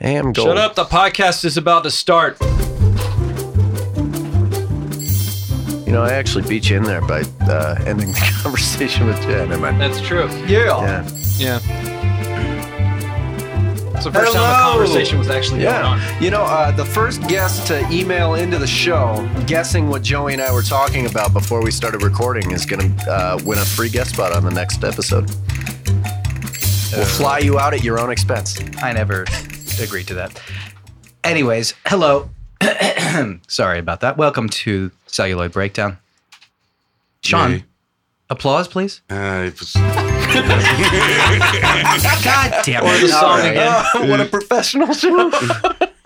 am going. Shut up. The podcast is about to start. You know, I actually beat you in there by uh, ending the conversation with Jen. Am I? That's true. Yeah. Yeah. Yeah. It's the first time Hello. a conversation was actually going on. Yeah. You know, uh, the first guest to email into the show, guessing what Joey and I were talking about before we started recording, is going to uh, win a free guest spot on the next episode. We'll fly you out at your own expense. I never agreed to that. Anyways, hello. Sorry about that. Welcome to Celluloid Breakdown. Sean, Yay. applause, please. Uh, it was, God damn Or the it. song All right. again. what a professional show.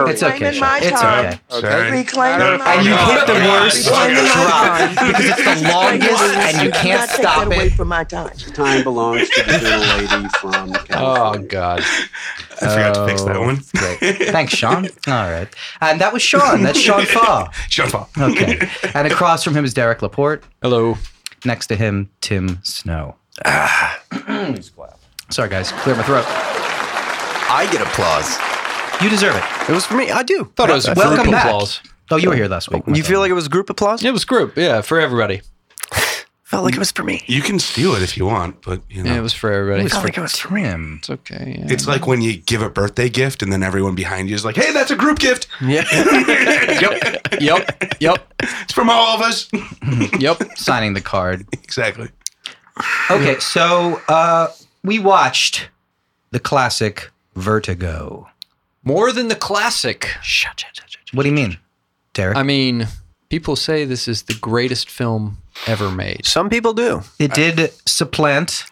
It's okay. Claiming my Sean. It's time. okay. sorry. Reclaiming my And you hit the time. worst Oh Reclaiming my drop time. because it's the longest and you Do not can't take that stop away it. from my time. time belongs to the little lady from Oh, California. God. I forgot to fix that Oh, one. Great. Thanks, Sean. All right. And that was Sean. That's Sean Farr. Sean Paul. Okay. And across from him is Derek Laporte. Hello. Next to him, Tim Snow. Sorry, guys. Clear my throat. I get applause. You deserve it. It was for me. I do. Thought it was Welcome group back. applause. Oh, you were here last week. You feel like it was group applause? It was group. Yeah, for everybody. Felt like it was for me. You can steal it if you want, but you know. Yeah, it was for everybody. It's Felt for like it was for Tim. It's okay. yeah. it's like when you give a birthday gift and then everyone behind you is like, hey, that's a group gift. Yeah. yep. yep, yep, It's from all of us. yep. Signing the card. exactly. Okay, so uh, we watched the classic Vertigo. More than the classic. What do you mean, Derek? I mean, people say this is the greatest film ever made. Some people do. it did supplant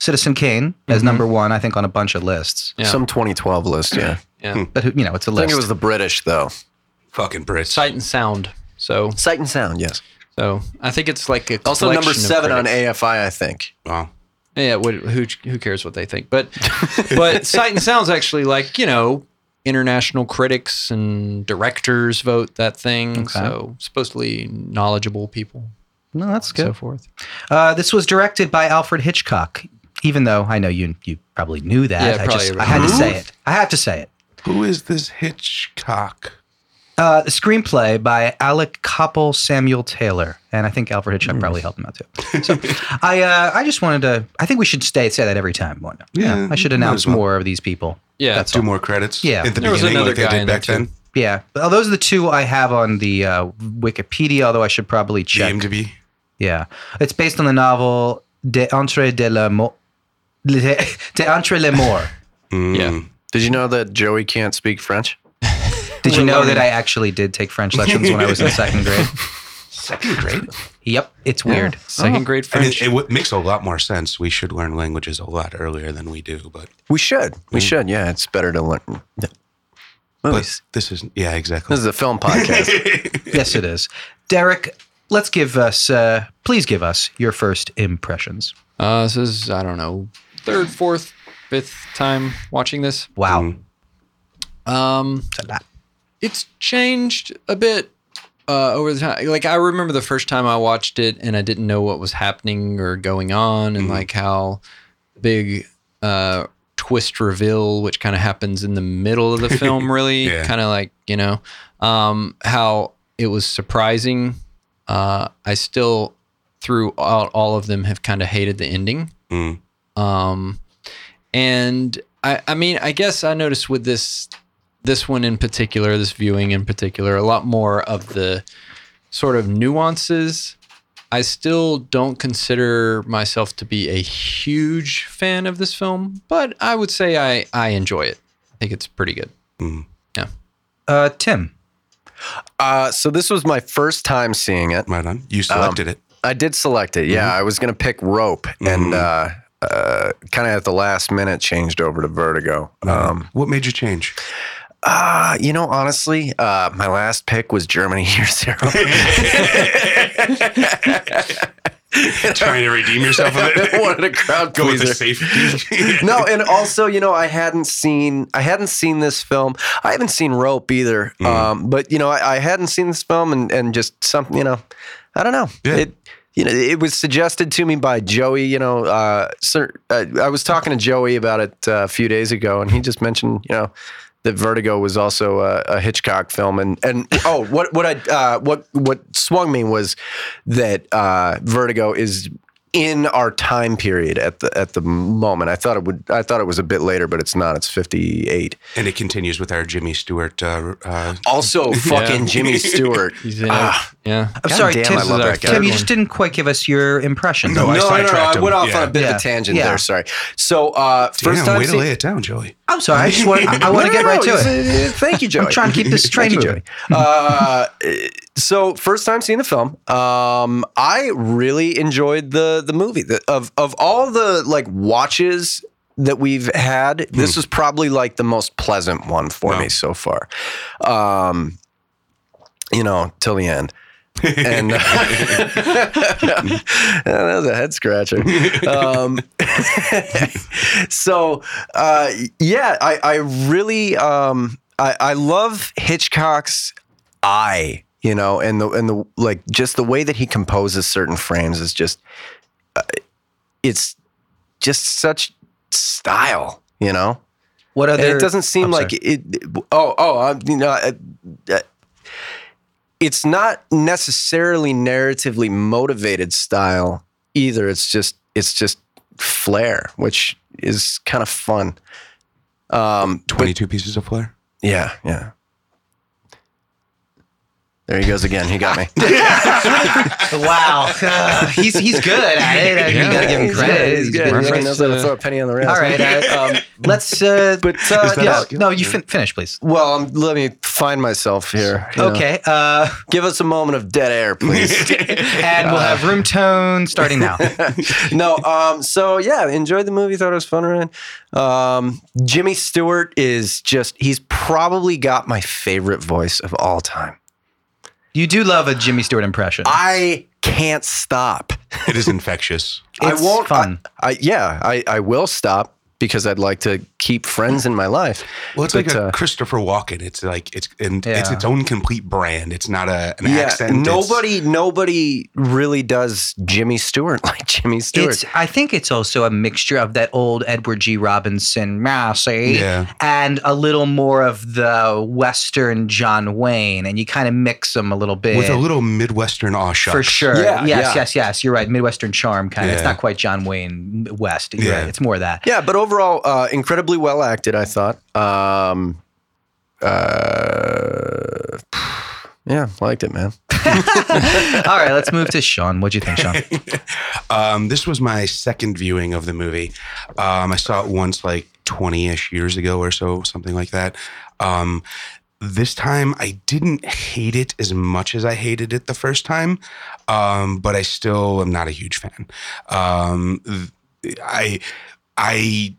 Citizen Kane as number one, I think, on a bunch of lists. Yeah. Some 2012 list, yeah. Yeah. But who- you know, it's a I think list. it was the British, though. Fucking Brits. Sight and sound. So, Sight and Sound, yes. so I think it's like a Also, number collection of seven on critics. AFI, I think. Wow. Yeah, what, who who cares what they think? But but Sight and Sound's actually like you know international critics and directors vote that thing. So supposedly knowledgeable people, no, that's so good. forth. Uh, this was directed by Alfred Hitchcock. Even though I know you, you probably knew that. Yeah, I, just, probably. I had to say it. I have to say it. Who is this Hitchcock? Uh, the screenplay by Alec Koppel, Samuel Taylor, and I think Alfred Hitchcock probably helped him out too. So I, uh, I just wanted to. I think we should stay say that every time. Won't we? Yeah, I should might announce as well. more of these people. Yeah, That's Two all. more credits. Yeah. At the There was beginning, another like they guy did in back there, too. then. Yeah, well, those are the two I have on the uh, Wikipedia. Although I should probably check. IMDb. Yeah, it's based on the novel De Entre de la Mo- De de Entre les Morts. Mm. Yeah. Did you know that Joey can't speak French? Did you know that I actually did take French lessons when I was in second grade? Second grade. Oh. Yep, it's weird. second grade I mean, French. it would makes a lot more sense. We should learn languages a lot earlier than we do, but We should. We should. Yeah, it's better to learn. Yeah. but Movies. this is yeah exactly. This is a film podcast. Yes, it is. Derek, let's give us, uh, please give us your first impressions. Uh, this is I don't know third, fourth, fifth time watching this. Wow. Mm. Um, it's changed a bit uh, over the time. Like I remember the first time I watched it, and I didn't know what was happening or going on, and like how big uh, twist reveal, which kind of happens in the middle of the film, really Yeah. kind of like you know um, how it was surprising. Uh, I still throughout all of them have kind of hated the ending. Mm. Um, and I, I mean, I guess I noticed with this, this one in particular, this viewing in particular, a lot more of the sort of nuances. I still don't consider myself to be a huge fan of this film, but I would say I, I enjoy it. I think it's pretty good. mm, Uh, Tim, uh, so this was my first time seeing it. right on. You selected it. I did select it. Yeah, I was gonna pick Rope, and uh, uh, kind of at the last minute changed over to Vertigo. Um, What made you change? Uh, you know, honestly, uh, my last pick was Germany Year Zero. Trying to redeem yourself a bit. I wanted a crowd Go with the pleaser. safety. no, and also, you know, I hadn't seen I hadn't seen this film. I haven't seen Rope either. Um, but you know, I, I hadn't seen this film, and and just something, you know, I don't know. Yeah. It you know, it was suggested to me by Joey. You know, uh, sir, uh, I was talking to Joey about it uh, a few days ago, and he just mentioned, you know, that Vertigo was also a, a Hitchcock film, and and oh, what what I uh, what what swung me was that uh, Vertigo is in our time period at the at the moment. I thought it would I thought it was a bit later, but it's not. It's fifty eight. And it continues with our Jimmy Stewart. Uh, uh, Also, fucking Jimmy Stewart. He's in Ah. it. Yeah. I'm God sorry, damn, Tim, I love that guy. Tim, you Third just one. didn't quite give us your impression. No, No, Oh, I no, no, sidetracked I him. went off Yeah. on a bit of Yeah. a tangent Yeah. there. Sorry. So uh, first damn, time way to see- lay it down, Joey. I'm sorry. I just want I, I want No, to get no, right no, to it. it's- uh, Thank you, Joey. I'm trying to keep this train Thank you, moving. Joey. Uh, so first time seeing the film, um, I really enjoyed the the movie. The, of of all the like watches that we've had, this was probably like the most pleasant one for Wow. me so far. Um, you know, till the end. and that was a head scratcher. Um, so uh, yeah, I, I really um, I, I love Hitchcock's eye, you know, and the and the like just the way that he composes certain frames is just uh, it's just such style, you know. What other? And it doesn't seem I'm like it. Oh, oh, I'm, you know, uh, uh, it's not necessarily narratively motivated style either. It's just it's just flair, which is kind of fun. Um, but- 22 pieces of flair. yeah, yeah. There he goes again. He got me. Wow, Uh, he's he's good at it. I mean, you gotta give him He's credit. good, He's, He's good. good. He really Reference knows how to to- throw a penny on the rails. All right, uh, um, let's. Uh, But, uh, uh, that a yeah, skill? no, you fin- finish, please. well, um, let me find myself here. you know. Okay, uh, Give us a moment of dead air, please. and Uh, we'll have room tone starting now. no, um, so yeah, enjoyed the movie. Thought it was fun. Ryan. Um, Jimmy Stewart is just—he's probably got my favorite voice of all time. You do love a Jimmy Stewart impression. I can't stop. It is infectious. It's I won't. fun. I, I, yeah, I, I will stop because I'd like to keep friends in my life. Well, it's But, like a uh, Christopher Walken. It's like it's and it's Yeah. its own complete brand. It's not a an accent. It's- nobody, nobody really does Jimmy Stewart like Jimmy Stewart. It's. I think it's also a mixture of that old Edward G. Robinson Massey Yeah. and a little more of the Western John Wayne, and you kind of mix them a little bit. with a little midwestern aw shucks. for sure. Yeah, yeah. yes, yes, yes. You're right. Midwestern charm kind of. It's Yeah. not quite John Wayne West. You're Yeah. right. It's more of that. Yeah, but overall, uh, incredibly well acted. I thought. Um, uh, yeah, liked it, man. All right, let's move to Sean. What'd you think, Sean? Um, this was my second viewing of the movie. Um, I saw it once like 20 ish years ago or so, something like that. Um, this time I didn't hate it as much as I hated it the first time, um, but I still am not a huge fan. Um, th- I, I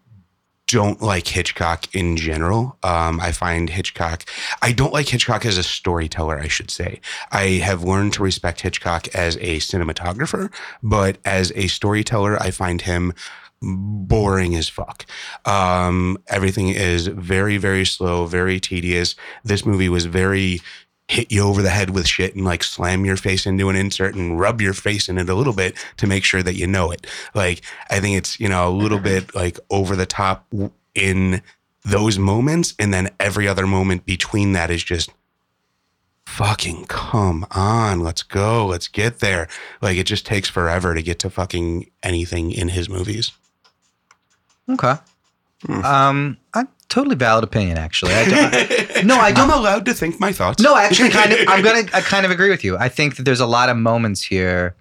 don't like Hitchcock in general. Um, I find Hitchcock, I don't like Hitchcock as a storyteller, I should say. I have learned to respect Hitchcock as a cinematographer, but as a storyteller, I find him boring as fuck. Um, everything is very, very slow, very tedious. This movie was very hit you over the head with shit and like slam your face into an insert and rub your face in it a little bit to make sure that you know it. Like, I think it's, you know, a little bit like over the top w- in those moments. And then every other moment between that is just fucking come on. Let's go. Let's get there. Like, it just takes forever to get to fucking anything in his movies. Okay. Hmm. Um, I totally valid opinion. Actually, I don't, no, I I'm don't. allowed to think my thoughts. No, I actually kind of. I'm gonna. I kind of agree with you. I think that there's a lot of moments here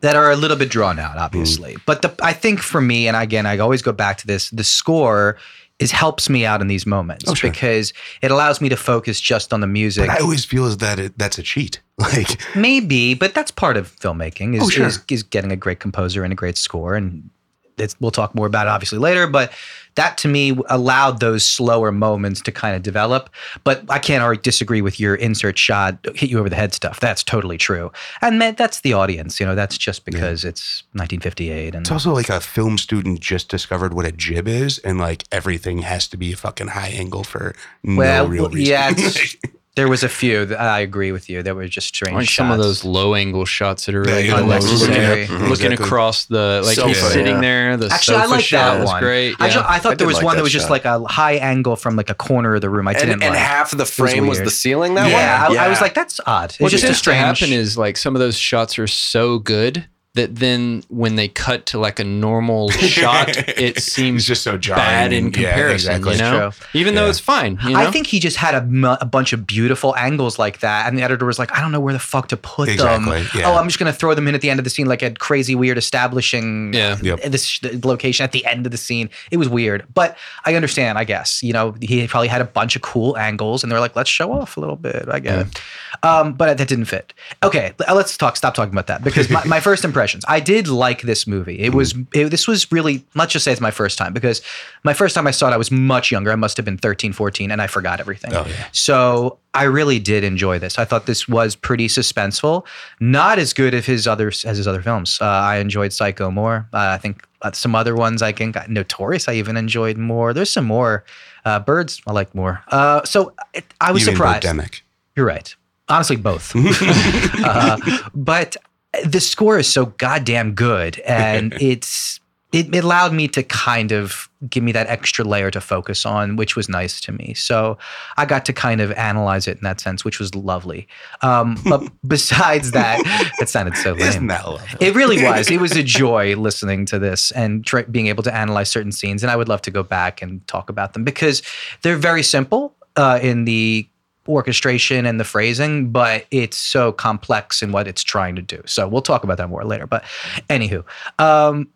that are a little bit drawn out, Mm. obviously. But the, I think for me, and again, I always go back to this. The score is helps me out in these moments Oh, sure. because it allows me to focus just on the music. But I always feel as that it, that's a cheat. Like, Maybe, but that's part of filmmaking is, Oh, sure. is is getting a great composer and a great score, and it's, we'll talk more about it obviously later. But that to me allowed those slower moments to kind of develop. But I can't already disagree with your insert shot, hit you over the head stuff. That's totally true, and that, that's the audience. You know, that's just because it's 1958 and It's also like a film student just discovered what a jib is, and like everything has to be a fucking high angle for no well, real reason. yeah, it's, There was a few that I agree with you that were just strange. like some of shots. those low angle shots that are Yeah, really you know, like looking, looking up- looking exactly. across the like Sofa, he's yeah. sitting there. The Actually, I sofa like shot that was one. great. I, yeah. ju- I thought I there did was like one that that was just shot. like a high angle from like a corner of the room. I didn't and, and like. half of the frame was, weird. the ceiling. That yeah, one. I, I was like, that's odd. what it's just a tends to strange. happen is like some of those shots are so good that then when they cut to like a normal shot, it It's seems just so jarring. bad in Yeah, comparison. exactly. You know, even though Yeah. it's fine. You know? I think he just had a, mu- a bunch of beautiful angles like that, and the editor was like, "I don't know where the fuck to put Exactly, them. yeah. Oh, I'm just gonna throw them in at the end of the scene, like a crazy, weird establishing Yeah. Yep. this the location at the end of the scene. It was weird, but I understand. I guess you know he probably had a bunch of cool angles, and they're like, "Let's show off a little bit." I get it, um, but that didn't fit. Okay, l- uh, let's talk. Stop talking about that because my, my first impressions. I did like this movie. It was Mm. it, this was really let's just say it's my first time because my first time I saw it, I was much younger. I must have been 13, 14, and I forgot everything. Oh, yeah. So I really did enjoy this. I thought this was pretty suspenseful. Not as good of his other as his other films. Uh, I enjoyed Psycho more. Uh, I think uh, some other ones I think Notorious I even enjoyed more. There's some more uh, Birds I liked more. Uh, so it, I was Even surprised. Birdemic. You're right. Honestly, both. uh, but the score is so goddamn good, and it's it, it allowed me to kind of give me that extra layer to focus on, which was nice to me. So I got to kind of analyze it in that sense, which was lovely. Um, but besides that, that sounded so lame. Isn't that lovely? It really was. It was a joy listening to this and tr- being able to analyze certain scenes. And I would love to go back and talk about them because they're very simple uh, in the orchestration and the phrasing, but it's so complex in what it's trying to do. So we'll talk about that more later. But anywho, um,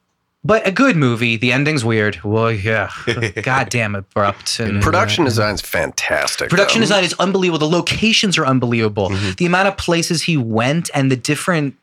but a good movie. The ending's weird. Well, yeah, goddamn abrupt. And uh, Production design's fantastic. Mm-hmm. Production though. design is unbelievable. The locations are unbelievable. The amount of places he went and the different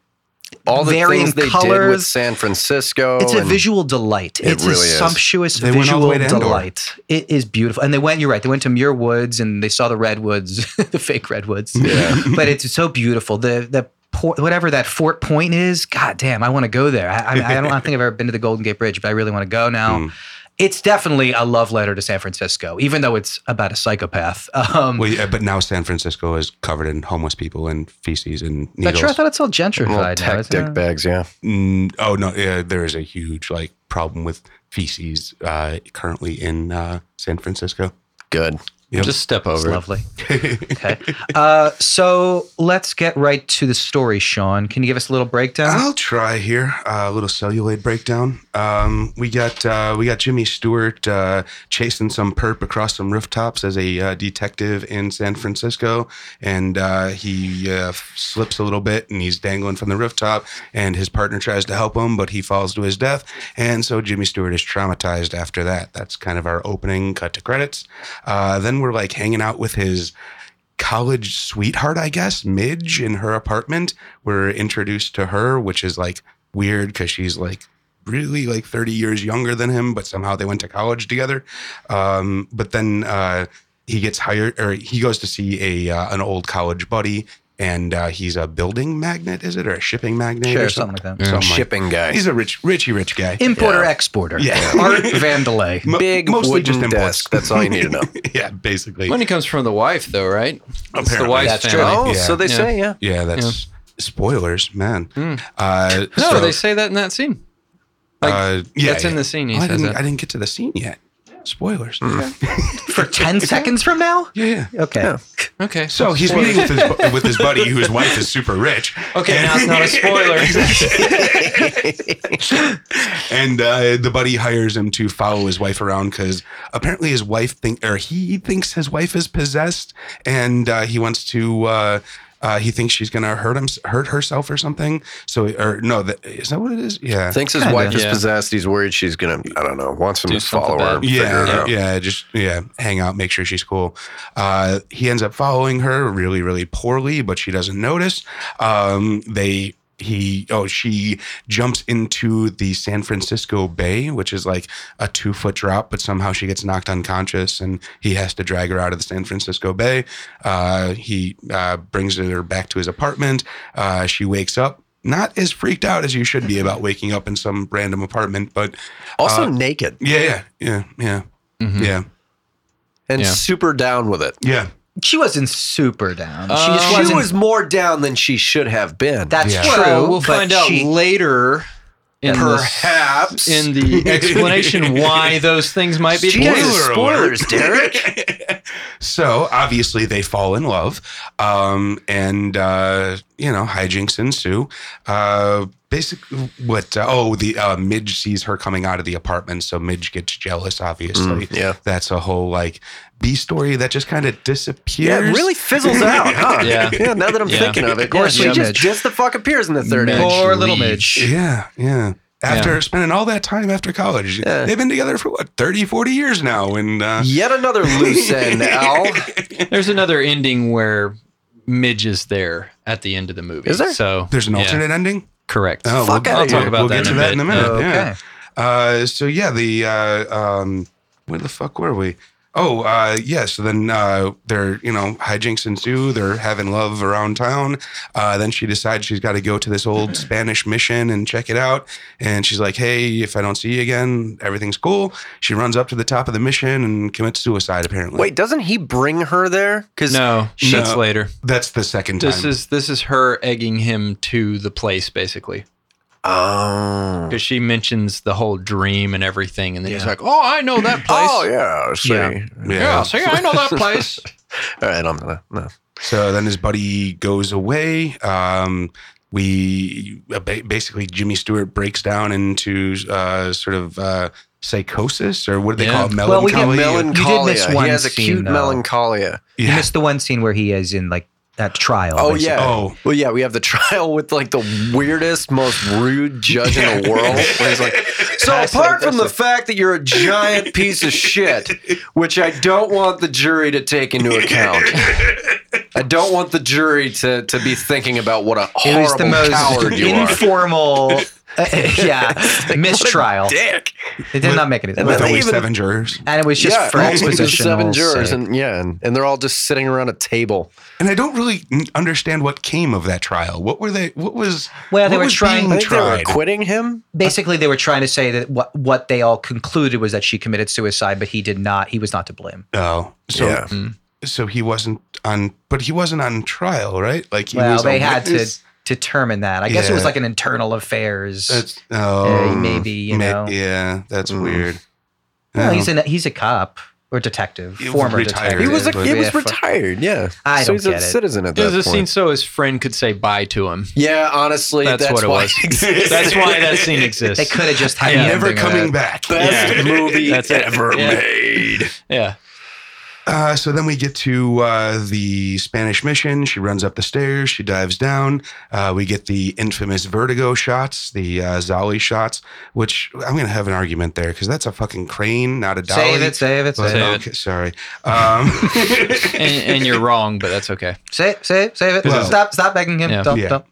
all the varying things they did with colors. San Francisco. It's a and- visual delight. It it's really a is. sumptuous They went all visual the way to Endor. delight. It is beautiful. And they went, you're right, they went to Muir Woods and they saw the redwoods, the fake redwoods. Yeah. but it's so beautiful. The the port, whatever that Fort Point is, god damn, I want to go there. I, I, I don't I don't think I've ever been to the Golden Gate Bridge, but I really want to go now. It's definitely a love letter to San Francisco, even though it's about a psychopath. Um, Well, yeah, but now San Francisco is covered in homeless people and feces and but needles. sure, I thought it's all Little gentrified. now, tech isn't dick it? bags, yeah. Mm, oh no, yeah, there is a huge like problem with feces uh, currently in uh, San Francisco. Good. Yep. just step over. It's it. lovely. okay. Uh, so let's get right to the story, Sean. Can you give us a little breakdown? I'll try here. Uh, a little celluloid breakdown. Um, we got uh, we got Jimmy Stewart uh, chasing some perp across some rooftops as a uh, detective in San Francisco, and uh, he uh, slips a little bit, and he's dangling from the rooftop. And his partner tries to help him, but he falls to his death. And so Jimmy Stewart is traumatized after that. That's kind of our opening cut to credits. Uh, then we're like hanging out with his college sweetheart, I guess, Midge, in her apartment. We're introduced to her, which is like weird because she's like really like 30 years younger than him, but somehow they went to college together. Um, but then uh, he gets hired or he goes to see a uh, an old college buddy. And uh, he's a building magnet, is it, or a shipping magnet, Sure, or something like that. something like- Shipping guy. He's a rich, richy, rich guy. Importer exporter. Yeah. Art Vandelay. Mo- Big mostly wooden just imports. desk. That's all you need to know. yeah, basically. Money comes from the wife, though, right? It's the Apparently. wife's That's true. family. oh, Yeah. so they Yeah. say, yeah. Yeah, that's spoilers, man. Uh, No, so- they say that in that scene. Like, uh, yeah, that's in the scene. He I, says didn't, that. Mm-hmm. I didn't get to the scene yet. Spoilers. For 10 seconds from now? Yeah, yeah. Okay. okay. So he's meeting with his bu- with his buddy, whose wife is super rich. Okay, now it's not a spoiler. and uh, the buddy hires him to follow his wife around because apparently his wife think or he thinks his wife is possessed, and uh, he wants to. Uh, uh, he thinks she's gonna hurt him, hurt herself or something. So, or no, that, is that what it is? Yeah, Thinks his Kinda. wife is Yeah. possessed. He's worried she's going to, I don't know, wants him Do to something follow her. bad. and figure it yeah, out. yeah, just yeah, hang out, make sure she's cool. Uh, he ends up following her really, really poorly, but she doesn't notice. Um, they he oh she jumps into the San Francisco Bay, which is like a two foot drop, but somehow she gets knocked unconscious, and he has to drag her out of the San Francisco Bay. Uh, he uh, brings her back to his apartment. Uh, she wakes up. Not as freaked out as you should be about waking up in some random apartment, but Also Uh, naked Mm-hmm. Hmm. yeah, yeah, yeah, yeah, yeah, and Yeah. super down with it. yeah. she wasn't super down. Uh, she just She She wasn't. was more down than she should have been. that's Yeah. true. Well, we'll but find out she- later in the, perhaps in the explanation why those things might be. the Jesus, case. Spoiler spoilers, Derek. so obviously they fall in love, um, and uh, you know hijinks ensue. Uh, basically, what? Uh, oh, the uh, Midge sees her coming out of the apartment, so Midge gets jealous. Obviously, Mm, yeah. that's a whole like B story that just kind of Yeah, disappears. it really fizzles out, huh? Yeah. now that I'm Yeah. thinking of it, of Yeah, course, yeah, she just, Midge. just the fuck appears in the third Midge. act. Poor little Leach. Midge. Yeah, yeah. After spending all that time after college, Yeah. they've been together for what 30, 40 years now, and uh, Yet another loose end, Al. There's another ending where Midge is there at the end of the movie. Is there? So there's an yeah, alternate ending. correct. Oh, Fuck we'll, outta I'll talk here. about we'll that get in to a that in a bit. minute. Okay. Yeah. Uh, so yeah, the uh, um, where the fuck were we? Oh uh, yeah, so then uh, they're you know hijinks ensue. They're having love around town. Uh, then she decides she's got to go to this old Spanish mission and check it out. And she's like, "Hey, if I don't see you again, everything's cool." She runs up to the top of the mission and commits suicide. Apparently, Wait, doesn't he bring her there? Because no, that's No. later. that's the second time. This is this is her egging him to the place basically oh, because she mentions the whole dream and everything, and then he's Yeah. like, "Oh, I know that place. oh yeah, see. Yeah. yeah, see, I know that place." All right, Uh, I'm gonna no. So then his buddy goes away. Um, we uh, ba- basically Jimmy Stewart breaks down into uh, sort of uh, psychosis, or what do they Yeah. call it? Well, we get Melancholy. melan- melancholia. miss one he has scene, acute though. melancholia. You yeah. missed the one scene where he is in like that trial. Oh, basically. yeah. Oh, Well, yeah, we have the trial with like the weirdest, most rude judge in the world. Where he's like, so apart from the fact that you're a giant piece of shit, which I don't want the jury to take into account. I don't want the jury to, to be thinking about what a It was horrible the most coward you are. informal, yeah, mistrial. Dick. It did not make any with sense. only even- seven jurors. And it was just yeah, for all with the exposition. seven jurors, and yeah, and, and they're all just sitting around a table. And I don't really n- understand what came of that trial. What were they? What was? Well, they what were was trying- I being think they were tried? quitting him. basically they were trying to say that what what they all concluded was that she committed suicide, but he did not. He was not to blame. Oh, so Yeah. Hmm. Mm. so he wasn't on, but he wasn't on trial, right? Like he well, was. a they had witness? to determine that. I guess it was Yeah. like an internal affairs. That's, uh, oh, maybe you ma- know. Hmm. Yeah, that's Mm. weird. Well, Yeah. he's a he's a cop or detective, He was former retired. detective. He was but- a, he was Yeah, fuck. retired. Yeah, I so don't he's a get it. citizen at It that was a point. scene so his friend could say bye to him. Yeah, honestly, That's that's, what it why was. That's why that scene exists. They could have just had Yeah. the never ending of coming that. back. Best movie That's it. ever Yeah. made. yeah. Uh, so then we get to uh, the Spanish mission. She runs up the stairs. She dives down. Uh, we get the infamous vertigo shots, the uh, Zolly shots, which I'm gonna have an argument there because that's a fucking crane, not a dolly. Save it, save it, But- save it. okay, Sorry. Um, And, and you're wrong, but that's okay. Save, save, save it. Well- stop, stop begging him. Yeah. Don't, Yeah. don't.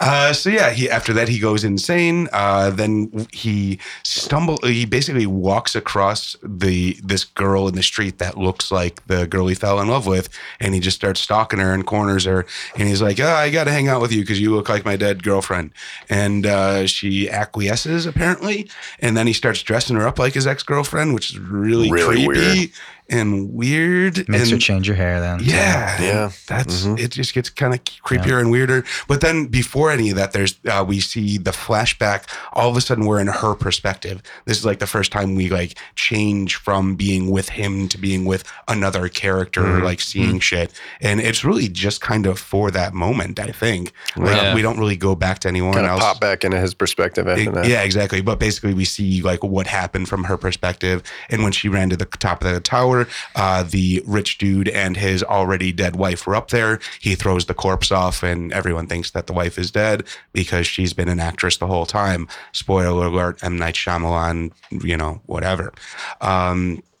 Uh, so yeah, he after that he goes insane. Uh, then he stumble. He basically walks across the this girl in the street that looks like the girl he fell in love with, and he just starts stalking her and corners her. And he's like, oh, "I got to hang out with you because you look like my dead girlfriend." And uh, she acquiesces apparently. And then he starts dressing her up like his ex girlfriend, which is really, Really creepy weird. and weird. Makes her and change her hair then. yeah. Yeah. That's Mhm. it just gets kind of creepier and weirder. But then before any of that, there's uh, we see the flashback. All of a sudden we're in her perspective. This is like the first time we like change from being with him to being with another character, Mhm. like seeing shit. And it's really just kind of for that moment, I think. Like Yeah. we don't really go back to anyone Kind of else. pop back into his perspective after It- that. yeah, exactly. But basically, we see like what happened from her perspective, and when she ran to the top of the tower, uh, the rich dude and his already dead wife were up there. He throws the corpse off, and everyone thinks that the wife is dead because she's been an actress the whole time. Spoiler alert: M Night Shyamalan, you know, whatever. Um,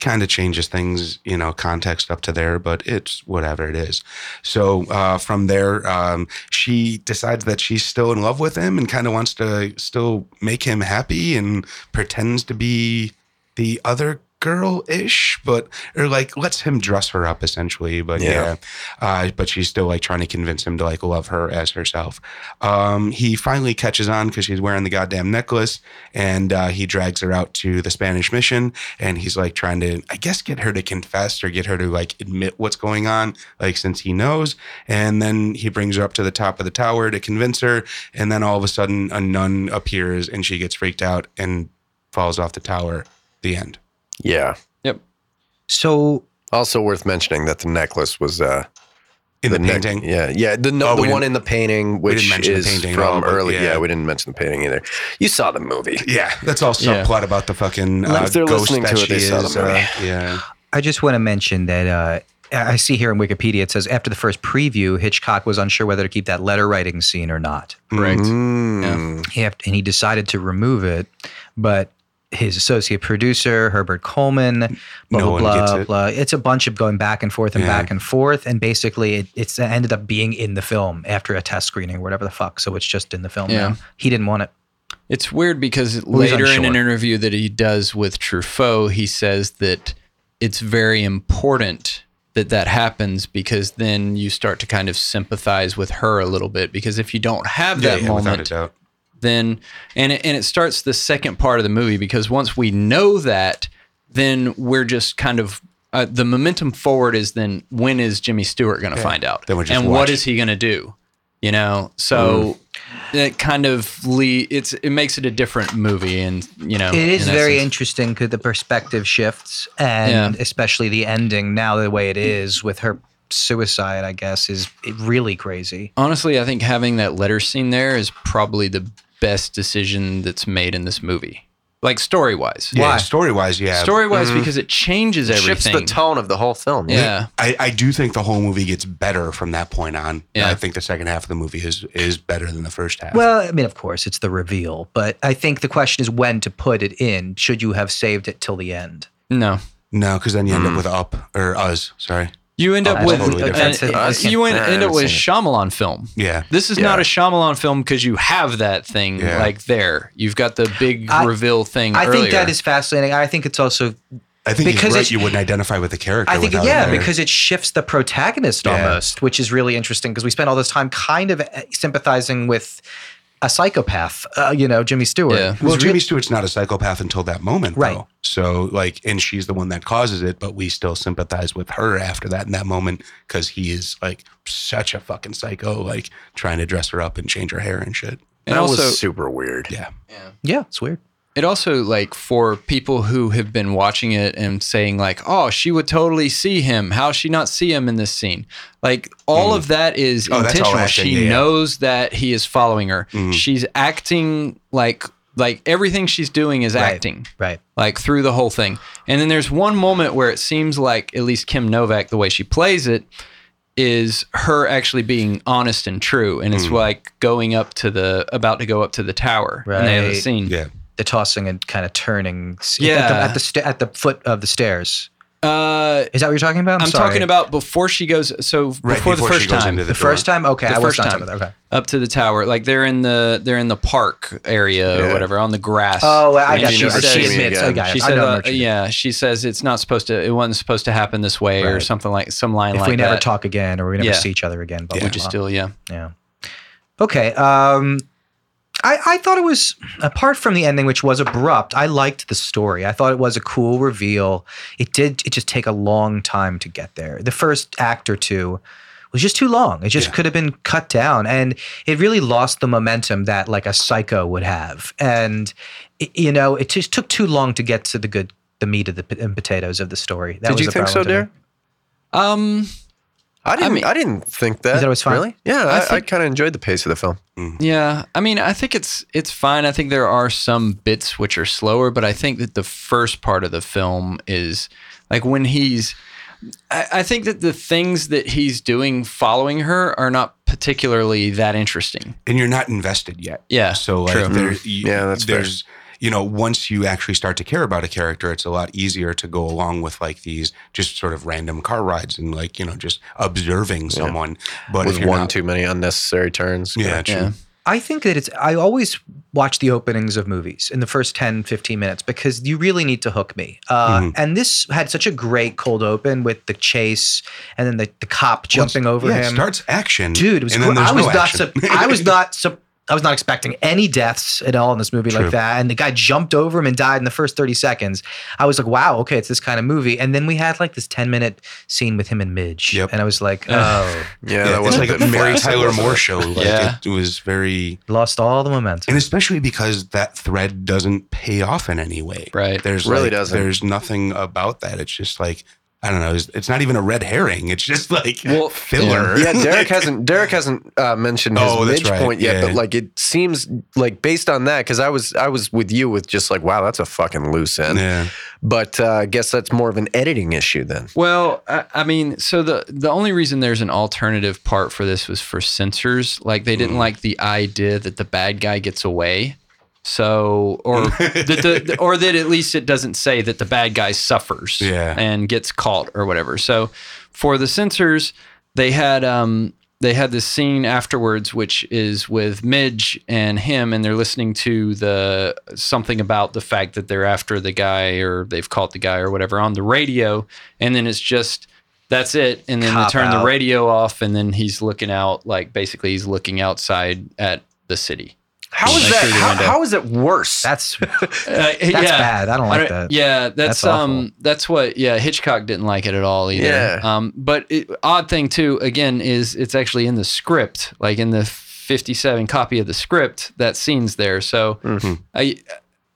kind of changes things, you know, context up to there, but it's whatever it is. So uh, from there, um, she decides that she's still in love with him and kind of wants to still make him happy and pretends to be the other girl ish, but or like lets him dress her up essentially. But Yeah. yeah, Uh, but she's still like trying to convince him to like love her as herself. Um, he finally catches on because she's wearing the goddamn necklace, and uh, he drags her out to the Spanish mission, and he's like trying to, I guess, get her to confess or get her to like admit what's going on, like since he knows. And then he brings her up to the top of the tower to convince her, and then all of a sudden a nun appears, and she gets freaked out and falls off the tower. The end. Yeah. So Also worth mentioning that the necklace was uh, In the, nec- painting. yeah, yeah. The, no, Oh, we the one didn't- in the painting, we didn't which mention the is painting at all, from but early. yeah. Yeah. we didn't mention the painting either. You saw the movie. Yeah, that's all Yeah. subplot about the fucking uh, If they're ghost listening that to it, she they saw the is. uh, movie. yeah, I just want to mention that uh, I see here in Wikipedia it says after the first preview, Hitchcock was unsure whether to keep that letter writing scene or not. Correct. Mm-hmm. Mm. He have- and he decided to remove it, but his associate producer Herbert Coleman, blah No blah one blah, gets it. blah. It's a bunch of going back and forth and Yeah. back and forth, and basically it it's it ended up being in the film after a test screening or whatever the fuck. So it's just in the film Yeah. now. He didn't want it. It's weird because he's later in an unsure. interview that he does with Truffaut, he says that it's very important that that happens because then you start to kind of sympathize with her a little bit because if you don't have yeah, that yeah, without a moment doubt. then and it, and it starts the second part of the movie because once we know that then we're just kind of uh, the momentum forward is then when is Jimmy Stewart going to find out Then we're just and what watching. is he going to do you know so it kind of le- it's it makes it a different movie and you know It is in very essence. interesting because the perspective shifts, and Yeah. especially the ending now the way it is with her suicide. I guess is really crazy. honestly I think having that letter scene there is probably the best decision that's made in this movie like story wise Yeah, story wise, yeah. story wise because it changes Shifts everything the tone of the whole film. yeah I, I do think the whole movie gets better from that point on. Yeah. I think the second half of the movie is is better than the first half. Well, I mean, of course, it's the reveal, but I think the question is when to put it in. Should you have saved it till the end? no no, because then you Mm. end up with Up or Us. Sorry. You end Oh, up that's with totally uh, different. uh, That's it. you end, I end up with haven't seen Shyamalan film. Yeah. This is Yeah. not a Shyamalan film because you have that thing Yeah. like there. You've got the big I- reveal thing. I think that earlier. is fascinating. I think it's also, I Because think because right, it's- you wouldn't identify with the character. I think, without yeah, her. because it shifts the protagonist Yeah. almost, which is really interesting because we spent all this time kind of uh, sympathizing with a psychopath, uh, you know, Jimmy Stewart. Yeah. who's well, really- Jimmy Stewart's not a psychopath until that moment, Right. Though. So, like, and she's the one that causes it, but we still sympathize with her after that in that moment because he is like such a fucking psycho, like trying to dress her up and change her hair and shit. That and also was super weird. Yeah. yeah, it's weird. it also like for people who have been watching it and saying like, oh, she would totally see him. How she not see him in this scene? Like all of that is Oh, that's all intentional. acting, She yeah, Mm. yeah. knows that he is following her. She's acting like like everything she's doing is Right. acting. Right. like through the whole thing. And then there's one moment where it seems like at least Kim Novak, the way she plays it, is her actually being honest and true. And Hmm. it's like going up to the about to go up to the tower. And they have a Right. scene. Yeah. The tossing and kind of turning s- at, the, Yeah. at, the sta- at the foot of the stairs. Uh Is that what you're talking about? I'm, I'm sorry. talking about before she goes so Right before, the first time the first time. Okay, The I was first not time. talking about that. Okay. up to the tower. Like they're in the they're in the park area or Yeah. whatever on the grass. Oh, I And got she you. says- She admits. She I got it. She I said, know uh, what you mean. yeah, she says it's not supposed to, it wasn't supposed to happen this way or Right. something like, some line If like we never that. talk again or we never Yeah. see each other again, but we just still, yeah. Yeah. Okay. Um, I, I thought it was, apart from the ending, which was abrupt, I liked the story. I thought it was a cool reveal. It did, it just take a long time to get there. The first act or two was just too long. It just Yeah. could have been cut down. And it really lost the momentum that like a psycho would have. And, it, you know, it just took too long to get to the good, the meat of the p- and potatoes of the story. That Did was you the think problem to so, me. Dare? Um, I didn't. I, mean- didn't think that. You thought it was fine? Really? Yeah, I I, I think- kind of enjoyed the pace of the film. Yeah, I mean, I think it's it's fine. I think there are some bits which are slower, but I think that the first part of the film is like when he's. I, I think that the things that he's doing following her are not particularly that interesting. and you're not invested yet. Yeah, So like true. there, you, Mm-hmm. Yeah, that's fair. there's you know once you actually start to care about a character, it's a lot easier to go along with like these just sort of random car rides and like you know just observing someone. But if With you're one not, too many unnecessary turns. yeah, true. Yeah. I think that it's, I always watch the openings of movies in the first 10, 15 minutes because you really need to hook me. Uh, Mhm. And this had such a great cold open with the chase and then the, the cop jumping over yeah, him. It starts action, Dude, it was, and gr- then there's I was no not, action. sup- I was not, sup- I was not expecting any deaths at all in this movie True. like that. And the guy jumped over him and died in the first 30 seconds. I was like, wow, okay, it's this kind of movie. And then we had like this 10 minute scene with him and Midge. Yep. And I was like, Ugh. oh, Yeah, Yeah, that it's was like a Mary Tyler Moore show. Like Yeah. it was very, lost all the momentum. and especially because that thread doesn't pay off in any way. Right. There's Really like- doesn't. There's nothing about that. It's just like I don't know. It's, it's not even a red herring. It's just like Well, filler. Yeah, Derek Like, hasn't Derek hasn't uh, mentioned his Oh, that's midge right. point yet, Yeah. but like it seems like based on that because I was I was with you with just like wow that's a fucking loose end, Yeah. but uh, I guess that's more of an editing issue then. Well, I, I mean, so the the only reason there's an alternative part for this was for censors. Like they didn't like the idea that the bad guy gets away. So, or that the, or that at least it doesn't say that the bad guy suffers Yeah. and gets caught or whatever. So, for the censors, they had um they had this scene afterwards, which is with Midge and him, and they're listening to the something about the fact that they're after the guy or they've caught the guy or whatever on the radio, and then it's just that's it, and then they Cop turn out. the radio off, and then he's looking out like basically he's looking outside at the city. How is that- Through the how- window. how is it worse? That's that's Uh, yeah. bad. I don't like I don't- that. Yeah, that's, That's awful. um, that's what. Yeah, Hitchcock didn't like it at all either. Yeah. Um, but it, odd thing too, again, is it's actually in the script, like in the fifty-seven copy of the script, that scene's there. So Hmm. Mhm. I,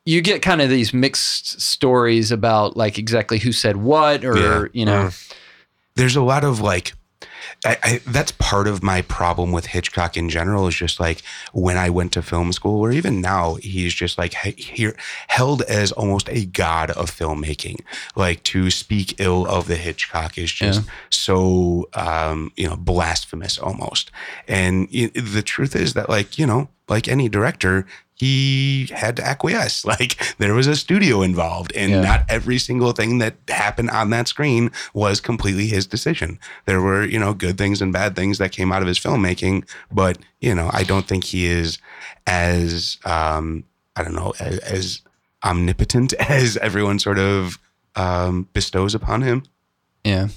you get kind of these mixed stories about like exactly who said what, or Yeah. you know, there's a lot of like I, I, that's part of my problem with Hitchcock in general is just like when I went to film school, or even now, he's just like he, here held as almost a god of filmmaking. Like to speak ill of the Hitchcock is just so um, you know blasphemous almost. And y the truth is that like you know like any director, he had to acquiesce. Like there was a studio involved, and Yeah. not every single thing that happened on that screen was completely his decision. There were, you know, good things and bad things that came out of his filmmaking, but you know, I don't think he is as um, I don't know as, as omnipotent as everyone sort of um, bestows upon him. yeah,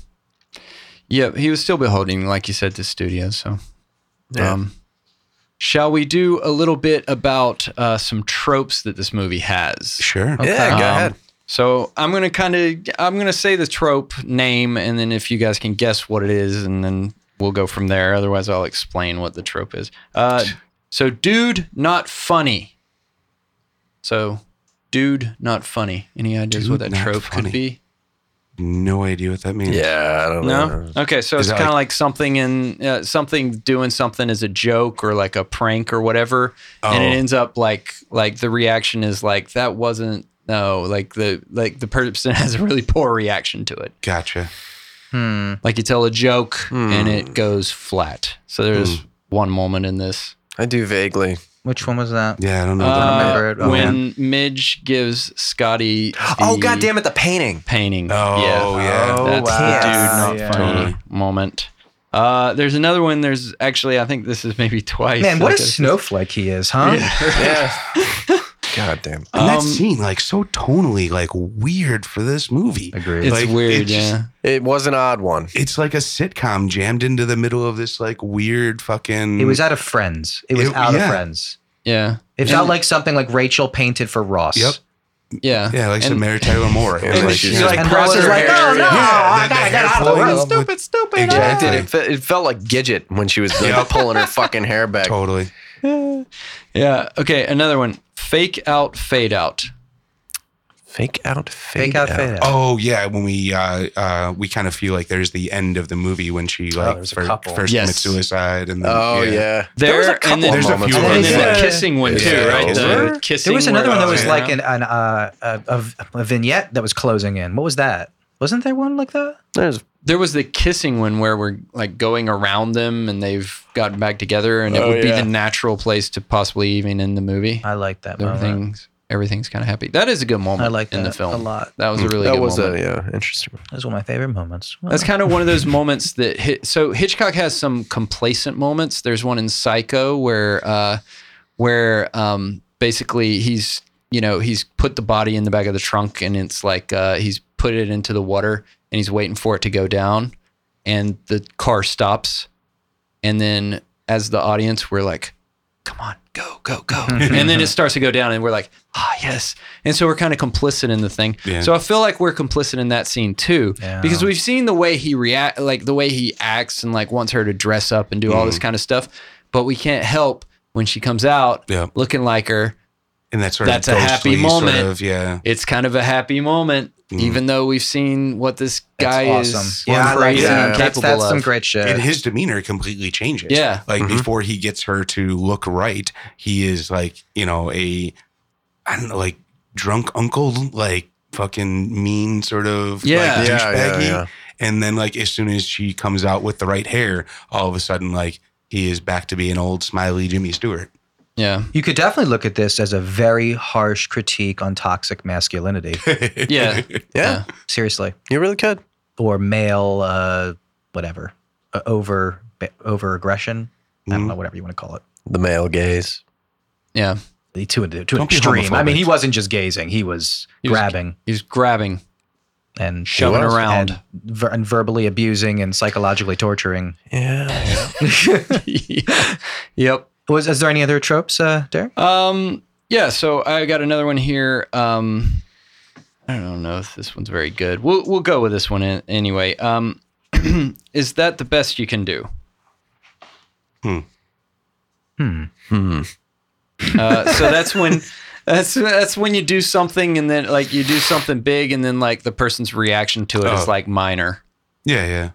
yeah. He was still beholding, like you said, to studios. So. Yeah. Um, shall we do a little bit about uh, some tropes that this movie has? Sure. Yeah, go Um, ahead. So I'm gonna kind of I'm gonna say the trope name, and then if you guys can guess what it is, and then we'll go from there. Otherwise, I'll explain what the trope is. Uh, so, dude, not funny. So, dude, not funny. Any ideas what Dude, that not trope funny. could be? No idea what that means. Yeah, I don't No. know. Okay, so Is it's that kind of like, something in uh, something doing something as a joke or like a prank or whatever, and it Oh. ends up like like the reaction is like that wasn't no like the like the person has a really poor reaction to it. Gotcha. Hmm. Like you tell a joke and Hmm. it goes flat. So there's one moment in this I do vaguely. Which one was that? Yeah, I don't know. Uh, remember it. Oh, when Midge gives Scotty. Oh the god damn it, the painting. Painting. oh yeah. yeah. Oh, That's wow. the dude, not Yeah. funny Totally. moment. Uh, there's another one. There's actually, I think this is maybe twice. Man, what Like a snowflake he is, huh? Yeah. god damn. And that Um, scene, like, so tonally, like, weird for this movie. Agreed. It's Like, weird, it's yeah. It was an odd one. It's like a sitcom jammed into the middle of this, like, weird fucking. It was out of Friends. It was It- out yeah. of Friends. Yeah. It felt like something like Rachel painted for Ross. Yep. Yeah. yeah, like some and- Mary Tyler Moore. It And was then like, she's yeah. like, And Ross Ross is her like, hair. no, no, Yeah, I gotta the- the get hair out of the flowing room. up with- Stupid, stupid. Yeah, Exactly. it, did. It, fe- it felt like Gidget when she was like, Yep. pulling her fucking hair back. Totally. Yeah. Okay. Another one. Fake out, fade out. Fake out, fade Fake out, fade out. Oh yeah, when we uh, uh, we kind of feel like there's the end of the movie when she like Oh, there's a fir- couple. first Yes. commits suicide Mm, and then, Oh yeah. There, was a and then, couple There's a moments few like and then that. the kissing one too, Yeah. right? There The kissing. There was where another one that they're was walking like around. an, an uh, a, a, a vignette that was closing in. What was that? Wasn't there one like that? There's There was the kissing one where we're like going around them and they've gotten back together, and it Oh, would yeah. be the natural place to possibly even end the movie. I like that moment. Everything's everything's kind of happy. That is a good moment I like that in the film a lot. That was a really that good was moment. a yeah interesting. one. That was one of my favorite moments. Well, That's kind of one of those moments that hit. So Hitchcock has some complacent moments. There's one in Psycho where, uh, where um, basically he's you know he's put the body in the back of the trunk and it's like uh, he's put it into the water and he's waiting for it to go down, and the car stops, and then as the audience we're like, come on, go, go, go, and then it starts to go down and we're like, ah yes, and so we're kind of complicit in the thing. Yeah. So I feel like we're complicit in that scene too Yeah. because we've seen the way he react like the way he acts and like wants her to dress up and do all this Mm-hmm. kind of stuff but we can't help when she comes out Yeah. looking like her And that sort That's a of happy ghostly moment. Sort of, yeah. it's kind of a happy moment Mhm. even though we've seen what this That's guy is awesome. Yeah, I like crazy that. and That's, that's capable of some great shit. and his demeanor completely changes. Yeah. Mm-hmm. Like Mhm. before he gets her to look right, he is like, you know, a I don't know, like drunk uncle, like fucking mean sort of Yeah. Yeah, like, yeah, douchebaggy. yeah. And then like as soon as she comes out with the right hair, all of a sudden like he is back to being old smiley Jimmy Stewart. yeah You could definitely look at this as a very harsh critique on toxic masculinity. yeah Yeah, Seriously, you really could. or male, uh, whatever, uh, over over aggression. I Mm-hmm. don't know, whatever you want to call it. The male gaze. yeah The- To, an- to an Don't be extreme. I mean, homophobic. he wasn't just gazing; he was He was- grabbing he's grabbing and Shoving and- around. and, ver- and verbally abusing and psychologically torturing. Yeah. yep Was is there any other tropes, uh, Derek? Um, yeah, so I got another one here. Um, I don't know if this one's very good. We'll we'll go with this one an- anyway. Um, is that the best you can do? Hmm. Uh, so that's when that's that's when you do something and then like you do something big and then like the person's reaction to it is Oh. like minor. Yeah, yeah.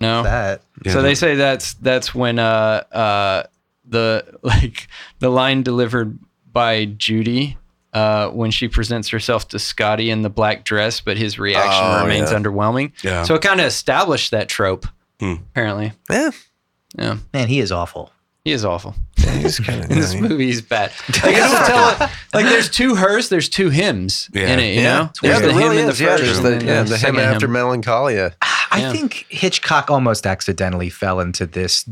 No, That yeah so they say that's that's when uh uh the like the line delivered by Judy uh when she presents herself to Scotty in the black dress, but his reaction Oh, remains yeah. underwhelming. yeah. So it kind of established that trope. Hmm. Apparently, Yeah. yeah, man, he is awful. he is awful. He's kind of In this movie, he's bad. Like, I don't tell it- like there's two hers, there's two hymns in Yeah. it. You Yeah. know, Yeah, there's there the hymn really in the is. Yeah, there's first, the, and then yeah, the him second hymn. after melancholia. I Yeah. think Hitchcock almost accidentally fell into this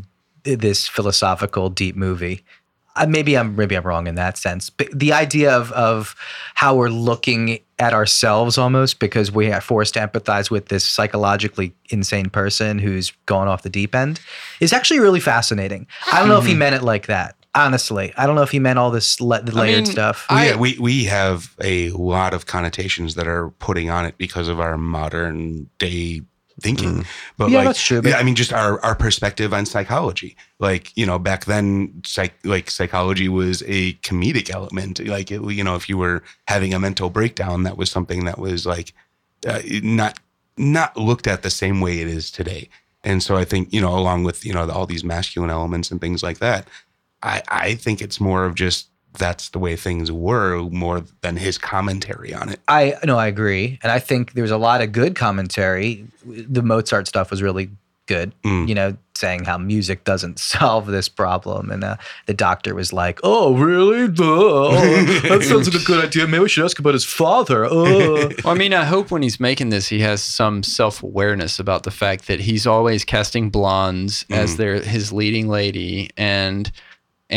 this philosophical deep movie. Uh, maybe I'm maybe I'm wrong in that sense, but the idea of of how we're looking at ourselves almost because we are forced to empathize with this psychologically insane person who's gone off the deep end is actually really fascinating. I don't know if he meant it like that. Honestly, I don't know if he meant all this le- the Mm-hmm. I layered mean, stuff. I- yeah, we we have a lot of connotations that are putting on it because of our modern day thinking. But Mm-hmm. Yeah, like, that's true, but- yeah, I mean, just our our perspective on psychology. Like, you know, back then, psych like psychology was a comedic element. Like, it, you know, if you were having a mental breakdown, that was something that was like uh, not not looked at the same way it is today. And so I think you know, along with you know all these masculine elements and things like that, I I think it's more of just that's the way things were more than his commentary on it. I no, I agree, and I think there's a lot of good commentary. The Mozart stuff was really good. Mm. You know, saying how music doesn't solve this problem, and uh, the doctor was like, "Oh, really? Duh. Oh, that sounds like a good idea. Maybe we should ask about his father." Oh. Well, I mean, I hope when he's making this, he has some self awareness about the fact that he's always casting blondes as Mm-hmm. their his leading lady, and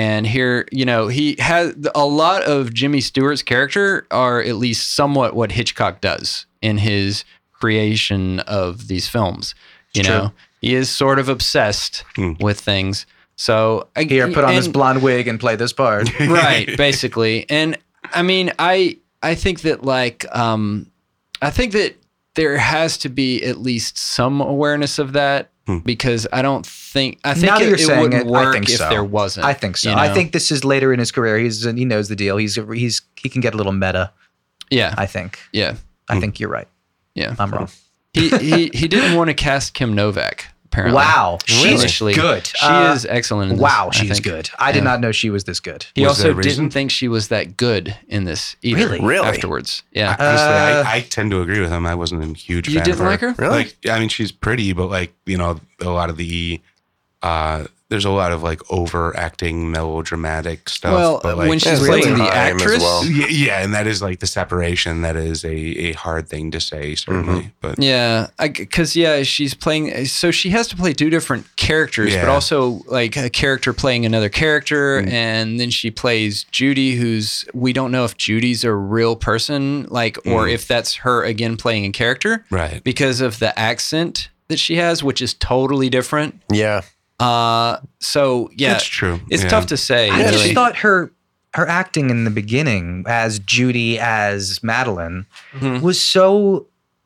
and here, you know, he has a lot of Jimmy Stewart's character are at least somewhat what Hitchcock does in his creation of these films. You It's true. Hmm. know, he is sort of obsessed Mm. with things. So I Here, put on this and- blonde wig and play this part. right basically and i mean i i think that like um i think that there has to be at least some awareness of that Hmm. because i don't think i think Now that it, you're it saying wouldn't it, I work think if so. there wasn't I think so. you I know? think this is later in his career. He's he knows the deal. He's he's he can get a little meta. yeah I think. yeah Hmm. I think you're right. yeah I'm wrong. he, he he didn't want to cast kim novak apparently Wow, she's Initially. good. she Uh, is excellent in this, Wow, I she's think. good. I Yeah. did not know she was this good. he Was there also a reason? didn't think she was that good in this either Really? Really? afterwards yeah Honestly, Uh, I, I tend to agree with him. I wasn't a huge. You fan didn't of her. like her? Really? Like, I mean, she's pretty, but like you know, a lot of the uh, there's a lot of like overacting melodramatic stuff. well, but, like, when she's Really playing the high aim as actress, well. yeah, yeah, and that is like the separation. That is a, a hard thing to say, certainly. But Yeah, because yeah, she's playing. So she has to play two different characters, but Yeah. Mm-hmm. also like a character playing another character, and then she plays Judy, who's we don't know if Judy's a real person, like, or Mm-hmm. if that's her again playing a character right, because of the accent that she has, which is totally different. Yeah. Uh, so yeah, that's true. it's Yeah. tough to say. I really. just thought her her acting in the beginning as Judy as Madeline Mm-hmm. Mhm. was so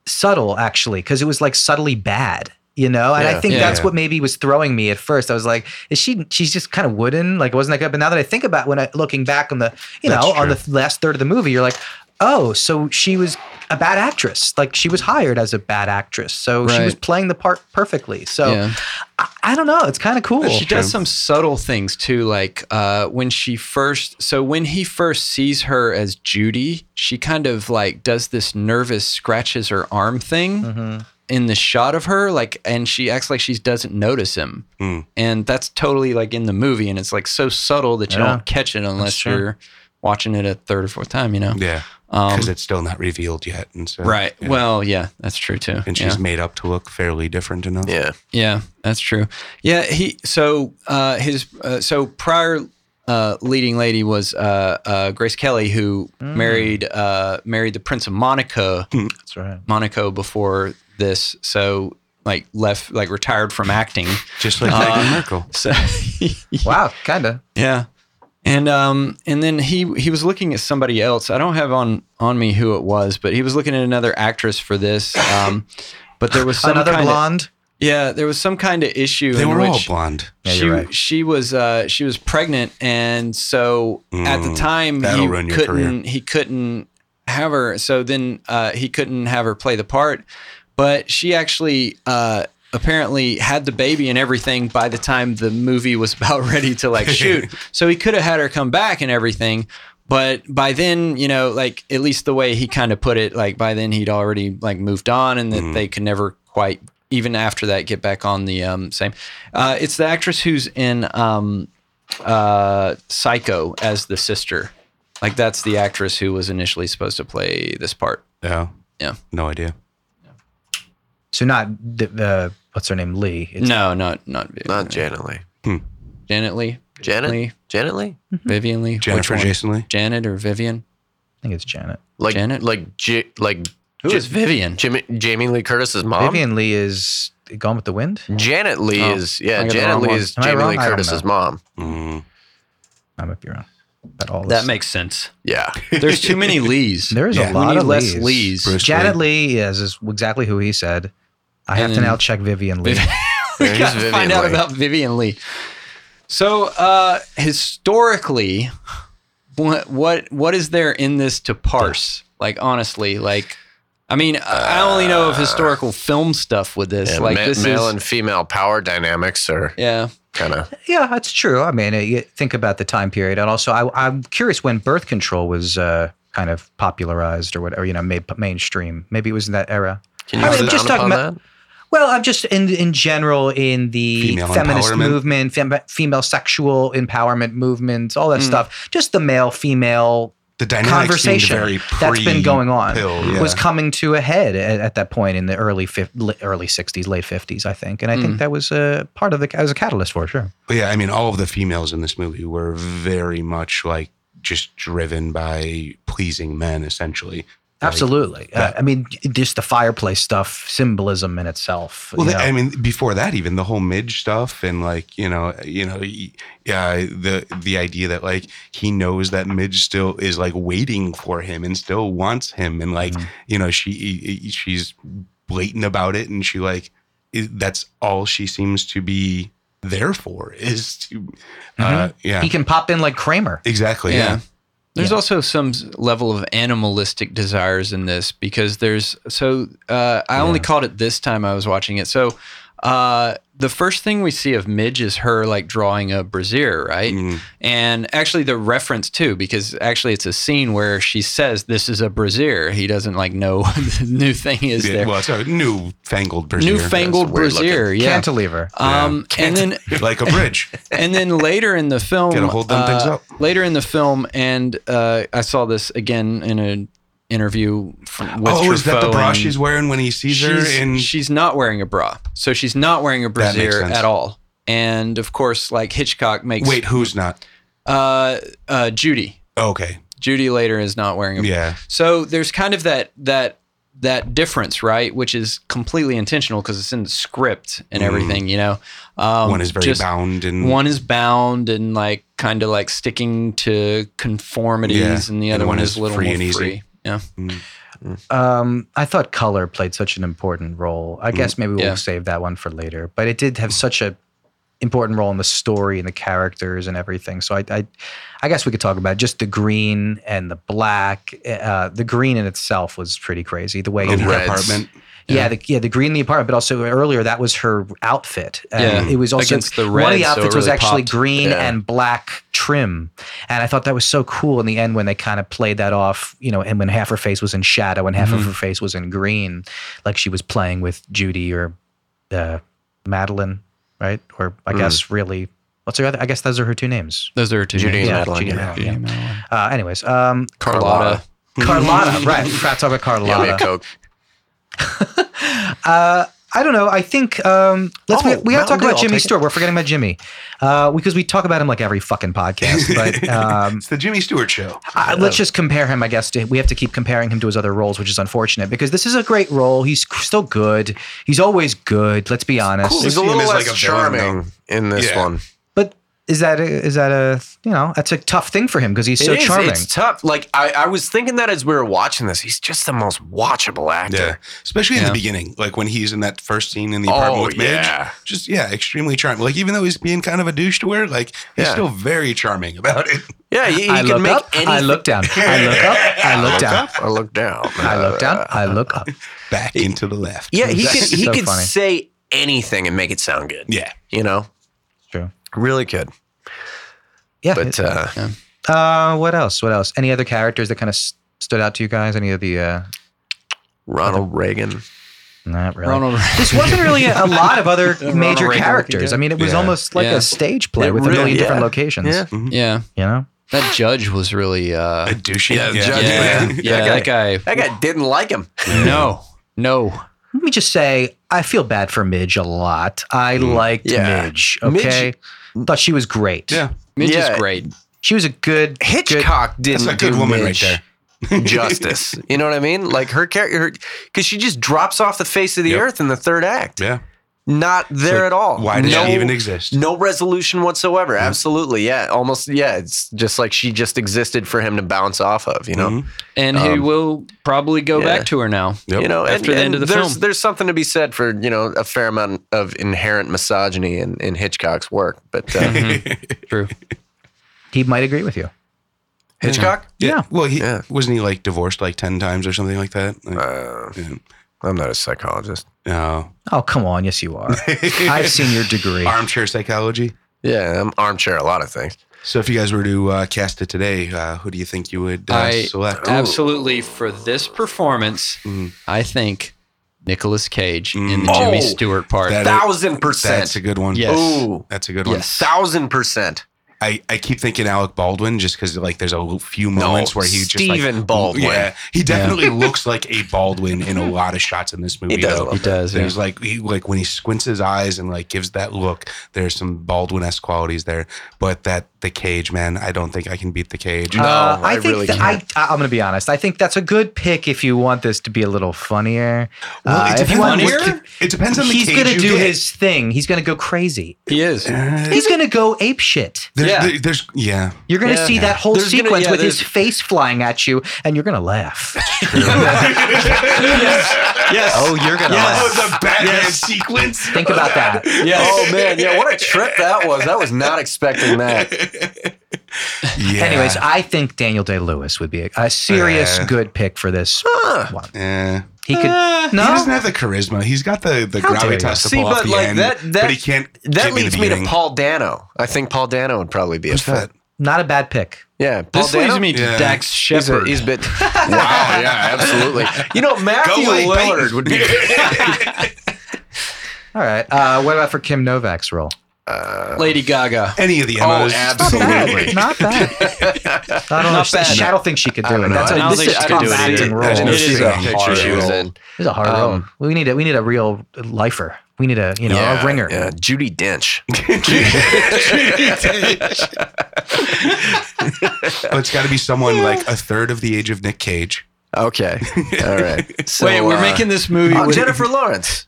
subtle actually because it was like subtly bad you know and Yeah. i think Yeah. that's Yeah. what maybe was throwing me at first i was like is she she's just kind of wooden like it wasn't that good but now that i think about when i looking back on the you That's know on true. the last third of the movie you're like oh so she was a bad actress like she was hired as a bad actress so she was Right. playing the part perfectly so Yeah. I, I don't know it's kind of cool She does some subtle things too, like uh, when she first. So when he first sees her as Judy, she kind of like does this nervous scratches her arm thing Mm-hmm. Mhm. in the shot of her, like, and she acts like she doesn't notice him, Mm. and that's totally like in the movie, and it's like so subtle that you Yeah. don't catch it unless true. you're watching it a third or fourth time, you know? Yeah, Um, because it's still not revealed yet, and so right. yeah. Well, yeah, that's true too. and she's yeah. made up to look fairly different enough. Yeah. Yeah, that's true. Yeah, he so uh, his uh, so prior uh, leading lady was uh, uh, Grace Kelly, who Mm. married uh, married the Prince of Monaco, Hmm. that's right Monaco before this. So like left like retired from acting. just like Uh, Meghan Markle. So wow kind of yeah. And um and then he he was looking at somebody else. I don't have on on me who it was, but he was looking at another actress for this. Um, but there was some another kinda- blonde Yeah, there was some kind of issue. They in were which, all blonde. Yeah, she you're right. she was uh, she was pregnant, and so at the Mm, time that'll he ruin your couldn't career. he couldn't have her. So then uh, he couldn't have her play the part, but she actually uh, apparently had the baby and everything by the time the movie was about ready to like shoot. so he could have had her come back and everything. But by then, you know, like at least the way he kind of put it, like by then he'd already like moved on, and that Mhm. they could never quite, even after that, get back on the um, same. Uh, it's the actress who's in um, uh, Psycho as the sister. Like that's the actress who was initially supposed to play this part. Yeah. Yeah. No idea. So not the, the what's her name Lee. It's no, not not Not Janet Lee. Janet Lee. Janet? Lee? Janet Lee? Vivian Lee. Jennifer Which one? Jason Lee. Janet or Vivian? I think it's Janet. Like Janet? like J- like Who Ja- is Vivian? Jimmy, Jamie Lee Curtis's Um, mom. Vivian Lee is Gone with the Wind. Janet Lee Oh, is I yeah. got the wrong Janet Lee one. is Am I Jamie wrong? Lee I don't Curtis's know. mom. Mm. I might be wrong. But all That this- makes sense. Yeah. There's too many Lees. there is Yeah. a we lot need of less Lees. Lees. Bruce Janet Lee is, is exactly who he said. I And have to then- now check Vivian Lee. Viv- we There is got to Vivian find out Leigh. about Vivian Lee. So uh, historically, what what what is there in this to parse? Like honestly, like I mean, I I only know of historical film stuff with this. And like ma- this male is and female power dynamics are yeah, kind of yeah, that's true. I mean, uh, you think about the time period, and also I, I'm curious when birth control was uh, kind of popularized or whatever. You know, made mainstream. Maybe it was in that era. Can you I mean, expound just talking upon about- Well, I'm just in in general in the Female feminist empowerment. movement, fem- female sexual empowerment movements, all Mm. that stuff. Just the male female The dynamic Conversation Very that's been going on pre-pill, yeah. was coming to a head at, at that point in the early fif- li- early 60s, late 50s, I think. And I Mm. think that was a part of the as a catalyst for it, sure. But yeah, I mean, all of the females in this movie were very much like just driven by pleasing men, essentially. Like, Absolutely. Uh, that- I mean, just the fireplace stuff, symbolism in itself. Well, you the- know. I mean, before that, even the whole Midge stuff, and like you know, you know, y- yeah, the the idea that like he knows that Midge still is like waiting for him and still wants him, and like Mm-hmm. you know, she she's blatant about it, and she like i- that's all she seems to be there for is to, uh, yeah, he can pop in like Kramer. exactly, Mm-hmm. Yeah. yeah, There's Yeah. also some s- level of animalistic desires in this because there's so uh, I only caught it this time I was watching it. So uh, the first thing we see of Midge is her like drawing a brassiere, right? Mm. And actually, the reference too, because actually it's a scene where she says, "This is a brassiere." He doesn't like know what the new thing is Yeah, there. well, it's a newfangled brazier. Newfangled weird looking. brassiere, yeah. Cantilever. Um, and then like a bridge. and then later in the film, uh, Gotta hold them things up. later in the film, and uh, I saw this again in an interview from, with oh, is that the Truffaut bra and- she's wearing when he sees her? she's, And she's not wearing a bra, so she's not wearing a That makes brassiere sense. at all. And of course, like Hitchcock makes wait, who's not? uh, uh, Judy. Okay, Judy later is not wearing a bra. yeah, So there's kind of that that that difference, right? Which is completely intentional because it's in the script and Mhm. everything, you know. Um, one is very just- bound and One is bound and like kind of like sticking to conformities, Yeah, and the other one, is a little free more and easy. free. Yeah. Um, I thought color played such an important role. I guess maybe we'll Mm-hmm. Yeah. save that one for later. But it did have such a important role in the story and the characters and everything. So I, I, I guess we could talk about just the green and the black. Uh, the green in itself was pretty crazy. The Oh, way in her Reds. apartment. yeah, the, yeah, the green in the apartment, but also earlier that was her outfit. And Yeah. it was also Against the Oh, one of red, the so it outfits was really actually popped. green Yeah. and black trim, and I thought that was so cool in the end when they kind of played that off, you know, and when half her face was in shadow and half of Mm-hmm. her face was in green, like she was playing with Judy or uh, Madeline, right? Or I Mm. guess really, what's her other? I guess those are her two names. Those are two. Judy and names. Yeah, Madeline. Judy and yeah. Madeline. Uh, anyways, um, Carlotta. Carlotta, right? Forgot to talk about Yeah, we Carlotta. had Coke. Uh, I don't know. I think um, let's Oh, we, we gotta Mountain talk Dew, about I'll Jimmy take it. Stewart. We're forgetting about Jimmy uh, because we talk about him like every fucking podcast. But um, It's the Jimmy Stewart show. I, Uh, let's just compare him. I guess to, we have to keep comparing him to his other roles, which is unfortunate because this is a great role. He's c- still good. He's always good. Let's be honest. Cool. He's see a him little as, less like, a villain, charming in this Yeah. one. But is that a, is that a you know that's a tough thing for him because he's so It is, charming. It's tough. Like I, I was thinking that as we were watching this, he's just the most watchable Yeah, actor. especially in Yeah. the beginning, like when he's in that first scene in the apartment Oh with Midge. yeah. Just yeah, extremely charming. Like even though he's being kind of a douche to her, like he's Yeah. still very charming about it. Yeah, he, he I can look make up. any I look down. I look up. I look down. I look down. Uh, I look down. I look up. Back into the left. Yeah, he That's can he so can funny. say anything and make it sound good. Yeah. You know? True. Really could. Yeah. But uh uh, what else? What else? Any other characters that kind of s- stood out to you guys? Any of the uh, Ronald Reagan. not really. Ronald. This wasn't really a lot of other Ronald major Reagan characters. looking I mean, it was Yeah. almost like Yeah. a stage play It with a really- million different yeah. locations. Yeah. yeah, You know, that judge was really. Uh, A douchey. Yeah, yeah, Judge yeah, that guy. That guy didn't like him. No, no. let me just say, I feel bad for Midge a lot. I liked Yeah. Midge. Okay, thought she was great. Yeah. Midge Yeah. is great. she was a good Hitchcock didn't That's a good do woman Midge right justice. You know what I mean? Like her character, because she just drops off the face of the Yep. earth in the third act. there. Yeah. Not there at all. Why does she even Mm-hmm. exist? No resolution whatsoever. Absolutely. Yeah. Almost. Yeah. It's just like she just existed for him to bounce off of, you know? Mhm. And he Um, will probably go yeah. back to her now. Yep. You know, and- After the and end of the there's, film. there's something to be said for you know a fair amount of inherent misogyny in, in Hitchcock's work, but uh, True. He might agree with you. Hitchcock, Yeah. Well, he Yeah. wasn't he like divorced like ten times or something like that. Like, uh, I'm not a psychologist. no. Oh come on, yes you are. I've seen your degree. Armchair psychology. Yeah, I'm armchair a lot of things. So, if you guys were to uh, cast it today, uh, who do you think you would uh, I- select? Absolutely, for this performance, Mm. I think Nicolas Cage in Mm. the Jimmy Oh! Stewart part. That- Thousand That's percent. a good one. Yes. Ooh, That's a good Yes. one. thousand percent. I, I keep thinking Alec Baldwin just because like there's a few moments where he just like- Stephen Baldwin. Yeah, he definitely looks like a Baldwin in a lot of shots in this movie. He does though. look he does. Yeah. There's like he, like when he squints his eyes and like gives that look. There's some Baldwin esque qualities there, but that the cage man, I don't think I can beat the cage. Uh, I I, think really that I, I, am going to be honest. I think that's a good pick if you want this to be a little funnier. Well, Uh, it if you want, depends on funnier? what ca- it depends on the he's cage going to you do get. his thing. He's going to go crazy. He is. Uh, He's going to go ape shit. there's, Yeah. there- there's yeah. You're going to Yeah. see that whole There's gonna- sequence yeah, with his there's- face flying at you, and you're going to laugh. Yes. oh, you're going to Oh, laugh. the Batman sequence. Think about that. Oh man, yeah, what a trip that was. I was not expecting that. Yeah. Anyways, I think Daniel Day Lewis would be a, a serious Yeah. good pick for this one. Yeah. He could Uh, He no. doesn't have the charisma. He's got the, the How dare you. gravitas to See, pull off but the like end, that- that- but he can't. That get me to leads the me to beginning. Paul Dano. I think Paul Dano would probably be Who's a fit. that? Not a bad pick. Yeah, Paul This Dano. leads me to Yeah. Dax He's a, Shepard. he's a bit. Wow. Yeah. Absolutely. You know, Matthew away, Lillard Peyton. would be. All right. Uh, what about for Kim Novak's role? Lady Gaga. Any of the Oh, Emmas. absolutely. Not bad. I don't know. Not bad. I don't think she could do I it. don't know. That's I a, don't this think is she a could do it tough either. acting There's role. no It she's is a scene in the picture hard she was role. in. This is a hard Um, role. We need a we need a real lifer. We need a you know yeah, a ringer. Yeah, Judy Dench. But it's got to be someone like a third of the age of Nick Cage. Okay. All right. So, Wait, we're uh, making this movie oh, with Jennifer Lawrence.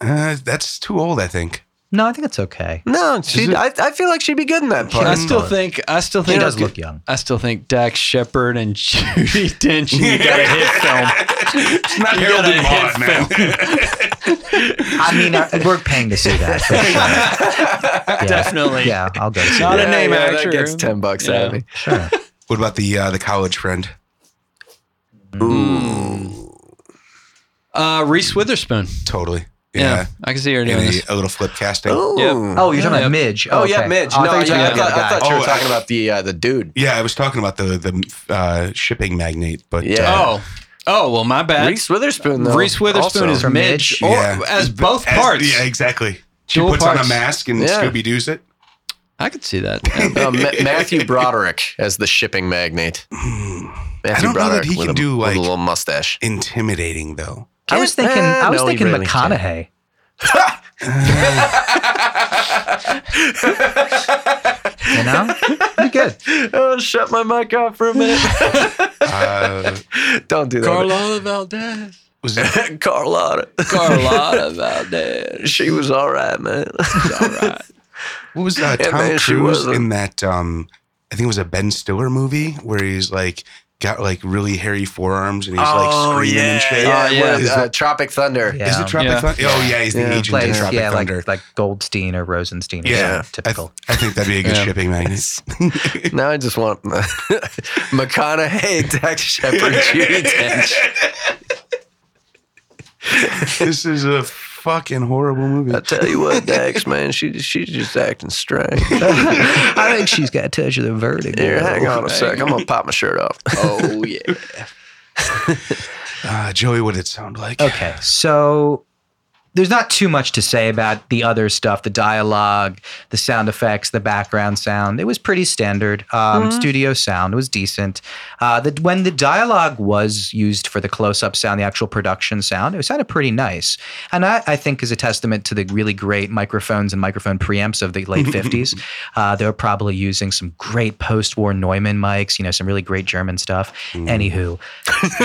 Uh, that's too old, I think. No, I think it's okay. No, she. I, I feel like she'd be good in that I part. still think I still She think does look young. I still think Dax Shepard and Judy Dench. You got a hit film. It's not You Harold gotta and hit Maude, man. I mean, I, we're paying to see that. for sure. Yeah. Definitely. Yeah, I'll go to see Uh, Not that. a name yeah, actor. That gets ten bucks out of Yeah. me. Sure. What about the uh, the college friend? Mm. Uh, Reese Witherspoon. Totally. Yeah. Yeah. I can see her doing And this. a, a little flip casting. Ooh. Yep. Oh, you're talking Yeah. about Midge. Oh, yeah, okay. Midge. Oh, I no, thought you were talking yeah, I about the thought, other I guy. thought you were Oh, talking I- about the uh, the dude. Yeah, I was talking about the the uh, shipping magnate, but Yeah. uh, Oh, oh well, my bad. Reese Reese, Witherspoon. Though, Witherspoon also. is From Midge, Midge? or uh, yeah. as The- both parts. Yeah, exactly. She Dual puts on parts. a mask and Yeah. Scooby Doo's it. I could see that. Uh, Ma- Matthew Broderick as the shipping magnate. Matthew don't know that he with can a- do, with like- a little mustache. Intimidating though. I was thinking. Eh, I was no, he thinking really can't. McConaughey. you know, Be good. Oh, shut my mic off for a minute. Uh, Don't do that. Carlotta Valdez. was it Carlotta. Carlotta Valdez. She was all right, man. All right. What was uh, Yeah, Tom man, she Cruise wasn't. in that? Um, I think it was a Ben Stiller movie where he's like got like really hairy forearms and he's like screaming and shit. yeah, Oh, yeah. what is Is uh, that- Tropic Thunder. Yeah. Is it Tropic Yeah. Thunder? Oh yeah, he's the Yeah. agent in Plays, Tropic yeah, Thunder. like like Goldstein or Rosenstein. Or Yeah. yeah, typical. I think that'd be a good Yeah. shipping magnet. Now I just want McConaughey, Dax Shepard, Judy Dench. this is a fucking horrible movie. I tell you what, Dax, man, she she's just acting strange. I think she's got a touch of the vertigo. Here, hang on a sec. I'm gonna pop my shirt off. Oh yeah. Uh, Joey, what it sound like? Okay, so there's not too much to say about the other stuff the dialogue, the sound effects, the background sound. It was pretty standard. Um, Studio sound was decent. Uh, the, when the dialogue was used for the close up sound, the actual production sound, it sounded pretty nice. And that, I think, is a testament to the really great microphones and microphone preamps of the late 50s. Uh, they were probably using some great post war Neumann mics, you know, some really great German stuff. Anywho.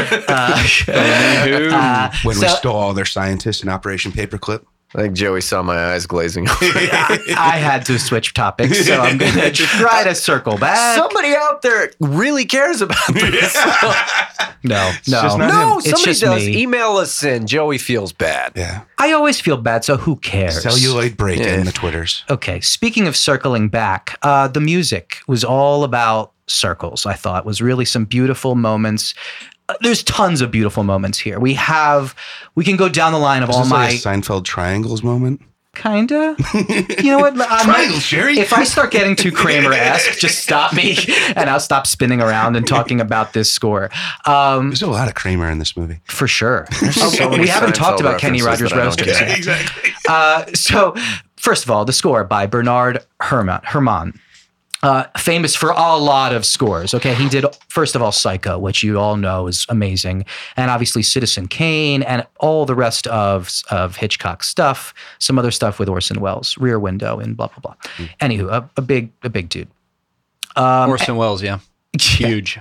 Uh, Who? uh, Mm, When we so- stole all their scientists in Operation Paperclip. I think Joey saw my eyes glazing over. I had to switch topics, so I'm going to try to circle back. Somebody out there really cares about this. no, just not- no. no, It's somebody just does. me. Email us in. Joey feels bad. Yeah. I always feel bad, so who cares? Celluloid break Yeah. in the Twitters. Okay. Speaking of circling back, uh, the music was all about circles. I thought was really some beautiful moments. Uh, There's tons of beautiful moments here. We have, we can go down the line of Is all this my like a Seinfeld triangles moment? kinda. You know what? I might- Triangle, Sherry. if I start getting too Kramer-esque, just stop me, and I'll stop spinning around and talking about this score. Um, There's a lot of Kramer in this movie. for sure. so many we haven't Seinfeld talked about Kenny references Rogers that I don't Roasters. get. yet. exactly. Uh, so, first of all, the score by Bernard Herman. Herman. Uh, famous for a lot of scores. Okay, he did first of all Psycho, which you all know is amazing, and obviously Citizen Kane, and all the rest of of Hitchcock stuff. Some other stuff with Orson Welles, Rear Window, and blah blah blah. Anywho, a, a big a big dude. Um, Um, Orson Welles. Yeah. Huge.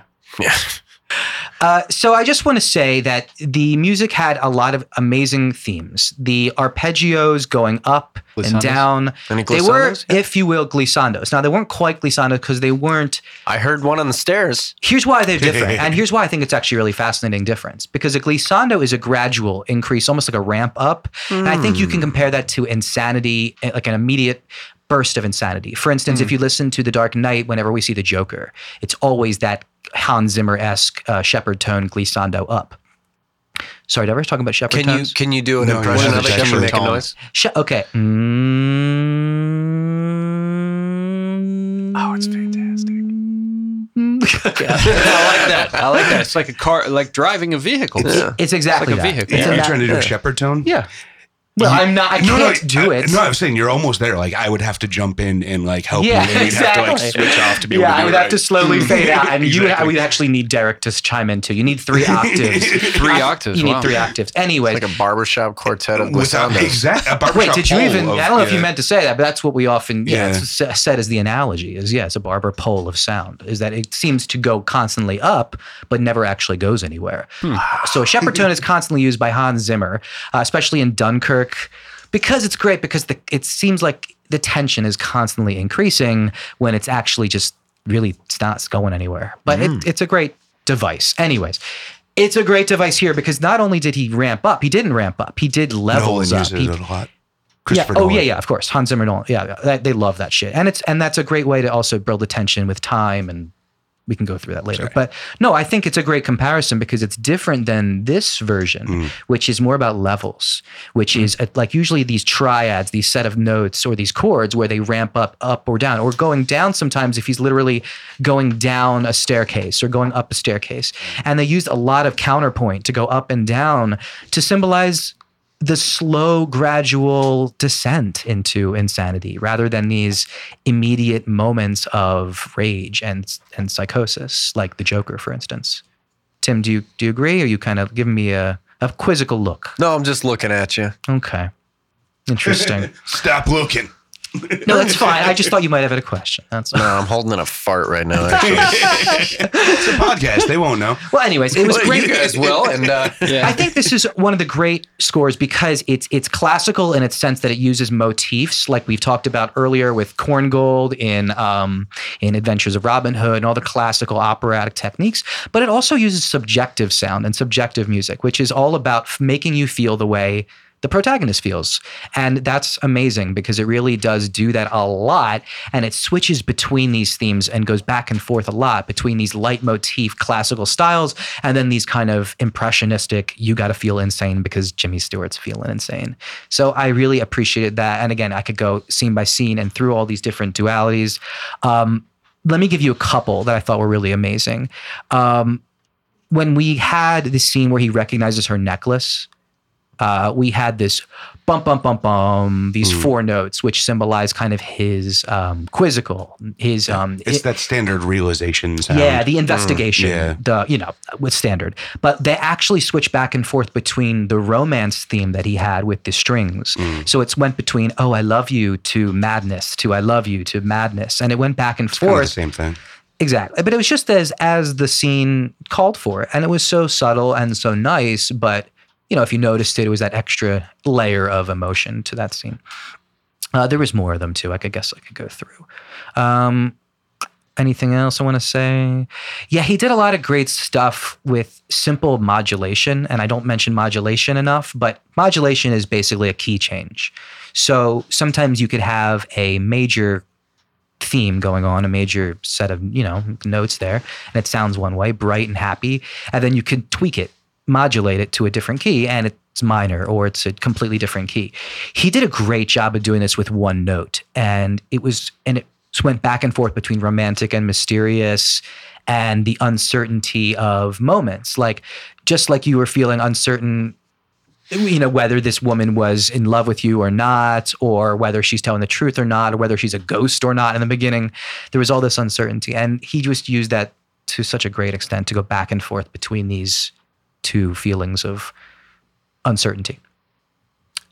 Uh, so I just want to say that the music had a lot of amazing themes. The arpeggios going up Glissandos? and down. Any they were, glissandos? Yeah. if you will, glissandos. Now they weren't quite glissandos because they weren't. I heard one on the stairs. Here's why they're different, and here's why I think it's actually a really fascinating difference. Because a glissando is a gradual Hmm. increase, almost like a ramp up, and I think you can compare that to insanity, eh, like an immediate burst of insanity. For instance, Hmm. if you listen to The Dark Knight, whenever we see the Joker, it's always that Hans Zimmer esque uh, Shepard tone, Glissando up. Sorry, did I ever talk about Shepard Can you tones? can you do an No, impression no, of it? no, Can you Shepard make a Tom. noise? Sh- okay. Mm. Oh, it's fantastic. I like that. I like that. It's like a car, like driving a vehicle. Yeah. It's exactly Like a that. vehicle. It's Are you that- trying to do a shepherd tone? Yeah. Well, I'm not. I can't do I- it. No, I'm saying you're almost there. Like I would have to jump in and like help Yeah, you. and You'd have to exactly. like switch off to be yeah, able to I do would it have to slowly fade out, and you ha- Exactly. we actually need Derek to chime in too. You need three octaves. Three octaves. You need wow. three octaves. Anyway, Like a barbershop quartet of without glissandos. exact. A wait, barbershop did you pole even? of- I don't know if you yeah. meant to say that, but that's what we often yeah, Yeah. It's s- said as the analogy is yeah, it's a barber pole of sound. Is that it seems to go constantly up, but never actually goes anywhere. Hmm. So a shepherd tone is constantly used by Hans Zimmer, uh, especially in Dunkirk, because it's great because the it seems like the tension is constantly increasing when it's actually just really it's not going anywhere. But Hmm. it, it's a great device, anyways. It's a great device here because not only did he ramp up, he didn't ramp up. He did Nolan levels up. uses He- it a lot. yeah. Christopher Oh Nolan. yeah, yeah. Of course, Hans Zimmer. Nolan. Yeah, yeah, that, they love that shit, and it's and that's a great way to also build attention with time, and we can go through that later. But no, I think it's a great comparison because it's different than this version, Mm. which is more about levels, which is uh like usually these triads, these set of notes or these chords where they ramp up, up or down, or going down sometimes if he's literally going down a staircase or going up a staircase, Mm. and they used a lot of counterpoint to go up and down to symbolize the slow, gradual descent into insanity rather than these immediate moments of rage and and psychosis, like the Joker, for instance. Tim, do you do you agree? Or you kind of giving me a, a quizzical look? No, I'm just looking at you. Okay. Interesting. Stop looking. No, that's fine. I just thought you might have had a question. That's No, I'm holding in a fart right now. Actually, It's a podcast. They won't know. well, anyways, it was But great. you guys will, and uh, Yeah. I think this is one of the great scores because it's it's classical in its sense that it uses motifs like we've talked about earlier with Korngold in um, in Adventures of Robin Hood and all the classical operatic techniques. But it also uses subjective sound and subjective music, which is all about f- making you feel the way the protagonist feels. And that's amazing because it really does do that a lot. And it switches between these themes and goes back and forth a lot between these leitmotif classical styles and then these kind of impressionistic, you got to feel insane because Jimmy Stewart's feeling insane. So I really appreciated that. And again, I could go scene by scene and through all these different dualities. Um, let me give you a couple that I thought were really amazing. Um, when we had the scene where he recognizes her necklace, uh, we had this bum bum bum bum these four notes which symbolize kind of his um, quizzical his um It's i- that standard realization sound. yeah the investigation yeah. the you know with standard but they actually switch back and forth between the romance theme that he had with the strings so it's went between oh i love you to madness to i love you to madness and it went back and Kind of the forth same thing. Exactly. But it was just as as the scene called for. And it was so subtle and so nice, but you know, if you noticed it, it was that extra layer of emotion to that scene. Uh, there was more of them too. I could guess I could go through. Um, anything else I want to say? Yeah, he did a lot of great stuff with simple modulation, and I don't mention modulation enough, but modulation is basically a key change. So sometimes you could have a major theme going on, a major set of, you know, notes there, and it sounds one way, bright and happy, and then you can tweak it, modulate it to a different key and it's minor or it's a completely different key. He did a great job of doing this with one note and it was and it just went back and forth between romantic and mysterious and the uncertainty of moments. Like just like you were feeling uncertain you know whether this woman was in love with you or not or whether she's telling the truth or not or whether she's a ghost or not in the beginning there was all this uncertainty and he just used that to such a great extent to go back and forth between these two feelings of uncertainty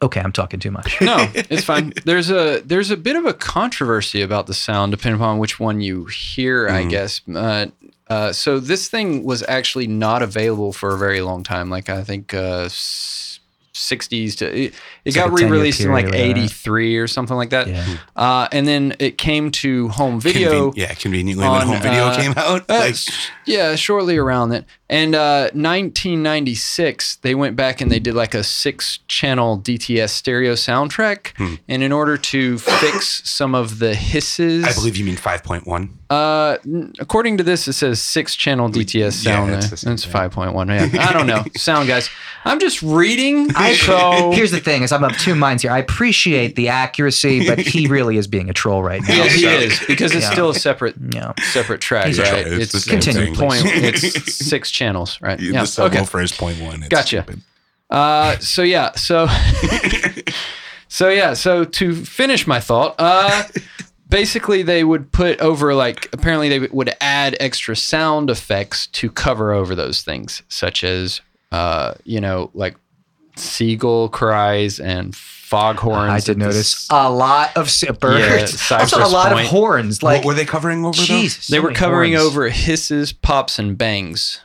okay i'm talking too much no, it's fine. There's a there's a bit of a controversy about the sound, depending upon which one you hear, Mm. I guess. Uh, uh, so this thing was actually not available for a very long time. Like I think uh, s- 60s to it, it It's got like a 10-year re-released in like period, right? 83 or something like that. Yeah. Uh, and then it came to home video. Conven- yeah, conveniently when on, home video uh, came out. uh, Like, s- yeah, shortly around that. And uh, 1996, they went back and they did like a six channel DTS stereo soundtrack. Hmm. And in order to fix some of the hisses, I believe you mean 5.1. uh, n- according to this, it says six channel DTS sound. it's That's the same thing. 5.1. Yeah. I don't know. Sound guys. I'm just reading. so. Here's the thing: is I'm of two minds here. I appreciate the accuracy, but he really is being a troll right now. Yeah, he So- is because it's Yeah. still a separate Yeah. separate track, He's a right? troll. It's the same thing. point. It's six channels, right? The subwoofer is 0.1. It's Gotcha. stupid. Uh, so yeah, so so yeah, so to finish my thought, uh, basically they would put over like apparently they would add extra sound effects to cover over those things, such as uh, you know like seagull cries and fog horns. I did at the notice s- a lot of si- Yeah, burgers. I saw a Cypress lot Point. of horns. Like, what were they covering over jeez, so They were many covering horns. over hisses, pops, and bangs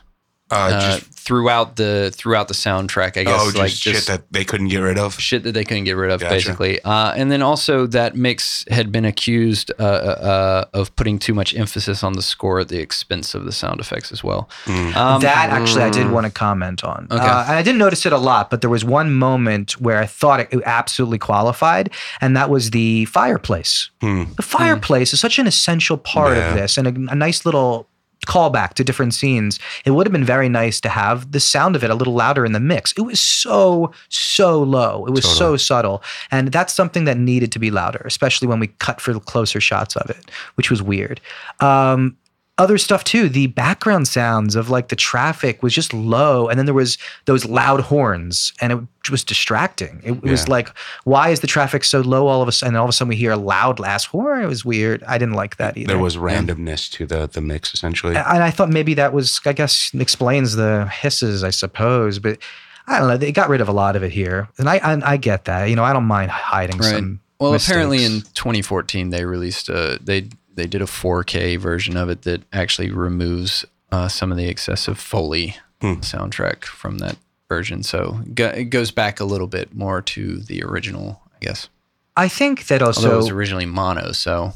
though? Uh, uh, just, throughout the throughout the soundtrack. I guess oh, just like shit just that they couldn't get rid of. shit that they couldn't get rid of, Gotcha. basically. Uh, and then also that mix had been accused uh, uh, uh, of putting too much emphasis on the score at the expense of the sound effects as well. Mm. Um, that actually, I did want to comment on. Okay. Uh, and I didn't notice it a lot, but there was one moment where I thought it absolutely qualified, and that was the fireplace. Hmm. The fireplace is such an essential part Yeah. of this, and a, a nice little callback to different scenes. It would have been very nice to have the sound of it a little louder in the mix. It was so so low. It was so Totally. subtle, and that's something that needed to be louder, especially when we cut for the closer shots of it, which was weird. Um, other stuff too. The background sounds of like the traffic was just low, and then there was those loud horns, and it was distracting. It, it was Yeah. like, why is the traffic so low all of a sudden? And all of a sudden, we hear a loud last horn. It was weird. I didn't like that either. There was randomness to the the mix essentially. A- and I thought maybe that was, I guess, explains the hisses, I suppose, but. I don't know. They got rid of a lot of it here, and I I, I get that. You know, I don't mind hiding Right. some. well, apparently in mistakes. 2014 they released a they they did a 4K version of it that actually removes uh, some of the excessive foley Hmm. soundtrack from that version. So go, it goes back a little bit more to the original, I guess. I think that Although it also. was originally mono, so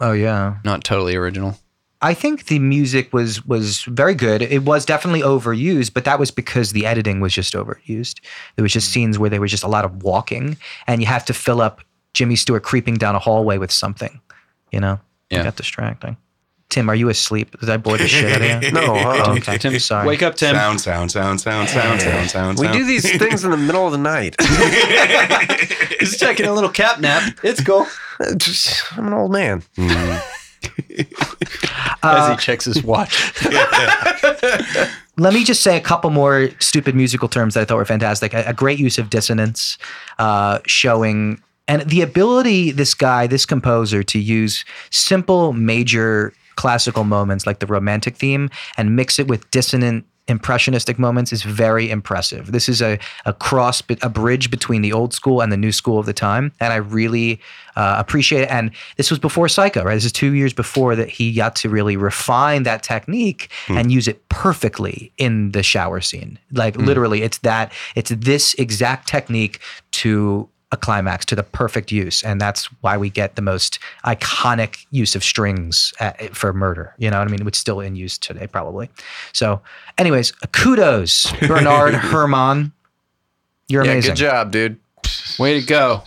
oh yeah. not totally original. I think the music was was very good. It was definitely overused, but that was because the editing was just overused. There was just scenes where there was just a lot of walking, and you have to fill up Jimmy Stewart creeping down a hallway with something. You know, Yeah. it got distracting. Tim, are you asleep? Did I bore the shit out of you? No, huh? Oh, okay. Tim, sorry. Wake up, Tim. Sound, sound, sound, sound, sound, sound, sound. We sound. do these things in the middle of the night. He's taking a little cap nap. It's cool. Just- I'm an old man. Mm. As Uh, he checks his watch. let me just say a couple more stupid musical terms that I thought were fantastic. A, a great use of dissonance, uh, showing, and the ability this guy, this composer, to use simple major classical moments like the romantic theme and mix it with dissonant impressionistic moments is very impressive. This is a, a cross, be- a bridge between the old school and the new school of the time. And I really uh, appreciate it. And this was before Psycho, right? This is two years before that he got to really refine that technique and use it perfectly in the shower scene. Like literally, it's that, it's this exact technique to a climax to the perfect use and that's why we get the most iconic use of strings uh for murder you know what i mean it's still in use today probably so anyways kudos bernard herman you're yeah, amazing good job, dude. Way to go.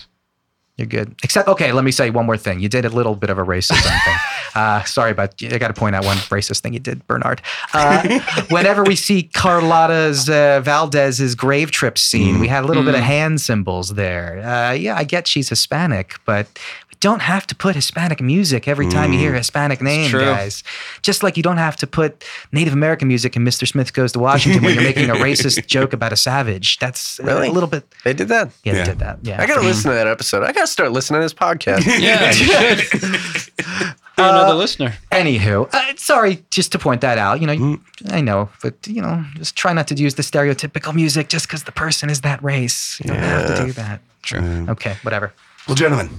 you're good except okay let me say one more thing you did a little bit of a racist thing uh, sorry but i gotta point out one racist thing you did bernard uh, whenever we see carlotta's uh, valdez's grave trip scene Mm-hmm. we had a little bit of hand symbols there uh, yeah i get she's hispanic but we don't have to put hispanic music every time Mm, you hear a hispanic name true. guys just like you don't have to put native american music in mr smith goes to washington when you're making a racist joke about a savage that's uh, Really? a little bit They did that. yeah, Yeah. they did that yeah I gotta listen to that episode. I gotta start listening to this podcast. Yeah, you should. Be another listener. Anywho, uh, sorry, just to point that out. You know, Mm. I know, but you know, just try not to use the stereotypical music just because the person is that race. You don't have to do that. Sure. Okay, whatever. Well, gentlemen,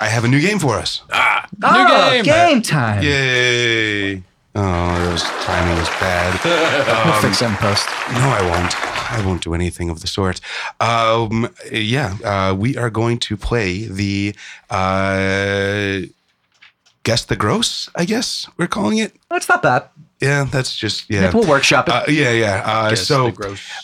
I have a new game for us. oh, game. game time. Yay! Oh, those timing is bad. We'll Um, fix them post. no, I won't. I won't do anything of the sort. Um, yeah, uh, we are going to play the uh, guess the gross. I guess we're calling it. That's not bad. Yeah, that's just yeah. We'll workshop it. Uh, yeah, yeah. Uh, so,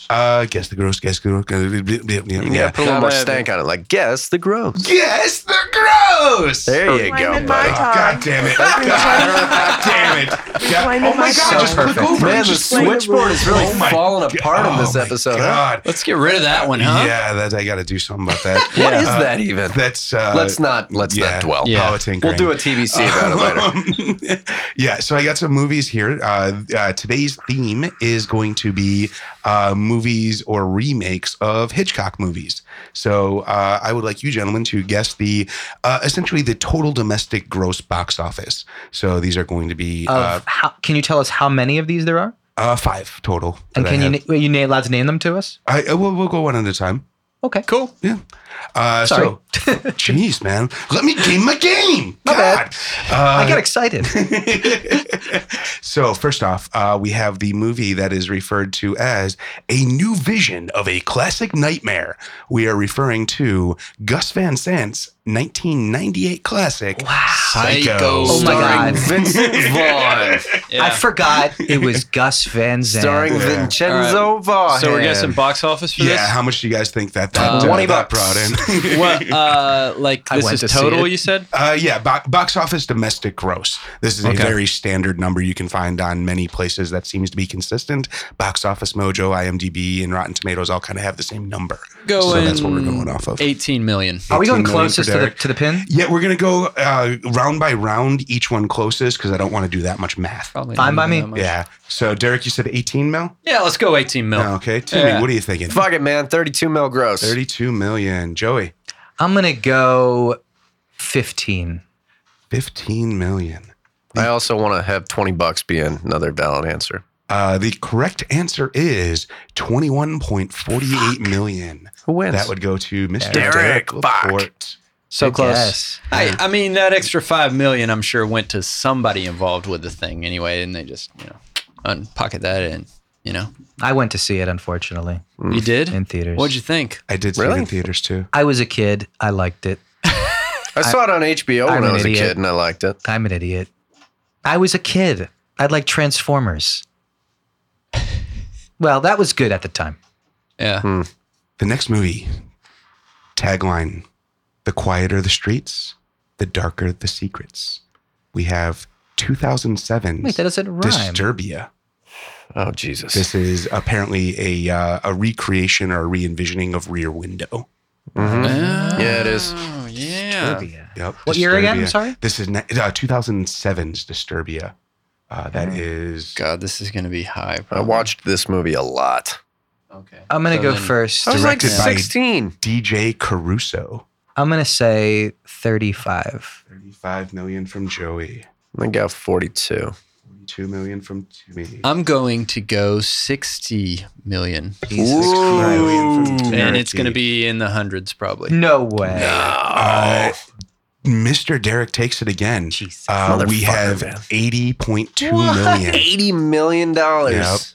uh, guess the gross. Guess the gross. guess- Yeah, yeah, You yeah. gotta put a little more stank on it. Like, guess the gross. Guess the gross. There you Mine go, and Oh, mine. buddy. God damn it! God, damn it! God- Why oh not my my God! song? Just click Perfect. over. Man, the just click- switchboard is really my falling apart Oh on this my episode. huh? God. Let's get rid of that one, huh? Yeah, that I got to do something about that. What is Uh, that even? That's uh, let's not let's yeah. not dwell. Yeah. politinkering. We'll do a TBC about it later. later. Um, yeah, so I got some movies here. Uh, uh, today's theme is going to be uh, movies or remakes of Hitchcock movies. So uh, I would like you gentlemen to guess the uh, essentially the total domestic gross box office. So these are going to be Of uh, how, can you tell us how many of these there are? uh, five total. And that I can you have. na- are you na- allowed to name them to us? I, I- we'll, we'll go one at a time. Okay, cool. Uh, Sorry. So, jeez, man, let me game my game. My God. bad. Uh, I get excited. so first off, uh, we have the movie that is referred to as a new vision of a classic nightmare. We are referring to Gus Van Sant's 1998 classic Psycho. Oh my Starring God. Vincent Vaughn. I forgot it was Gus Van Zandt. Starring Yeah. Vincenzo Vaughn. So we're guessing box office for Yeah, how much do you guys think that that, Uh, 20 that bucks. brought in? this? What? Uh, like I this went is to see total? it. You said Uh, yeah, bo- box office domestic gross. This is a Okay. very standard number you can find on many places that seems to be consistent. Box Office Mojo, IMDb, and Rotten Tomatoes all kind of have the same number. going. so that's what we're going off of. Eighteen million. Are we going 18 million for closest to the, Derek. to the pin? Yeah, we're gonna go uh, round by round, each one closest, because I don't want to do that much math. Probably Fine not by even me. that much. Yeah. So Derek, you said 18 mil. Yeah, let's go eighteen mil. Oh, okay, Timmy, Yeah. what are you thinking? Fuck it, man. 32 mil gross. 32 million. Joey, I'm gonna go fifteen. 15 million. I also want to have 20 bucks be in another valid answer. Uh, the correct answer is 21.48 million. Who wins? That would go to Mr. Derek, Derek, fuck. Laporte. So close. Yes. I, I mean, that extra five million, I'm sure, went to somebody involved with the thing anyway, and they just you know unpocket that in. You know, I went to see it, unfortunately, you did. in theaters. What'd you think? I did see it Really? in theaters too. I was a kid. I liked it. I saw it on HBO I'm when I an was a idiot. kid and I liked it. I'm an idiot. I was a kid. I like Transformers. Well, that was good at the time. Yeah. The next movie tagline The quieter the streets, the darker the secrets. We have 2007 Wait, that doesn't rhyme. Disturbia. Oh, Jesus. This is apparently a uh, a recreation or a re envisioning of Rear Window. Mm-hmm. yeah, it is. Oh yeah. Disturbia. Yep. What year again? I'm Disturbia. sorry. This is ne- uh, 2007's Disturbia. Uh, Hmm. that is God, this is gonna be high. I watched this movie a lot. Okay. I'm gonna So go then- first. I was like Directed by- 16. DJ Caruso. I'm gonna say 35. 35 million from Joey, I got 42. 2 million from Timmy. I'm going to go 60 million. And it's going to be in the hundreds probably. No way. Oh. Uh, Mr. Derek takes it again. Uh, we Motherfucker, have man. 80.2 million. 80 million dollars.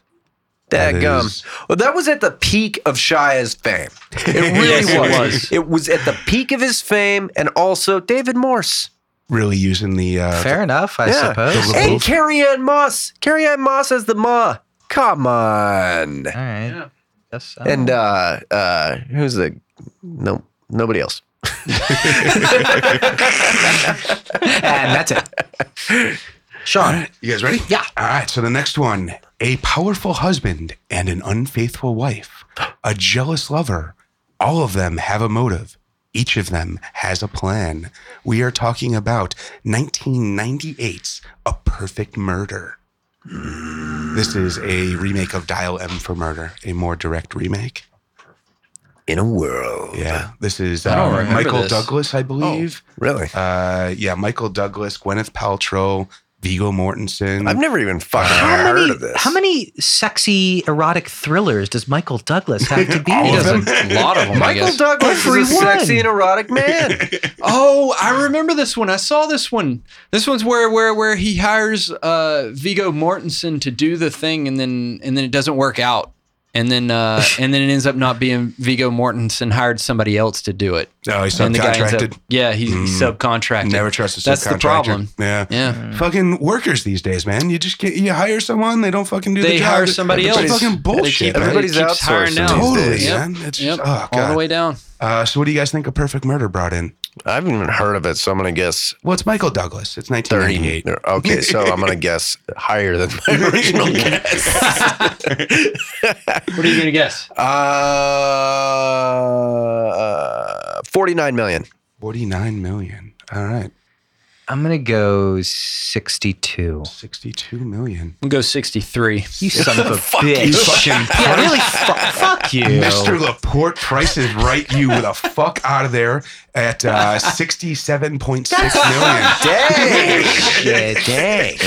That That gum. is- Well, that was at the peak of Shia's fame. It really Yes, it was. was. It was at the peak of his fame and also David Morse. Really using the. Uh, Fair enough, I Yeah. suppose. The- And Oof. Carrie Ann Moss. Carrie Ann Moss as the Ma. Come on. All right. Yes, I And don't- uh uh who's the no nobody else. and that's it. Sean, You guys ready? Yeah. All right. So the next one a powerful husband and an unfaithful wife, a jealous lover. All of them have a motive. Each of them has a plan. We are talking about 1998's A Perfect Murder. This is a remake of Dial M for Murder, a more direct remake. In a world. Yeah, this is Oh, I don't uh, remember Michael this. Oh. Douglas, I believe. Really? Uh, yeah, Michael Douglas, Gwyneth Paltrow, Vigo Mortensen. Mm. I've never even fucking How heard many, of this. how many sexy erotic thrillers does Michael Douglas have to be? He in? does a lot of them, I Michael guess. Douglas is a Everyone. sexy and erotic man. Oh, I remember this one. I saw this one. This one's where where where he hires uh Vigo Mortensen to do the thing and then and then it doesn't work out. And then uh and then it ends up not being Vigo Mortensen hired somebody else to do it. oh, he's And the guy ends subcontracted. up Yeah, he's Mm. subcontracted. Never trust a subcontractor. That's the problem. Mm. Yeah. Yeah. Mm. Fucking workers these days, man. You just get, you hire someone, they don't fucking do They the job. hire somebody It's else. Fucking bullshit. They keep- man. Everybody's it keeps hiring outsourcing now. these totally, days. man. It's Yep. just, oh, All God. the way down. Uh, so, what do you guys think of Perfect Murder brought in? I haven't even heard of it, so I'm gonna guess Well, it's Michael Douglas. It's 30. 1998. Okay, so I'm gonna guess higher than my original guess. What are you gonna guess? Uh, 49 million. 49 million. All right. I'm gonna go 62. 62 million. We'll go sixty three. You son of a bitch! yeah, really? Fuck, fuck you, Mr. Laporte prices right you with a fuck out of there at uh, 67.6 Dang. million. Shit. Dang.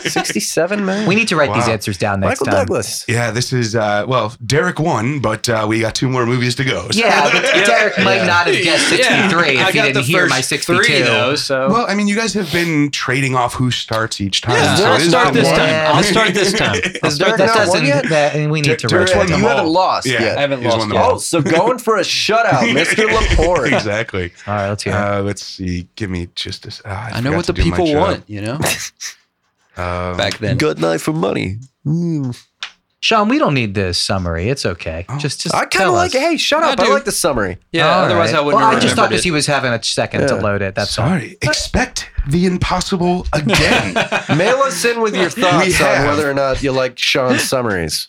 67 million. We need to write these Wow. answers down next Michael time. Douglas. Yeah, this is uh, well, Derek won, but uh, we got two more movies to go. So- Yeah, but Derek might not have guessed 63 I if he got the didn't hear first my 62. Three, though, so Well, I mean, you guys have been trading off who starts each time. Yeah, so I'll it is start not this one. time. I'll start this time. I'll That start this time. one doesn't. yet? That, and we need to Derek's write won that. them You haven't all. lost yet. I haven't he's won lost them yet. all. Oh, so going for a shutout, Mr. Laporte. exactly. All right, let's hear. it. Uh, let's see. Give me just this. ah, I know forgot what to the do my people job. want, you know? Um, Back then. Good night for money. Mm. Sean, we don't need this summary. It's okay. Oh. just, just I kind tell of like. us. Hey, shut I up! I, do. like the summary. Yeah, All otherwise right. I wouldn't Well, have I just thought remembered because it. he was having a second to Yeah. load it. That's all. sorry. Expect the impossible again. Mail us in with your thoughts on have- whether or not you like Sean's summaries.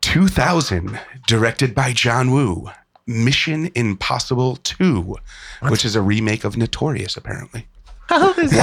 2000, directed by John Woo. Mission Impossible 2, which is a remake of Notorious, apparently.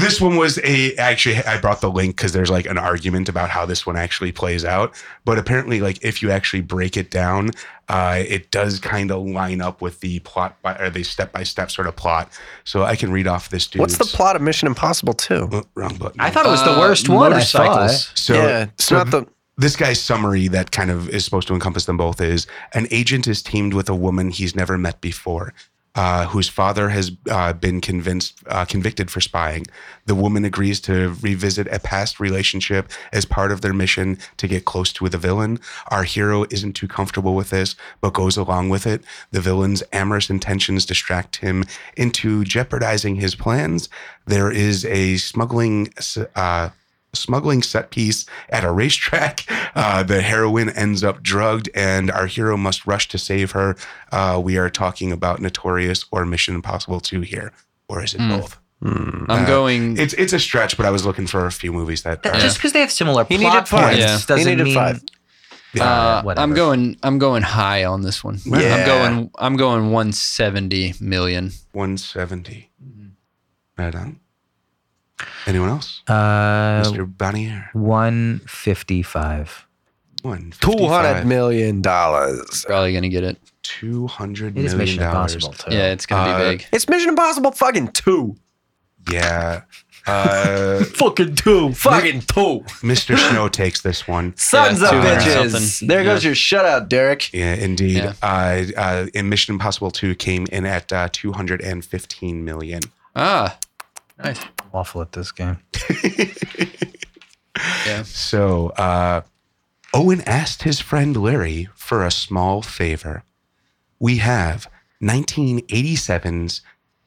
this one was a actually I brought the link because there's like an argument about how this one actually plays out. But apparently, like if you actually break it down, uh, it does kind of line up with the plot by or the step by step sort of plot. So I can read off this dude. What's the plot of Mission Impossible Two? wrong button. I thought it was the worst Uh, one. I saw. Motorcycles. so yeah, it's so not the. this guy's summary that kind of is supposed to encompass them both is an agent is teamed with a woman he's never met before uh, whose father has uh, been convinced uh, convicted for spying the woman agrees to revisit a past relationship as part of their mission to get close to the villain our hero isn't too comfortable with this but goes along with it the villain's amorous intentions distract him into jeopardizing his plans there is a smuggling uh, smuggling set piece at a racetrack. Uh, the heroine ends up drugged, and our hero must rush to save her. Uh, we are talking about Notorious or Mission Impossible 2 here. Or is it Hmm. both? I'm going It's it's a stretch, but I was looking for a few movies that That- are- Just because they have similar He needed plot five. points Yeah. He doesn't needed mean five. uh, I'm whatever. going I'm going high on this one. Yeah. I'm going I'm going 170 million. 170. Right on. Anyone else? Uh, Mr. Bonnier. 155. One. Two hundred million dollars. Probably going to get it. Two hundred It is million Mission dollars. Impossible too. Yeah, it's going to Uh, be big. It's Mission Impossible fucking two. Yeah. Uh, Fucking two. Fucking two. Mr. Snow takes this one. Sons Yeah, of two hundred bitches. something. There goes your shutout, Derek. Yeah, indeed. Yeah. Uh, uh, and Mission Impossible 2 came in at uh, 215 million. Ah. Nice. Awful at this game. Yeah. So uh, Owen asked his friend Larry for a small favor. We have 1987's,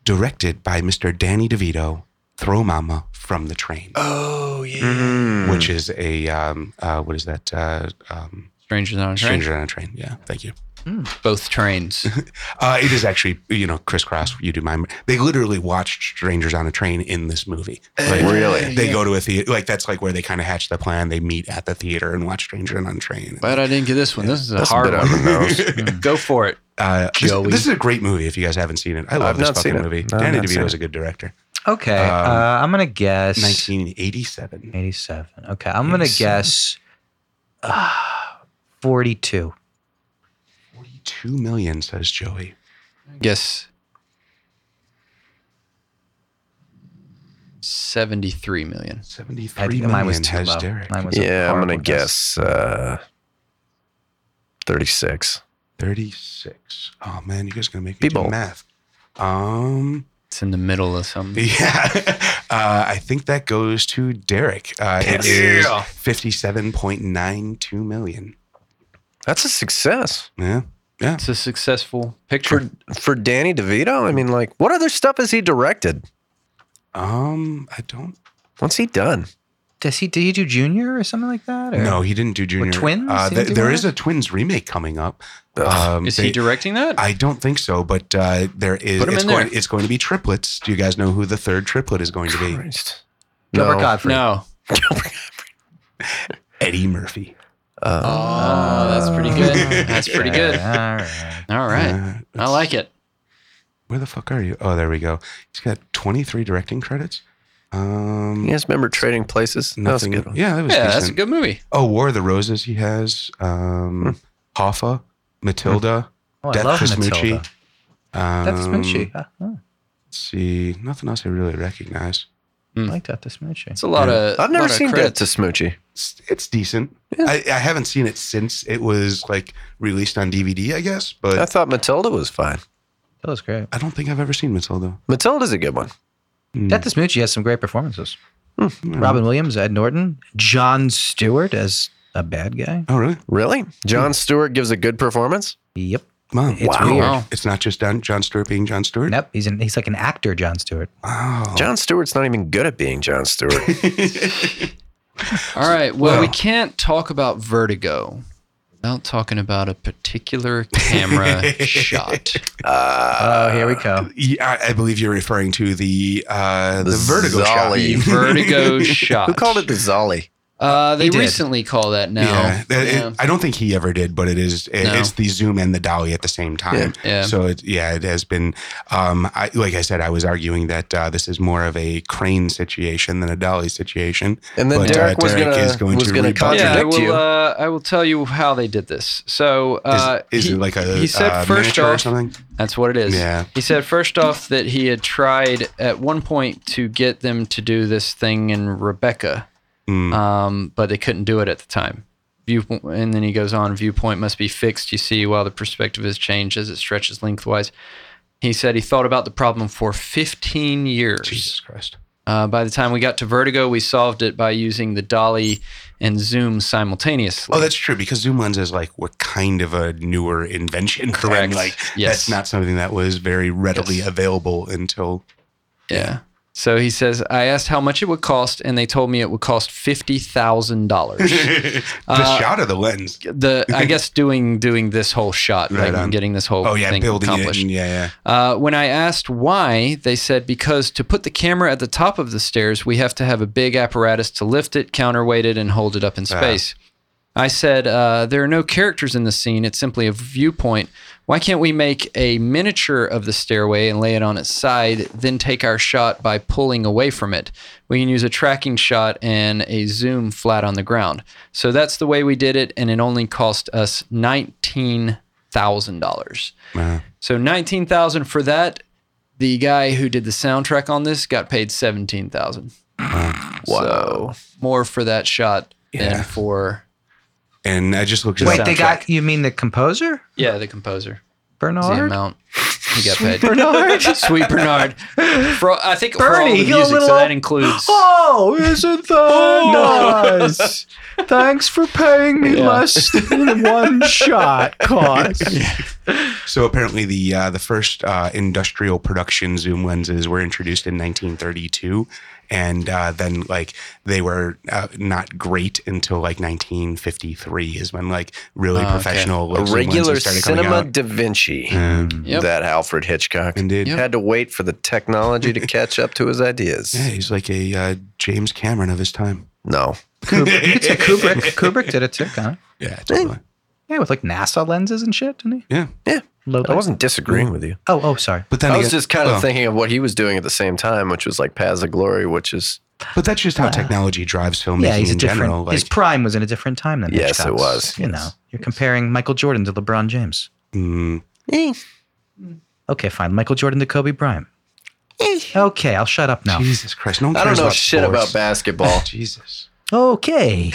directed by Mr. Danny DeVito, Throw Mama from the Train, Oh, yeah. Mm-hmm. which is a, um, uh, what is that? Uh, um, Strangers on a train. Stranger on a Train. Yeah, thank you. Both trains. Uh, it is actually, you know, crisscross. You do mine. They literally watched Strangers on a Train in this movie. Like, Really? They go to a theater. Like, that's like where they kind of hatch the plan. They meet at the theater and watch Stranger on a Train. Glad I didn't get this one. This is a That's a hard bit on one. Hmm. the nose. Go for it. Uh, this, Joey. this is a great movie if you guys haven't seen it. I love I've this not fucking seen it. movie. No, I've Danny not seen DeVito is it. a good director. Okay. Um, uh, I'm going to guess 1987. 87. Okay. I'm going to 87. guess uh, 42. 42 million, says Joey. Guess 73 million. 73 I think mine was million too has low. Derek. Mine was on Yeah, par I'm gonna with us. guess uh, 36. 36. Oh man, you guys are gonna make Be me do bold. math. Um, It's in the middle of something. yeah, uh, I think that goes to Derek. Uh, it is 57.92 million. That's a success Yeah, It's a successful for picture. for Danny DeVito. I mean, like, what other stuff has he directed? um, I don't What's he done? Does he? Did he do Junior or something like that? or- No, he didn't do Junior. Twins? Uh, He th- didn't do there that? is a Twins remake coming up. Ugh. Um, Is they- he directing that? I don't think so, but uh, there is. Put him it's, in going, there. it's going to be triplets. Do you guys know who the third triplet is going to be? Christ. Gilbert No. Godfrey. no. Eddie Murphy. Uh, Oh, that's pretty good. That's pretty good. Uh, All right. All right. Uh, I like it. Where the fuck are you? Oh, there we go. He's got 23 directing credits. Um, you guys remember Trading Places? That was a nothing. good one. Yeah, that was Yeah, that's a decent. good movie. Oh, War of the Roses. He has um, Hoffa, Matilda, Hmm. Oh, I Death love Vesmucci. Matilda. Um, Death Vesmucci. Ah, oh, Let's see, nothing else I really recognize. I like Death Vesmucci. It's a lot of. I've never lot of seen Death credits. to Smoochie. it's, it's decent. I, I haven't seen it since it was like released on DVD, I guess, but I thought Matilda was fine. That was great. I don't think I've ever seen Matilda. Matilda's a good one. Death Vesmucci has some great performances. Hmm. Robin Williams, Ed Norton, John Stewart as a bad guy. Oh, really? Really? Hmm. John Stewart gives a good performance? Yep. Mom, It's Wow. weird. Wow. It's not just Don, John Stewart being John Stewart. Nope. He's an, he's like an actor, John Stewart. Wow. John Stewart's not even good at being John Stewart. All right. Well, we Wow. can't talk about Vertigo without talking about a particular camera shot. oh, here we go. Yeah, I, I believe you're referring to the uh, the, vertigo Zolly. shot. Vertigo shot. Who called it the Zolly? Uh, they He did. recently call that now. Yeah, that- it- Yeah. I don't think he ever did, but it is. It, No. It's the zoom and the dolly at the same time. Yeah, yeah. So it, yeah, it has been. Um, I, like I said, I was arguing that uh, this is more of a crane situation than a dolly situation. And then But, uh, Derek was Derek gonna- is going was to gonna rebut contradict I Contradict will. you. Uh, I will tell you how they did this. So uh, is he- it like a he said uh, first miniature or off, something? That's what it is. Yeah. He said first off that he had tried at one point to get them to do this thing in Rebecca, Mm. um, but they couldn't do it at the time. Viewpoint, and then he goes on. Viewpoint must be fixed. You see, while the perspective is changed as it stretches lengthwise. He said he thought about the problem for 15 years. Jesus Christ. Uh, by the time we got to Vertigo, we solved it by using the dolly and zoom simultaneously. Oh, that's true because zoom lenses like were kind of a newer invention. Correct. And, like Yes. that's not something that was very readily Yes. available until Yeah. So he says, I asked how much it would cost, and they told me it would cost fifty thousand dollars. the Uh, shot of the lens. The I guess doing doing this whole shot, Right right, on. like getting this whole Oh yeah, thing building it. accomplished. and- yeah, yeah. Uh, when I asked why, they said because to put the camera at the top of the stairs, we have to have a big apparatus to lift it, counterweight it, and hold it up in space. I said, uh, there are no characters in the scene. It's simply a viewpoint. Why can't we make a miniature of the stairway and lay it on its side, then take our shot by pulling away from it? We can use a tracking shot and a zoom flat on the ground. So that's the way we did it, and it only cost us $19,000. Wow. So nineteen thousand for that. The guy who did the soundtrack on this got paid seventeen thousand. Wow! So more for that shot Yeah. than for And I just looked it Wait, up. they got you mean the composer yeah the composer. Is The Bernard? amount he got paid. Bernard, sweet Bernard. For, I think for all Bernie, the he'll music, so little- that includes. Oh, isn't that nice? Thanks for paying me less than one shot cost. So apparently, the uh, the first uh, industrial production zoom lenses were introduced in 1932, and uh, then like they were uh, not great until like 1953 is when like really okay. professional Ah, A zoom regular lenses started coming cinema out. da Vinci. Yep. That Alfred Hitchcock. Indeed. Yep. Had to wait for the technology to catch up to his ideas. Yeah, he's like a uh, James Cameron of his time. No. You could say Kubrick. Kubrick did it too, kind of. Yeah, totally. Yeah, with like NASA lenses and shit, didn't he? Yeah, Yeah. Low I wasn't Mm. disagreeing with you. Oh, oh, sorry. but then I was again- just kind of well, thinking of what he was doing at the same time, which was like Paths of Glory, which is But that's just how technology drives filmmaking Yeah, he's a in different. general. Like, his prime was in a different time than Yes, it Hitchcock's. was. You Yes. know, you're comparing Michael Jordan to LeBron James. mm, Okay, fine. Michael Jordan to Kobe Bryant. Eh. Okay, I'll shut up now. Jesus Christ, no one I don't cares know about shit sports. about basketball. Jesus. Okay.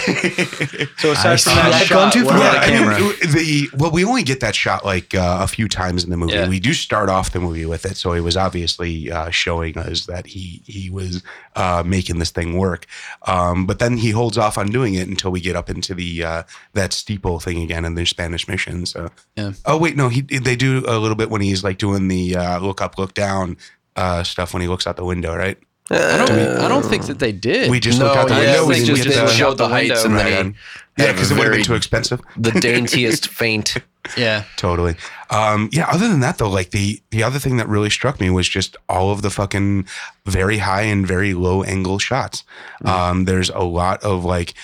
So aside from that I've shot, what Yeah, Without a I mean, the well, we only get that shot like uh, a few times in the movie. Yeah. We do start off the movie with it, so he was obviously uh, showing us that he he was uh, making this thing work. Um, but then he holds off on doing it until we get up into the uh, that steeple thing again in the Spanish mission. So, Yeah. oh wait, no, he they do a little bit when he's like doing the uh, look up, look down uh, stuff when he looks out the window, right? I don't. I don't Uh, think that they did. Uh, We just No, looked out the yeah, window. I We think didn't just- get just the- showed the heights and Right then on. yeah, because it would have very- been too expensive. the daintiest faint. yeah. Totally. Um, yeah. Other than that, though, like the the other thing that really struck me was just all of the fucking very high and very low angle shots. Um, there's a lot of like,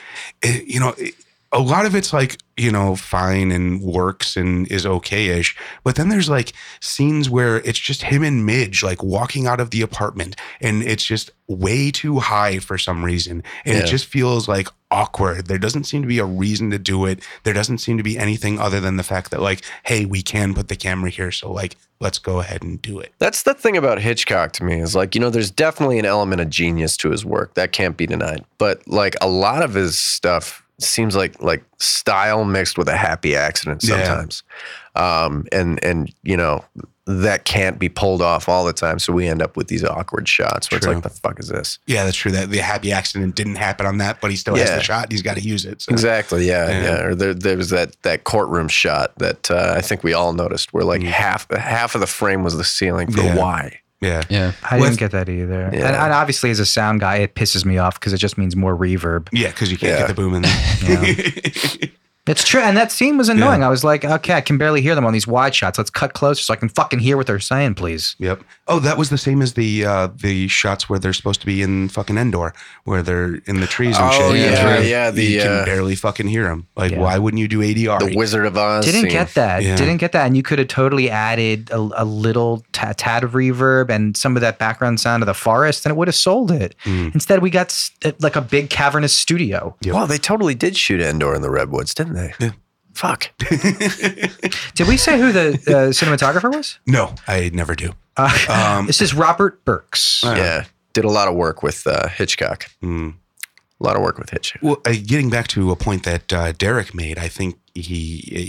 it, you know, it- a lot of it's like you know fine and works and is okay-ish, but then there's like scenes where it's just him and Midge like walking out of the apartment, and it's just way too high for some reason, and Yeah. it just feels like awkward. There doesn't seem to be a reason to do it there doesn't seem to be anything other than the fact that like hey we can put the camera here so like let's go ahead and do it That's the thing about Hitchcock to me is like, you know, there's definitely an element of genius to his work. That can't be denied. But like a lot of his stuff seems like like style mixed with a happy accident Yeah. sometimes. Um and and you know, that can't be pulled off all the time. So we end up with these awkward shots where True. it's like, the fuck is this? yeah that's true that the happy accident didn't happen on that but he still has Yeah. the shot he's got to use it so. Exactly. Yeah. Yeah. Yeah. Or there, there was that that courtroom shot that uh, I think we all noticed where like half half of the frame was the ceiling for Mm. Yeah. why. yeah Yeah. I Well, didn't get that either. Yeah. And, and obviously, as a sound guy, it pisses me off because it just means more reverb. yeah because you can't Yeah. get the boom in there It's true. And that scene was annoying. I was like, okay, I can barely hear them on these wide shots. Let's cut closer so I can fucking hear what they're saying, please. Yep. Oh, that was the same as the uh, the shots where they're supposed to be in fucking Endor, where they're in the trees and Oh, shit. yeah, True. yeah, the, you can uh, barely fucking hear them. Like, Yeah. why wouldn't you do ADR? The Wizard of Oz. Didn't scene. get that. Yeah. Didn't get that. And you could have totally added a, a little ta- tad of reverb and some of that background sound of the forest, and it would have sold it. Mm. Instead, we got s uh, like a big cavernous studio. Yep. Well, they totally did shoot Endor in the redwoods, didn't they? Yeah. Fuck. Did we say who the uh, cinematographer was? no, I never do. Uh, Um, this is Robert Burks. Uh, Yeah. Did a lot of work with uh, Hitchcock. mm. A lot of work with Hitchcock. Well, uh, getting back to a point that uh, Derek made, I think he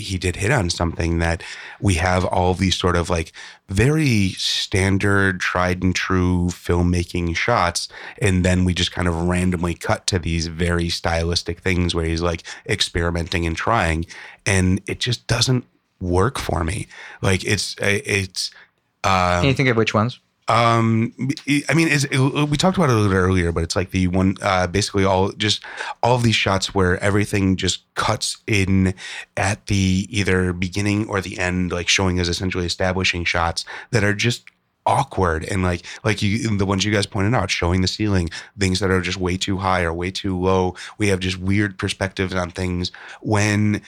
he did hit on something that we have all these sort of like very standard, tried and true filmmaking shots, and then we just kind of randomly cut to these very stylistic things where he's like experimenting and trying, and it just doesn't work for me. Like it's it's. Um, Can you think of which ones? um, I mean, is we talked about it a little earlier, but it's like the one, uh, basically all just all of these shots where everything just cuts in at the either beginning or the end, like showing us essentially establishing shots that are just awkward and like like you the ones you guys pointed out showing the ceiling things that are just way too high or way too low we have just weird perspectives on things when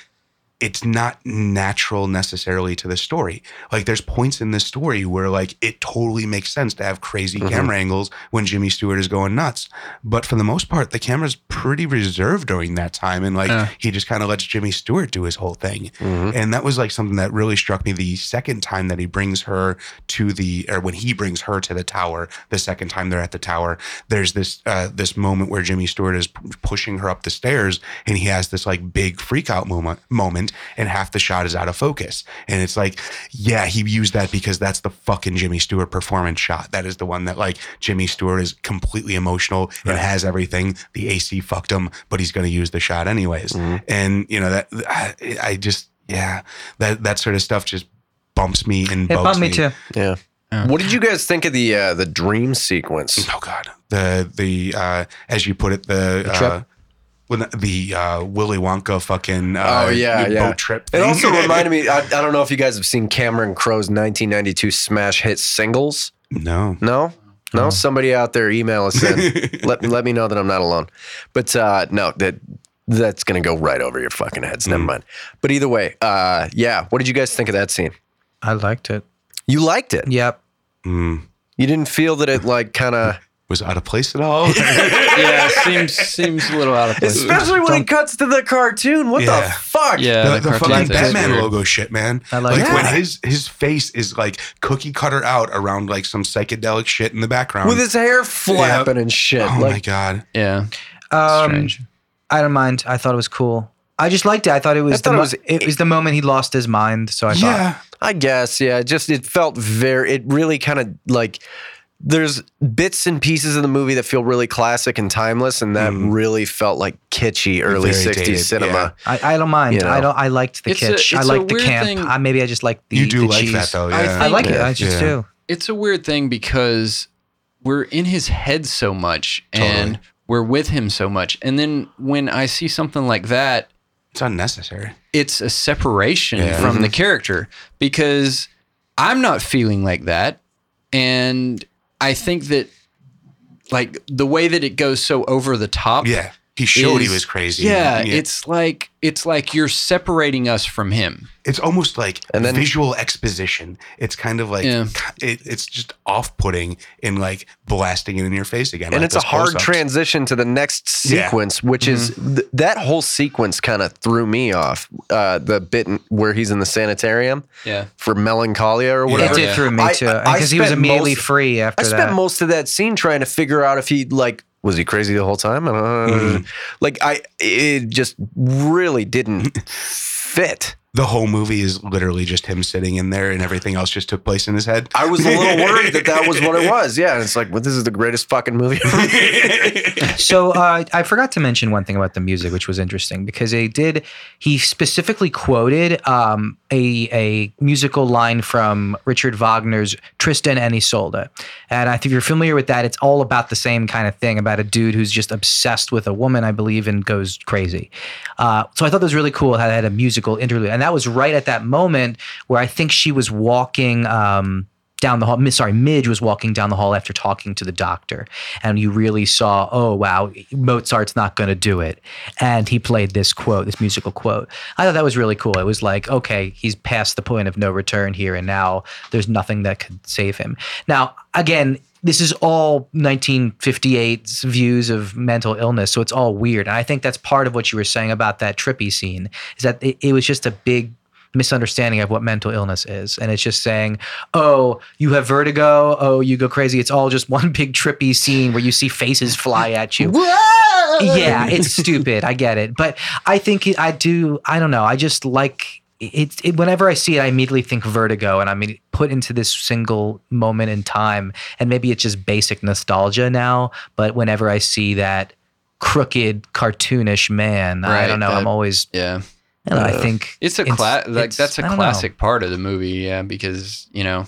it's not natural necessarily to the story like there's points in this story where like it totally makes sense to have crazy Mhm. camera angles when Jimmy Stewart is going nuts. But for the most part, the camera's pretty reserved during that time. And like Yeah. he just kind of lets Jimmy Stewart do his whole thing. Mm-hmm. And that was like something that really struck me the second time that he brings her to the, or when he brings her to the tower, the second time they're at the tower, there's this, uh, this moment where Jimmy Stewart is p- pushing her up the stairs and he has this like big freak out moment, moment and half the shot is out of focus. And it's like, yeah, he used that because that's the fucking Jimmy Stewart performance shot. That is the one that like Jimmy Stewart is completely emotional and has everything. The AC fucked him, but he's going to use the shot anyways. And you know that I, I just yeah that that sort of stuff just bumps me and It bugs bumped me too. Yeah. Yeah. What did you guys think of the uh, the dream sequence? Oh god, the the uh, as you put it the. trip? uh, well, not- the uh, Willy Wonka fucking uh, Oh, yeah, boat yeah. trip. It thing. also reminded me. I, I don't know if you guys have seen Cameron Crowe's 1992 smash hit singles. no. No, no. Somebody out there, email us in. let let me know that I'm not alone. But uh, no, that that's gonna go right over your fucking heads. Never mind. But either way, uh, yeah. What did you guys think of that scene? I liked it. You liked it. Yep. Mm. You didn't feel that it like kind of was out of place at all. yeah, seems seems a little out of place. Especially when it cuts to the cartoon. What the Yeah. fuck? yeah, the, the cartoon fucking thing's Batman weird. logo shit, man. I like like that. when his his face is like cookie cutter out around like some psychedelic shit in the background. With his hair flapping and shit. oh my like, god, Yeah, Um, strange. I don't mind. I thought it was cool. I just liked it. I thought it was thought the it mo- was- it, was, the moment he lost his mind. So I thought yeah, I guess, yeah. it Just it felt very. It really kind of like there's bits and pieces of the movie that feel really classic and timeless, and that Mhm. really felt like kitschy early Very '60s dated, cinema. I, I don't mind. You know. I don't. I liked the It's a- kitsch. I it's a liked the weird camp. thing- I, maybe I just liked the you do the like cheese. that though. Yeah, I I like it. I just Yeah. do. it's a weird thing because we're in his head so much and we're with him so much, and then when I see something like that, it's unnecessary. it's a separation Yeah. from the character because I'm not feeling like that. And I think that like the way that it goes so over the top. Yeah, he showed is- he was crazy. Yeah, it's like it's like you're separating us from him. it's almost like And then- visual exposition. It's kind of like Yeah. it, it's just off putting and like blasting it in your face again. And like it's a those hard close-ups. transition to the next Yeah. Mm-hmm. sequence, which is th- that whole sequence kind of threw me off. Uh, the bit in- where he's in the sanitarium Yeah. for melancholia or whatever. It did Yeah. through me I- too I- I because he was spent immediately most- free after I spent that. most of that scene trying to figure out if he like was he crazy the whole time. I don't know. Like I, it just really didn't fit. The whole movie is literally just him sitting in there, and everything else just took place in his head. I was a little worried that that was what it was. Yeah, and it's like, well, this is the greatest fucking movie. ever. so uh, I forgot to mention one thing about the music, which was interesting because they did. He specifically quoted um, a a musical line from Richard Wagner's Tristan and Isolde, and I think if you're familiar with that. It's all about the same kind of thing about a dude who's just obsessed with a woman, I believe, and goes crazy. Uh, so I thought that was really cool how they had a musical interlude, and that was right at that moment where I think she was walking. Um, down the hall. Mi- Sorry, Midge was walking down the hall after talking to the doctor, and you really saw, oh wow, Mozart's not going to do it, and he played this quote, this musical quote. I thought that was really cool. It was like, okay, he's past the point of no return here, and now there's nothing that could save him. Now, again. This is all 1958's views of mental illness, so it's all weird. And I think that's part of what you were saying about that trippy scene is that it, it was just a big misunderstanding of what mental illness is. And it's just saying, oh, you have vertigo. Oh, you go crazy. It's all just one big trippy scene where you see faces fly at you. yeah, it's stupid. I get it. But I think it- I do, I don't know. I just like it, it. Whenever I see it, I immediately think vertigo and I'm put into this single moment in time. And maybe it's just basic nostalgia now. But whenever I see that, Crooked, cartoonish man. I Right, don't know. that- I'm always. Yeah. I, don't know, I think It's a class like it's- that's a I don't know. classic part of the movie, yeah, because, you know,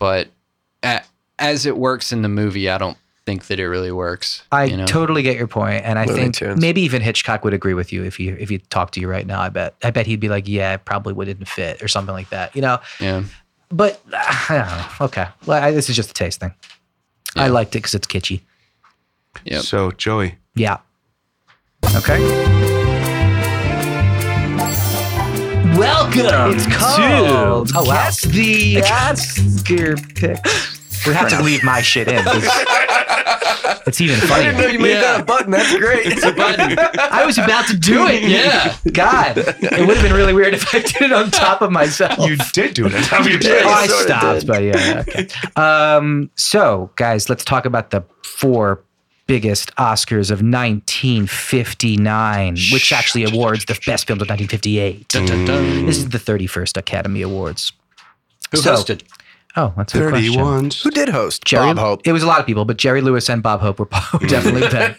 but a as it works in the movie, I don't think that it really works. I you know? totally get your point, and I Looney think Tunes. maybe even Hitchcock would agree with you if you if he talked to you right now. I bet I bet he'd be like, "Yeah, it probably wouldn't fit" or something like that, you know. Yeah. But I don't know. Okay, well, I, this is just a taste thing. I Yeah. liked it because it's kitschy. Yep. So Joey, Yeah. okay, Welcome. It's called. Oh wow. the Oscar pick. We have to leave my shit in. It's- It's even funny. You made Yeah. that a button. That's great. I was about to do it. yeah. God, it would have been really weird if I did it on top of myself. you did do it. on top of your Oh, I chest. stopped, but yeah. Okay. Um, so, guys, let's talk about the four biggest Oscars of 1959, which actually awards the best films of 1958. Dun, dun, dun. This is the 31st Academy Awards. Who So- hosted? Oh, that's a good question. Thirty-one. Who did host? Jerry, Bob Hope. It was a lot of people, but Jerry Lewis and Bob Hope were definitely there.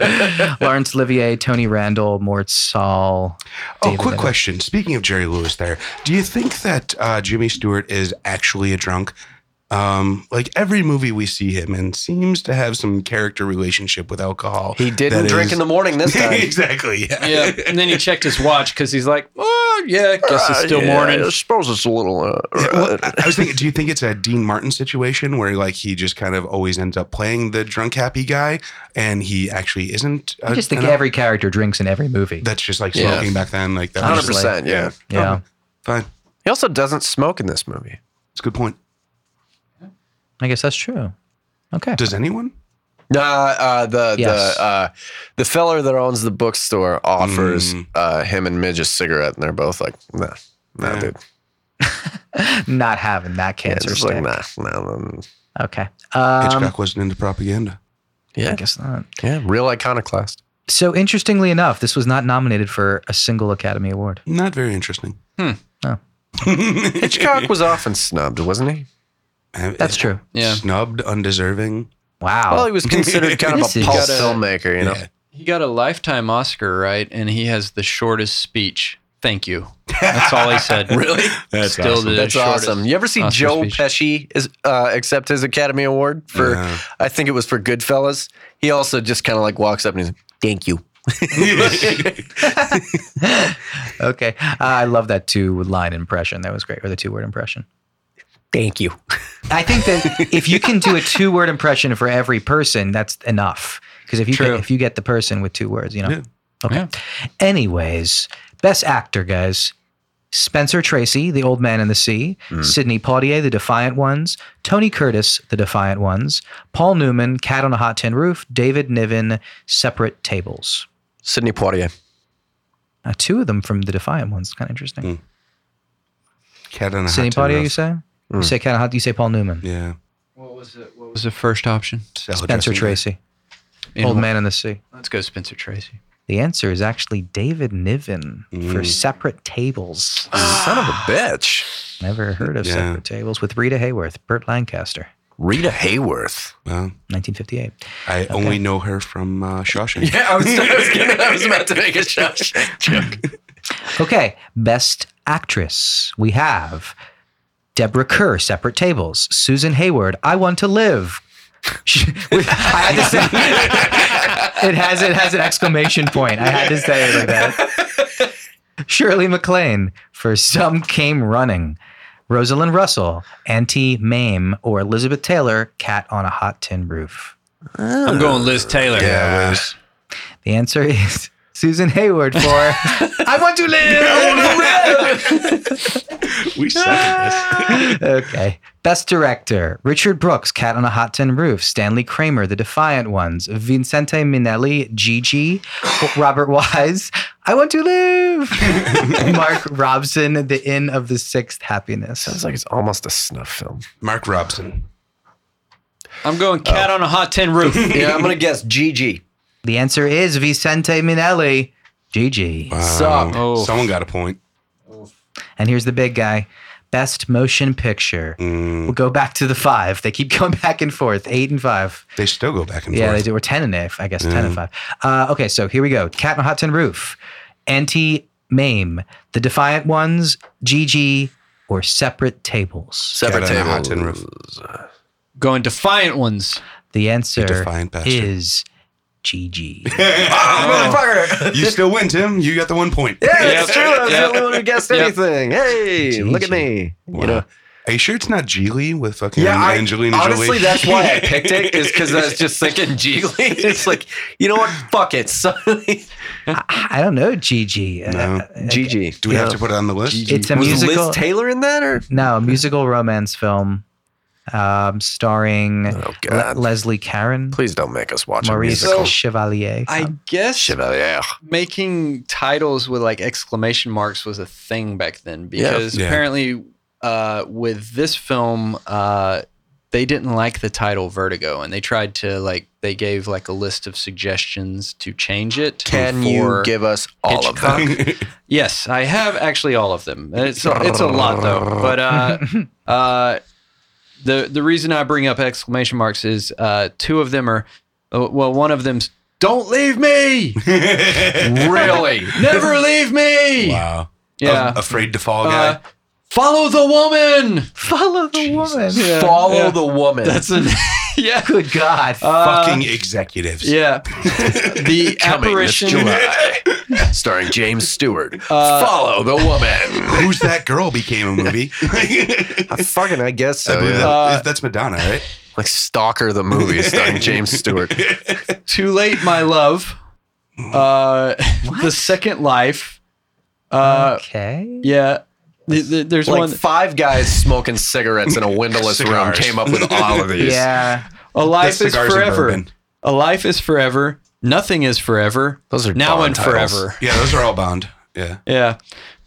Lawrence Olivier, Tony Randall, Mort Saul. Oh, David quick Niven. question. Speaking of Jerry Lewis, there, do you think that uh, Jimmy Stewart is actually a drunk? Um, like every movie we see him in seems to have some character relationship with alcohol. He didn't that drink is- in the morning this time. exactly. Yeah. Yeah. And then he checked his watch because he's like, oh, yeah, I guess it's still Uh, yeah, morning. I suppose it's a little. Uh, Well, I I was thinking, do you think it's a Dean Martin situation where like he just kind of always ends up playing the drunk happy guy, and he actually isn't? I a- just think an- every character drinks in every movie. that's just like Yeah. smoking back then. Like that. Hundred was- percent. Yeah. yeah. Okay. Fine. He also doesn't smoke in this movie. It's a good point. I guess that's true. Okay. Does anyone? Uh, uh, the Yes. the uh, the feller that owns the bookstore offers Mm. uh, him and Midge a cigarette, and they're both like, "Nah, nah, Yeah. dude, Not having that yeah, cancer just stick. like nah, nah, nah, nah." Okay. Um, Hitchcock wasn't into propaganda. Yeah, I guess not. yeah, real iconoclast. So interestingly enough, this was not nominated for a single Academy Award. Not very interesting. Hmm. No. Hitchcock was often snubbed, wasn't he? That's true. Yeah. uh, Snubbed, undeserving. Wow. Well, he was considered kind of This a is- pulp Gotta- filmmaker, you know. Yeah. He got a lifetime Oscar, right? And he has the shortest speech. Thank you. That's all he said. really? That's Still awesome. the That's shortest. awesome. You ever see Oscar Joe speech. Pesci is, uh, accept his Academy Award for? Uh-huh. I think it was for Goodfellas. He also just kind of like walks up and he's like, "Thank you." okay. Uh, I love that two line impression. That was great, or the two word impression. Thank you. I think that if you can do a two word impression for every person, that's enough. Because if you True. get, if you get the person with two words, you know. Yeah. Okay. Yeah. Anyways, best actor guys: Spencer Tracy, The Old Man and the Sea; Mm. Sidney Poitier, The Defiant Ones; Tony Curtis, The Defiant Ones; Paul Newman, Cat on a Hot Tin Roof; David Niven, Separate Tables. Sidney Poitier. Uh, two of them from The Defiant Ones. Kind of interesting. Mm. Cat on a Sidney hot tin Poitier, you roof. say? You say Cat on a Hot. You say Paul Newman. Mm. Yeah. What was it? What was the first option? Salad Spencer dressing. Tracy, In Old one- Man and the Sea. Let's go, Spencer Tracy. The answer is actually David Niven for Mm. Separate Tables. Son of a bitch. Never heard of Yeah. Separate Tables with Rita Hayworth, Burt Lancaster, Rita Hayworth. Well, 1958. I only know her from uh, Shawshank. Yeah, I was, I was, gonna, I was about to make a Shawshank joke. Okay, Best Actress. We have Deborah Kerr, Separate Tables, Susan Hayward, I Want to Live. I had to say it has it has an exclamation point. I had to say it like that. Shirley MacLaine for Some Came Running, Rosalind Russell, Auntie Mame, or Elizabeth Taylor, Cat on a Hot Tin Roof. I'm going Liz Taylor. Yeah, Liz. The answer is Susan Hayward for I Want to Live. we suck at okay. Best director Richard Brooks, Cat on a Hot Tin Roof, Stanley Kramer, The Defiant Ones, Vincente Minnelli, Gigi, Robert Wise, I Want to Live, Mark Robson, The Inn of the Sixth Happiness. Sounds like it's almost a snuff film. this. Mark Robson. I'm going cat on a hot tin roof. Oh. Yeah, I'm gonna guess GG. The answer is Vicente Minnelli, Gigi. Suck. Oh. Um, Someone got a point. And here's the big guy Best Motion Picture. Mm, We'll go back to the five. They keep going back and forth, eight and five. They still go back and Yeah, they forth. do. Or 10 and if, I guess, 10 and 5. Uh, okay, so here we go. Cat on a Hot Tin Roof, Anti Mame, The Defiant Ones, GG, or Separate Tables. Separate Cat on a table. hot tin roof. going defiant ones. The answer Defiant bastard. is GG. Oh, You still win, Tim. You got the one point. Yeah, Yep. that's true. I was Yep. the only one who guessed Yep. anything. Hey, look at GG. me. Wow. You know, Are you sure it's not Geely with fucking Yeah, I- Angelina honestly, Jolie? that's why I picked it is because I was just thinking Jiggly. It's like, you know what? Fuck it. Suddenly, I I don't know, GG. Uh, No. uh, GG. do we have to put it on the list? It's a was musical. Liz Taylor in that, or no, a musical romance film um, starring oh Le- Leslie Caron, Please don't make us watch Maurice musical. Chevalier. I guess Chevalier. making titles with like exclamation marks was a thing back then Yeah. because Yeah. apparently uh, with this film uh, they didn't like the title Vertigo and they tried to like they gave like a list of suggestions to change it. Can for- you give us all of Hitchcock. them? Yes, I have actually all of them. And It's it's a lot though, but uh, uh, the the reason I bring up exclamation marks is uh, two of them are uh, well, one of them's "Don't leave me, really? never leave me." wow. Yeah, Af- afraid to fall guy. Uh, follow the woman. Follow the woman. Follow yeah. the woman. That's a yeah. Good God. uh, fucking executives. Yeah, the apparition. starring James Stewart. Uh, Follow the woman. Who's that girl became a movie. Uh, Fucking, I guess so. That- yeah. that's Madonna, right? Like Stalker the movie starring James Stewart. Too late, my love. Uh, the second life. Uh, okay. yeah. The, the, there's like one. five guys smoking cigarettes in a windowless room Cigars. came up with all of these. Yeah. A life That's is cigars and forever. bourbon. A Life is Forever, Nothing is Forever, Those are Now Bond and titles. Forever. Yeah, those are all bound. Yeah. Yeah.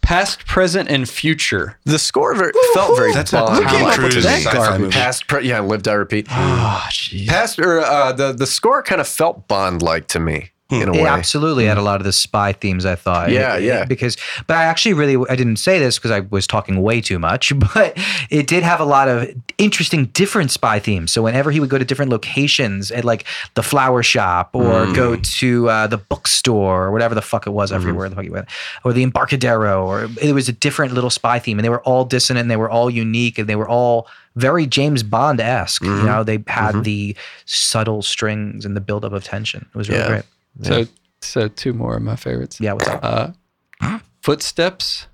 Past, Present, and Future. The score ver- felt very That's a Bond. Tom Like, Cruise that sci-fi garbage. movie. Past, pre- yeah, lived I repeat. Oh, jeez. Past or uh, the the score kind of felt Bond like to me Hmm. in a It way. Mm. absolutely had a lot of the spy themes. I thought. Yeah, yeah. Because, but I actually really I didn't say this because I was talking way too much. But it did have a lot of interesting, different spy themes. So whenever he would go to different locations at like the flower shop or Mm. go to uh, the bookstore or whatever the fuck it was, Mm-hmm. everywhere the fuck he went, or the Embarcadero, or it was a different little spy theme, and they were all dissonant, and they were all unique, and they were all very James Bond esque. Mm-hmm. You know, they had the subtle strings and the buildup of tension. It was really Yeah. great. So, so two more of my favorites. Yeah, what's up? Uh, footsteps.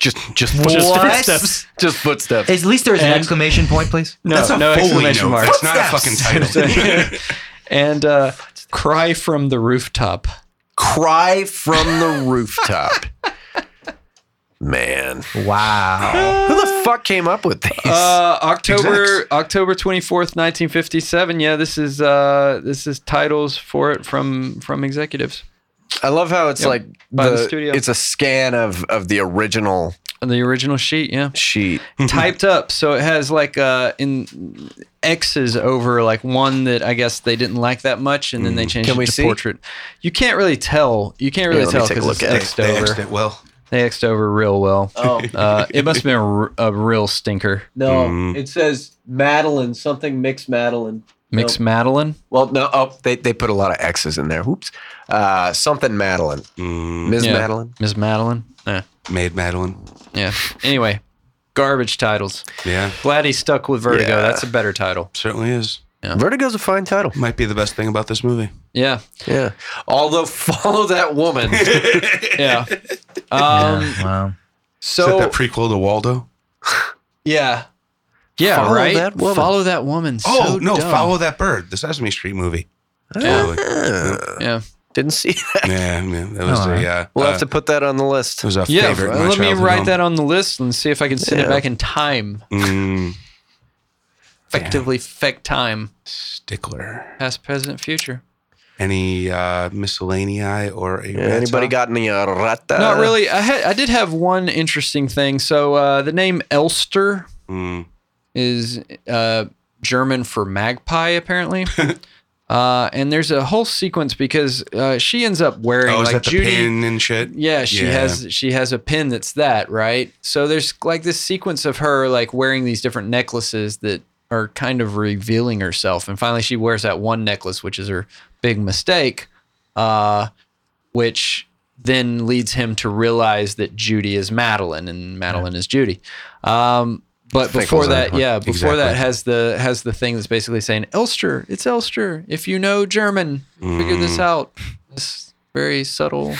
Just just Just footsteps. footsteps. Just footsteps. At least there's an And- exclamation point, please. No, That's a no Foley exclamation note. mark. That's not a fucking title. and uh, cry from the rooftop. Cry from the rooftop. Man, Wow. who the fuck came up with these? Uh, October October twenty fourth, nineteen fifty seven. Yeah, this is uh, this is titles for it from from executives. I love how it's Yep. like By the the- studio. It's a scan of of the original The original sheet. Yeah. sheet. typed up so it has like uh in x's over like one that i guess they didn't like that much and then they changed Mm-hmm. Can it we to see? portrait you can't really tell you can't really let me tell take a because it's look at it. x'd they over X'd it well. they x'd over real well Oh. uh, it must have been a, r- a real stinker No, Mm. it says Madeline, something mixed Madeline. mix madeline Well, no, oh, they, they put a lot of X's in there. Whoops. Uh, something Madeline. Mm, Ms. Yeah. Madeline. ms madeline yeah Maid Madeline. yeah anyway garbage titles Yeah, glad he stuck with vertigo Yeah. that's a better title certainly is. Vertigo's a fine title. Might be the best thing about this movie. yeah Yeah. Although follow that woman. yeah um wow. Is so that that prequel to Waldo? Yeah. Yeah, Follow right. that woman. Follow that woman. Oh so no, dumb. Oh. Follow That Bird, the Sesame Street movie. Yeah. Uh, Yeah. didn't see that. yeah, yeah, that was the. Alright. Uh, We'll uh, have to put that on the list. It was a Yeah. favorite. in my Let me childhood write home. that on the list and see if I can send Yeah. it back in time. Mm, Effectively, feck time. stickler. Past, present, future. Any uh, miscellany or a Yeah, Anybody got any uh, rata? Not really. I had. I did have one interesting thing. So uh, the name Elster Mm, is uh, German for magpie, apparently. uh, and there's a whole sequence because uh, she ends up wearing oh, is like that the Judy. pin and shit? Yeah, she Yeah. has she has a pin that's that, right? So there's like this sequence of her like wearing these different necklaces that are kind of revealing herself. And finally she wears that one necklace, which is her big mistake, uh, which then leads him to realize that Judy is Madeline and Madeline is Judy. Um but Fickle's before that, own- yeah, before that exactly. has the has the thing that's basically saying Elster, it's Elster. If you know German, figure Mm. this out. This very subtle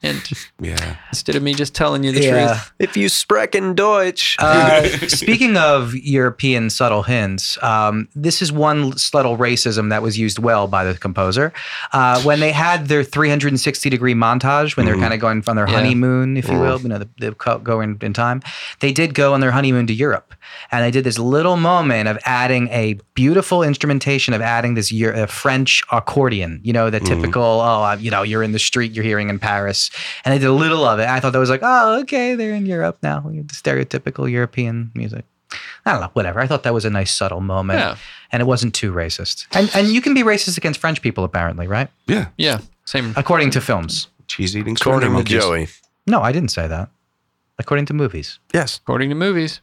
hint Yeah. instead of me just telling you the truth. If you sprechen Deutsch. Uh, speaking of European subtle hints, um, this is one subtle racism that was used well by the composer. Uh, when they had their 360 degree montage, when they were kind of going on their Mm-hmm. Yeah. honeymoon, if you will, you know, the, the co- going in time, they did go on their honeymoon to Europe. And they did this little moment of adding a beautiful instrumentation of adding this Euro- uh, French accordion, you know, the typical, oh, uh, you know, you're in the street, you're hearing in Paris. And I did a little of it. I thought that was like, oh, okay, they're in Europe now. The stereotypical European music. I don't know, whatever. I thought that was a nice subtle moment. Yeah. And it wasn't too racist. And and you can be racist against French people, apparently, right? Yeah. Yeah, same. According to films. Cheese eating. According to Joey. No, I didn't say that. According to movies. Yes. According to movies,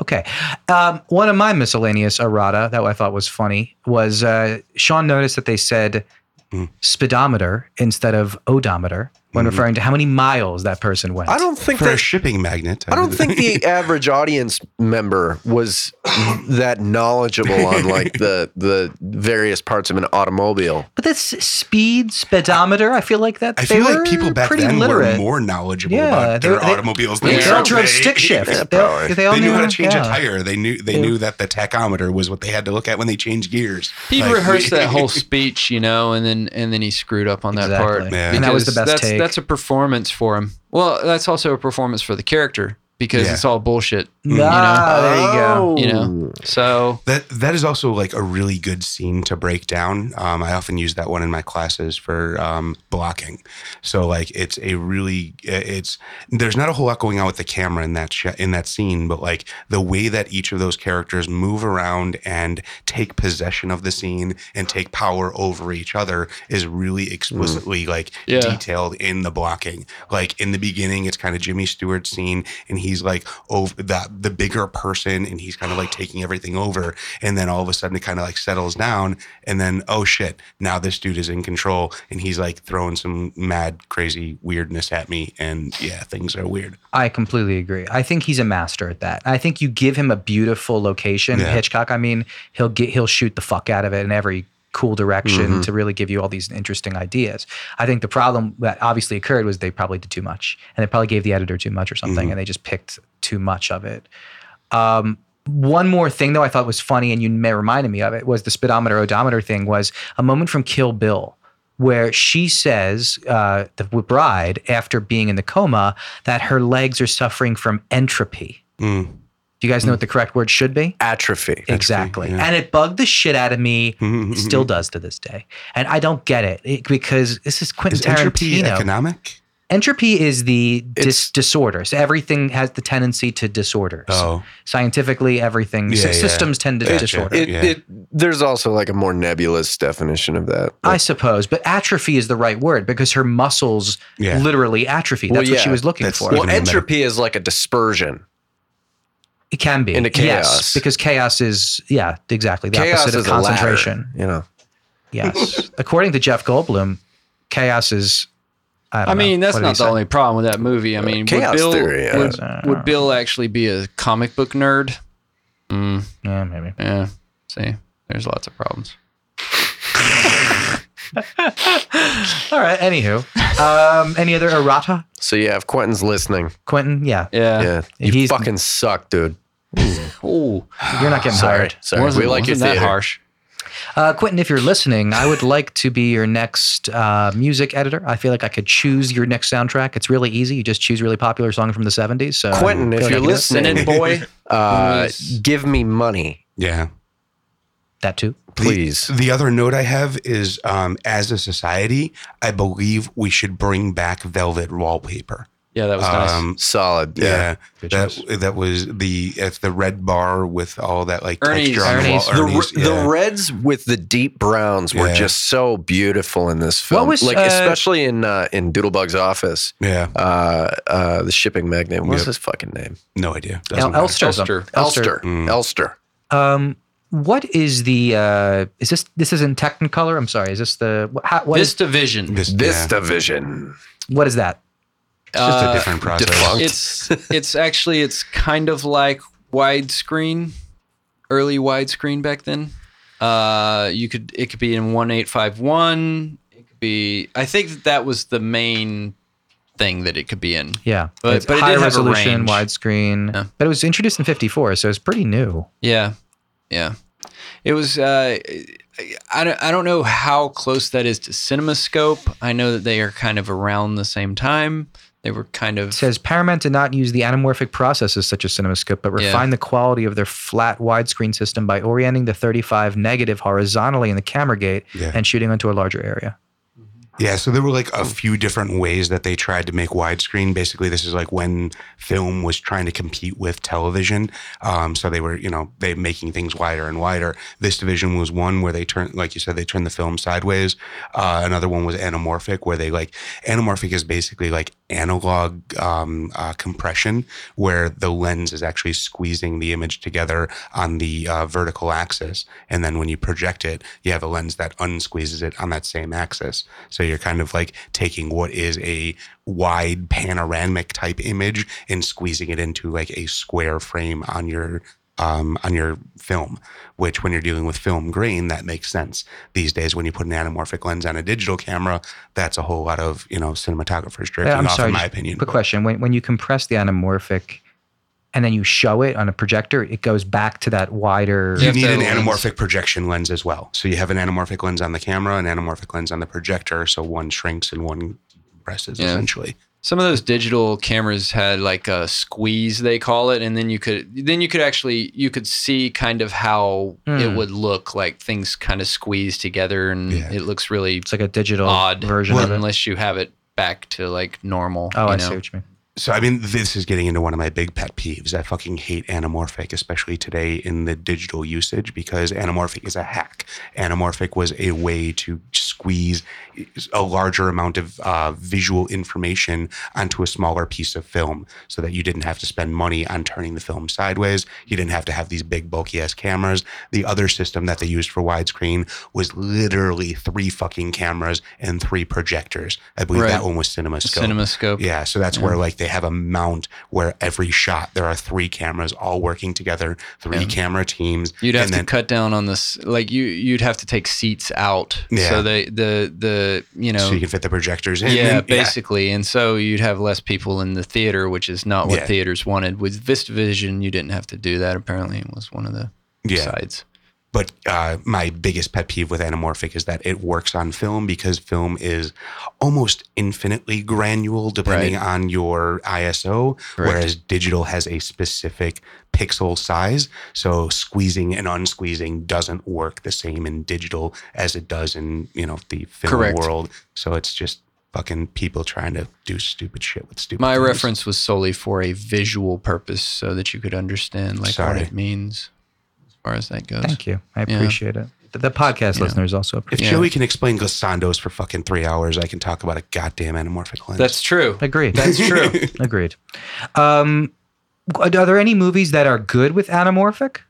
Okay. Um, one of my miscellaneous errata that I thought was funny was uh, Sean noticed that they said Mm. speedometer instead of odometer when Mhm. referring to how many miles that person went. I don't think For a that shipping magnet. uh, I don't think the average audience member was that knowledgeable on like the the various parts of an automobile. But that's speed speedometer. I feel like that I they feel were like people back pretty then literate. were more knowledgeable Yeah, about they- their they- automobiles than They we all are drove today. stick shift. Yeah, they, all, probably. they all They knew how to how- change yeah. a tire. They knew they knew that the tachometer was what they had to look at when they changed gears. he'd Like, rehearse that whole speech, you know, and then and then he screwed up on that Exactly. part. Yeah. And that was the because that's, best take. That's a performance for him. Well, that's also a performance for the character because Yeah. it's all bullshit. you know. Ah, there Oh. you go. You know. So That that is also like a really good scene to break down. Um, I often use that one in my classes for um, blocking. So like it's a really it's there's not a whole lot going on with the camera in that sh- in that scene, but like the way that each of those characters move around and take possession of the scene and take power over each other is really explicitly like Yeah. detailed in the blocking. Like in the beginning, it's kind of Jimmy Stewart's scene, and he's like over the the bigger person, and he's kind of like taking everything over. And then all of a sudden, it kind of like settles down, and then oh shit, now this dude is in control, and he's like throwing some mad, crazy weirdness at me, and yeah, things are weird. I completely agree. I think he's a master at that. I think you give him a beautiful location, Yeah. Hitchcock. I mean, he'll get he'll shoot the fuck out of it in every cool direction to really give you all these interesting ideas. I think the problem that obviously occurred was they probably did too much, and they probably gave the editor too much or something, Mm-hmm. and they just picked too much of it. Um, One more thing though, I thought was funny, and you may- reminded me of it was the speedometer odometer thing. Was a moment from Kill Bill where she says uh, the bride after being in the coma that her legs are suffering from entropy. Mm. Do you guys know what the correct word should be? Atrophy. Exactly. yeah. And it bugged the shit out of me. Mhm, It Still does to this day. And I don't get it, it- because this is Quentin Is entropy Tarantino. economic? entropy is the dis- It's- disorder. So everything has the tendency to disorder. Scientifically, everything, Oh. Yeah, sy- yeah. systems tend to Gotcha. disorder. It, Yeah. it, there's also like a more nebulous definition of that. I suppose, but atrophy is the right word because her muscles Yeah. literally atrophy. That's Well, what she yeah. was looking That's- for. Well, well, entropy is like a dispersion. it can be. into Yes, chaos. because chaos is, yeah, exactly. The Chaos opposite is of a ladder, concentration. you know. Yes. According to Jeff Goldblum, chaos is. I, I, don't know. mean, that's What did he not the say? only problem with that movie. I mean, would chaos Bill theory, yeah. would, Uh, would Bill actually be a comic book nerd? Mm, Yeah, maybe. yeah. See, there's lots of problems. All right. Anywho, um, any other errata, So yeah, if Quentin's listening, Quentin? Yeah, Yeah. yeah, you he's- fucking suck, dude. Oh, you're not getting Sorry, hired. sorry. wasn't, we like your wasn't that theater. harsh. Uh, Quentin, if you're listening, I would like to be your next uh, music editor. I feel like I could choose your next soundtrack. It's really easy. You just choose really popular songs from the '70s. So Quentin, I feel if like you're I could do that. Send listening, it, boy. uh, Please. give me money, Yeah. that too. The- please. The, other note I have is um, as a society, I believe we should bring back velvet wallpaper. Yeah, that was nice. Um, Solid. Yeah. yeah. that, that was the it's the red bar with all that like Ernie's. texture on Ernie's. the wall. Ernie's, the, yeah. the reds with the deep browns were Yeah. just so beautiful in this film. What was, like uh, especially in uh, in Doodlebug's office. yeah, Uh, uh, the shipping magnate. What was Yep. his fucking name? no idea. El- Doesn't matter. Elster. Elster. Elster. Mm. Elster. Um, what is the? Uh, is this this is in Technicolor? I'm sorry. Is this the? wh- How, what, is, this division. This, This yeah, division. what is that? it's just Uh, a different process. defunct. it's it's actually it's kind of like widescreen, early widescreen back then. Uh, you could it could be in one eight five one. It could be. I think that, that was the main thing that it could be in. Yeah, But- It's but it high did have a resolution, range. widescreen. Yeah. But it was introduced in '54, so it's pretty new. Yeah, yeah. It was. Uh, I don't. I don't know how close that is to CinemaScope. I know that they are kind of around the same time. They were kind of. It says Paramount did not use the anamorphic processes such as CinemaScope, but Yeah. refined the quality of their flat widescreen system by orienting the 35 negative horizontally in the camera gate Yeah. and shooting onto a larger area. Yeah, so there were like a few different ways that they tried to make widescreen. Basically, this is like when film was trying to compete with television. Um, so they were, you know, they making things wider and wider. This division was one where they turned, like you said, they turned the film sideways. Uh, another one was anamorphic, where they like anamorphic is basically like analog um, uh, compression, where the lens is actually squeezing the image together on the uh, vertical axis, and then when you project it, you have a lens that unsqueezes it on that same axis. So you're kind of like taking what is a wide panoramic type image and squeezing it into like a square frame on your um, on your film, which when you're dealing with film grain, that makes sense. These days, when you put an anamorphic lens on a digital camera, that's a whole lot of you know cinematographers jerking I'm off, sorry, in my just opinion. Quick question. When, when you compress the anamorphic and then you show it on a projector, it goes back to that wider. You have need to an have a lens. anamorphic projection lens as well. So you have an anamorphic lens on the camera, an anamorphic lens on the projector, so one shrinks and one compresses Yeah. essentially. some of those digital cameras had like a squeeze they call it and then you could then you could actually you could see kind of how Hmm. it would look like things kind of squeeze together and Yeah. it looks really It's like a digital odd version of it. unless you have it back to like normal Oh, you I know? see what you mean. So I mean, this is getting into one of my big pet peeves. I fucking hate anamorphic, especially today in the digital usage, because anamorphic is a hack. Anamorphic was a way to squeeze a larger amount of uh, visual information onto a smaller piece of film, so that you didn't have to spend money on turning the film sideways. You didn't have to have these big bulky ass cameras. The other system that they used for widescreen was literally three fucking cameras and three projectors. I believe Right. that one was CinemaScope. cinemascope Yeah, so that's where like they have a mount where every shot there are three cameras all working together, three Yeah. camera teams. You'd have and to cut down on this. Like you, you'd have to take seats out. Yeah. So they, the, the, you know, so you can fit the projectors in. yeah, and- basically. And so you'd have less people in the theater, which is not what Yeah. theaters wanted. With VistaVision, you didn't have to do that. Apparently, it was one of the yeah. sides. But uh, my biggest pet peeve with anamorphic is that it works on film because film is almost infinitely granule depending Right. on your ISO, Correct. whereas digital has a specific pixel size. So squeezing and unsqueezing doesn't work the same in digital as it does in you know the film Correct. world. So it's just fucking people trying to do stupid shit with stupid. My things. reference was solely for a visual purpose, so that you could understand like Sorry. what it means, as far as that goes. Thank you. I Yeah. appreciate it. The, the podcast You know. listeners also If appreciate Yeah. Joey can explain glissandos for fucking three hours, I can talk about a goddamn anamorphic lens. That's true. it. Agreed. That's true. Agreed. Um, are there any movies that are good with anamorphic?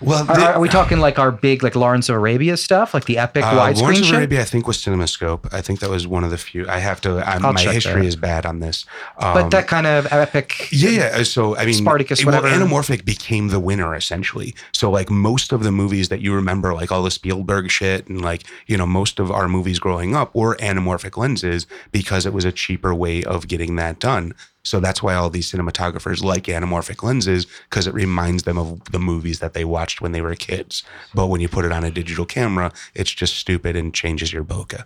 well. Are, the- are we talking like our big, like Lawrence of Arabia stuff, like the epic Uh, Lawrence widescreen of shit? Arabia, I think, was CinemaScope. I think that was one of the few. I have to. I'm, I'll my check history that. is bad on this. Um, but that kind of epic. Yeah, yeah. uh, So I mean, Spartacus, it- well, whatever. Anamorphic became the winner essentially. So like most of the movies that you remember, like all the Spielberg shit, and like you know most of our movies growing up were anamorphic lenses because it was a cheaper way of getting that done. So that's why all these cinematographers like anamorphic lenses because it reminds them of the movies that they watched when they were kids. But when you put it on a digital camera, it's just stupid and changes your bokeh.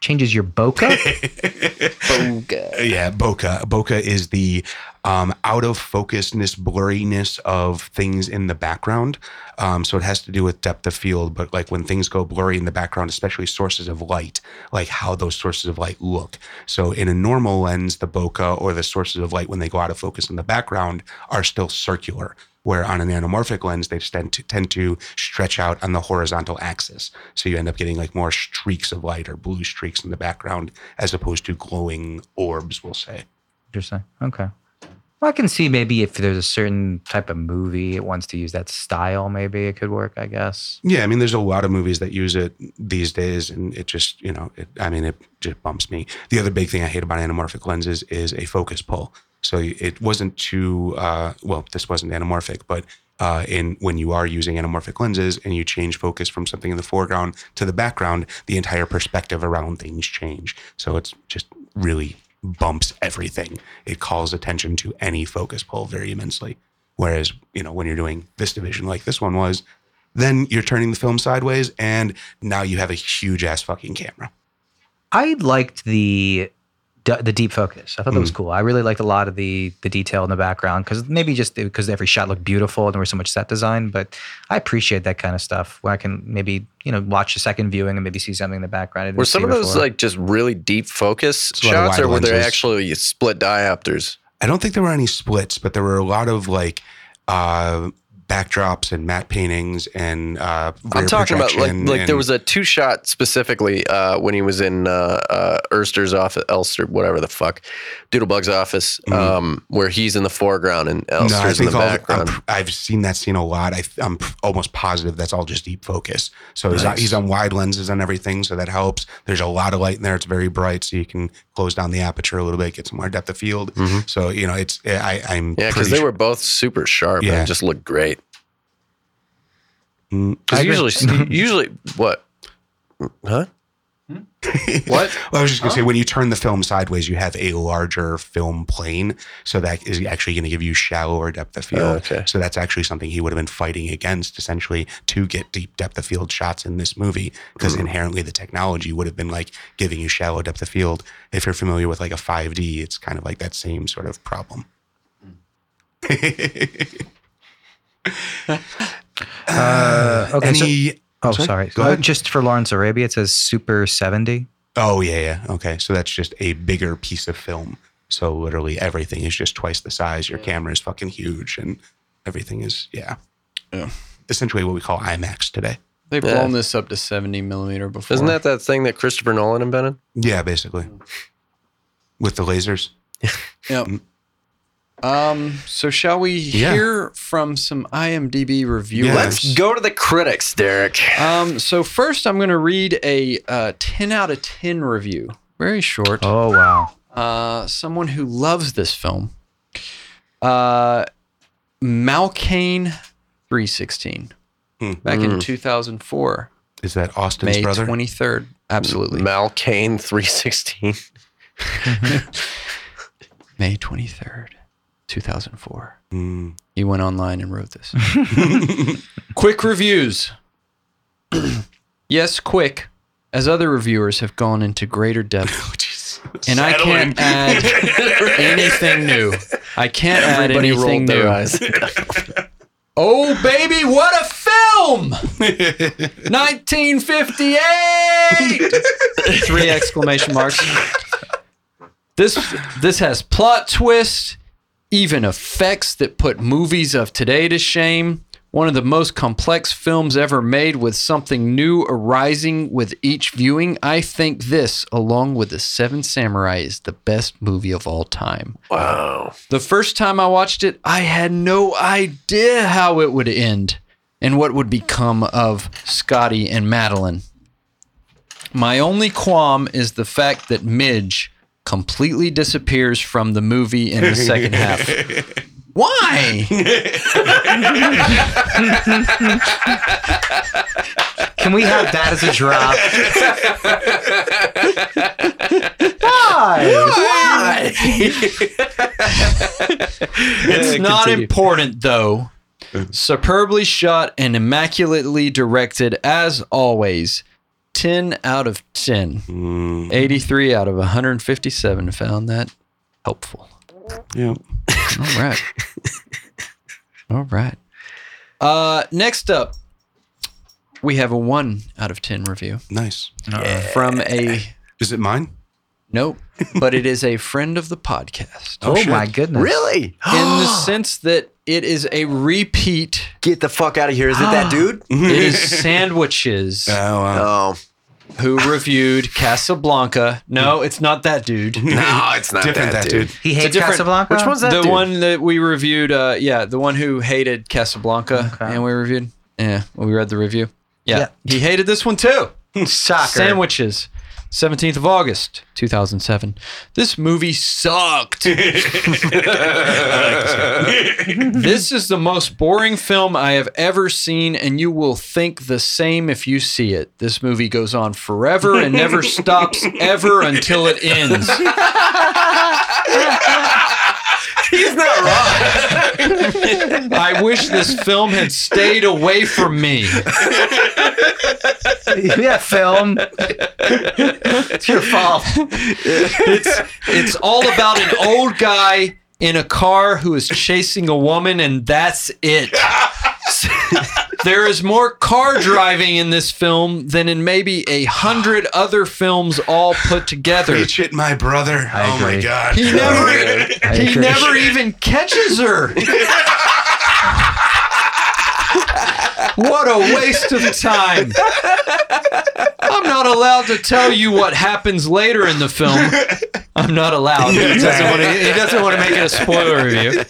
Changes your bokeh. Uh, Yeah, bokeh. Bokeh is the um, out of focusness, blurriness of things in the background. Um, so it has to do with depth of field, but like when things go blurry in the background, especially sources of light, like how those sources of light look. So in a normal lens, the bokeh or the sources of light when they go out of focus in the background are still circular. Where on an anamorphic lens, they tend to, tend to stretch out on the horizontal axis. So you end up getting like more streaks of light or blue streaks in the background as opposed to glowing orbs, we'll say. Interesting. Okay. Well, I can see maybe if there's a certain type of movie it wants to use that style, maybe it could work. I guess. Yeah, I mean, there's a lot of movies that use it these days, and it just, you know, it, I mean, it just bumps me. The other big thing I hate about anamorphic lenses is a focus pull. So it wasn't too uh, well. This wasn't anamorphic, but uh, in when you are using anamorphic lenses and you change focus from something in the foreground to the background, the entire perspective around things change. So it's just really bumps everything. It calls attention to any focus pull very immensely. Whereas, you know, when you're doing this division like this one was, then you're turning the film sideways and now you have a huge ass fucking camera. I liked the d- the deep focus. I thought Mm. that was cool. I really liked a lot of the the detail in the background because maybe just because every shot looked beautiful and there was so much set design. But I appreciate that kind of stuff where I can maybe you know watch a second viewing and maybe see something in the background. I didn't Were some see of those before. like just really deep focus a lot of shots, wide or were there lenses. actually split diopters? I don't think there were any splits, but there were a lot of like uh backdrops and matte paintings and uh I'm rear talking about like projection like there and- was a two shot specifically uh, when he was in uh, uh, Erster's office, Elster, whatever the fuck, Doodlebug's office, Mhm. um, where he's in the foreground and Elster's in the all- background. I'm, pr- I've seen that scene a lot. I, th- I'm pr- almost positive that's all just deep focus. So he's, on, Nice. he's on wide lenses and everything, so that helps. There's a lot of light in there. It's very bright, so you can close down the aperture a little bit, get some more depth of field. Mhm. So you know, it's I, I'm yeah, because pretty they sure- were both super sharp Yeah. and just looked great. Mm, Mm-hmm. Because usually, usually what? Huh? Hmm? What? Well, I was just Oh. gonna say when you turn the film sideways, you have a larger film plane, so that is actually going to give you shallower depth of field. Oh, okay. So that's actually something he would have been fighting against, essentially, to get deep depth of field shots in this movie, because Mm. inherently the technology would have been like giving you shallow depth of field. If you're familiar with like a 5D, it's kind of like that same sort of problem. Uh, okay. so- Any? oh, sorry, sorry. go Uh, ahead. Just for Lawrence Arabia, it says Super 70. oh yeah, yeah. Okay, so that's just a bigger piece of film. So literally everything is just twice the size. Your camera is fucking huge, and everything is yeah. Essentially, what we call IMAX today. They've Yeah. blown this up to 70 millimeter before. Isn't that that thing that Christopher Nolan invented? Yeah, basically. With the lasers. Yep. Um, so shall we Yeah. hear from some IMDb reviewers? Let's Go to the critics, Derek. Um, so first I'm going to read a uh, 10 out of 10 review. Very short. Oh, wow. Uh, someone who loves this film. Uh, Malkane 316. Hmm. Back in 2004, Is that Austin's May brother? 23rd. Absolutely. Mal Kane 316. May 23rd, 2004. Mm. He went online and wrote this. quick reviews. yes, quick, as other reviewers have gone into greater Oh, depth. and I can't add anything new. I can't Everybody add anything rolled new. their eyes. Oh, baby, what a film! 1958! Three exclamation marks. This this has plot twist, even effects that put movies of today to shame. One of the most complex films ever made with something new arising with each viewing. I think this, along with The Seven Samurai, is the best movie of all time. Wow. The first time I watched it, I had no idea how it would end and what would become of Scotty and Madeline. My only qualm is the fact that Midge completely disappears from the movie in the second half. Why? Can we have that as a drop? Why? It's not important though. Superbly shot and immaculately directed as always. 10 out of 10. Mm, 83 out of 157 found that helpful. yeah. All right. All right. Uh, next up, we have a one out of 10 review Nice. from a Is it mine? nope, but it is a friend of the podcast Oh, my goodness. Really? in the sense that it is a repeat. Get the fuck out of here. Is it that dude? It is Sandwiches Oh, wow. Oh. who reviewed Casablanca. No, it's not that dude. No, it's not Different that, oh, dude. He hates different- Casablanca? Which one's that the dude? one that we reviewed uh yeah the one who hated casablanca Okay. and we reviewed yeah we read the review yeah, Yeah. he hated this one too Shocker. sandwiches 17th of august 2007 this movie sucked this is the most boring film i have ever seen and you will think the same if you see it this movie goes on forever and never stops ever until it ends He's not wrong. I wish this film had stayed away from me. yeah, film. it's your fault. It's it's all about an old guy in a car who is chasing a woman and that's it. there is more car driving in this film than in maybe a hundred other films all put together. Preach it, my brother. I oh, my agree. God. He never he agree. never even catches her. What a waste of time. I'm not allowed to tell you what happens later in the film. I'm not allowed. He doesn't want to, he doesn't want to make it a spoiler review.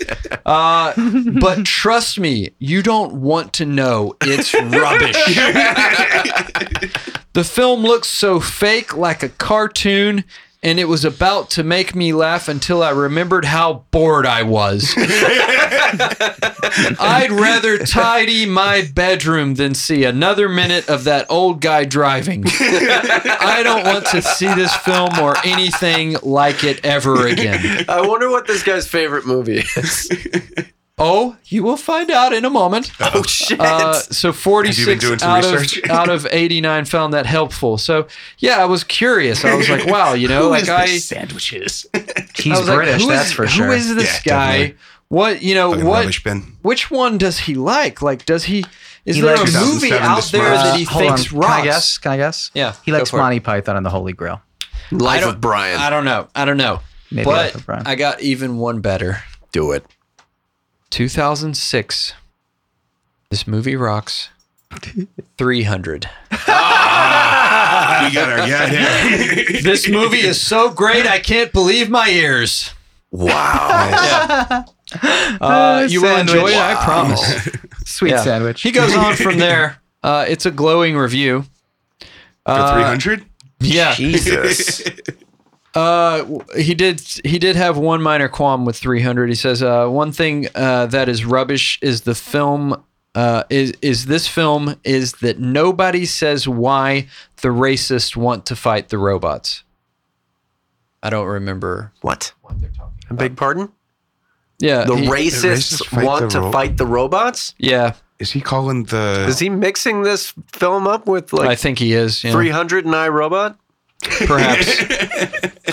Uh, but trust me, you don't want to know. It's rubbish. the film looks so fake, like a cartoon, and it was about to make me laugh until I remembered how bored I was. I'd rather tidy my bedroom than see another minute of that old guy driving. I don't want to see this film or anything like it ever again. I wonder what this guy's favorite movie is. Oh, you will find out in a moment. oh shit! Uh, so been 46 doing some out of, research? out of 89 found that helpful. So yeah, I was curious. I was like, wow, you know, Who like is I, this sandwiches. He's I was like, British, who is- that's for sure. Who is this Yeah, guy? definitely. What, you know, Fucking what, rubbish bin. which one does he like? Like, does he, is He there likes a 2007 movie The out there Smurfs. that he Uh, hold thinks on. rocks? Can I guess? Can I guess? Yeah, He go likes for it. Monty Python and the Holy Grail. Life don't- of Brian. I don't know. I don't know. Maybe but Life of Brian. I got even one better. Do it. 2006. This movie rocks. 300. we got our guy there. This movie is so great, I can't believe my ears. Wow. Uh, you will sandwich. enjoy it, I promise. Sweet Yeah. sandwich. He goes on from there. Uh, it's a glowing review. Uh, For 300? Yeah. Jesus. Uh, w- he did. He did have one minor qualm with 300. He says, uh, "One thing uh, that is rubbish is the film. Uh, is is this film is that nobody says why the racists want to fight the robots. I don't remember. What? I beg pardon? Yeah, The he- racists racists fight want the to ro- fight the robots? yeah. Is he calling the. Is he mixing this film up with I like think he is. Yeah, 300 and I Robot? perhaps.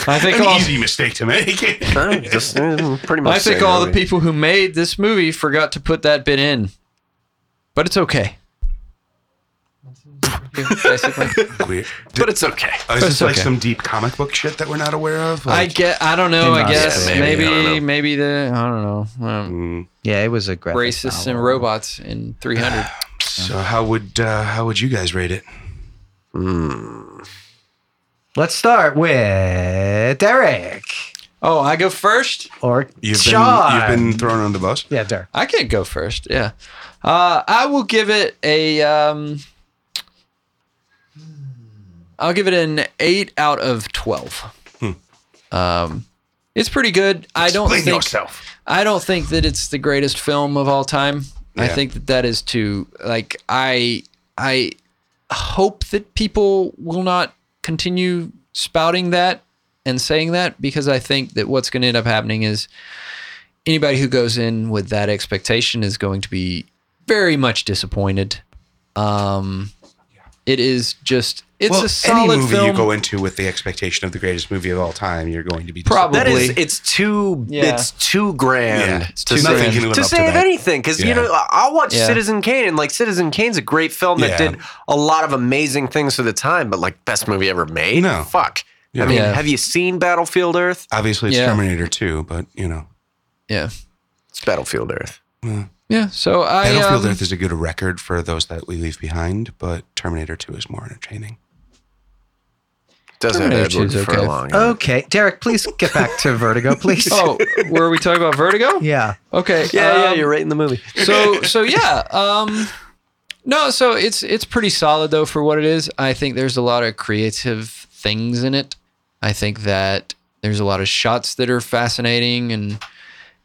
I think an all. easy mistake to make. Oh, just, mm, pretty much. I think same all the movie. people who made this movie forgot to put that bit in, but it's okay. Basically. Weird. But it's okay. Uh, is It's this like okay. some deep comic book shit that we're not aware of? I Like, get. I don't know. I Yeah, guess maybe, maybe I don't maybe, know. the I don't know. Um, mm, yeah, it was a graphic racists and novel. robots in 300. so how would uh, how would you guys rate it? Let's start with Derek oh, I go first. or You've Sean. been you've been thrown on the bus. yeah, Derek. I can't go first. Yeah. Uh, I will give it a. Um, I'll give it an eight out of twelve. Hmm. Um, it's pretty good. I don't Blame think yourself. I don't think that it's the greatest film of all time. I Yeah. think that that is too like I I hope that people will not continue spouting that and saying that because I think that what's going to end up happening is anybody who goes in with that expectation is going to be very much disappointed. Um it is just it's well, a solid any movie film. you go into with the expectation of the greatest movie of all time, you're going to be Probably. disappointed. That is, it's too, Yeah. it's too grand. Yeah, it's to too say- grand. Nothing can live to up to save that. anything, because you Yeah. know, I- I'll watch Yeah. Citizen Kane, and like Citizen Kane's a great film that Yeah. did a lot of amazing things for the time, but like best movie ever made. No. fuck. I Yeah. mean, Yeah. have you seen Battlefield Earth? Obviously, it's Yeah. Terminator 2, but you know, yeah. It's Battlefield Earth. Yeah, so I Battlefield um, Earth is a good record for those that we leave behind, but Terminator 2 is more entertaining. Doesn't have Terminator Edward 2's okay. Furlong. in it. Okay, Derek, please get back to Vertigo, please. Oh, were we talking about Vertigo? yeah. Okay. yeah, yeah, um, you're right in the movie. so so yeah um no so it's it's pretty solid though for what it is i think there's a lot of creative things in it i think that there's a lot of shots that are fascinating and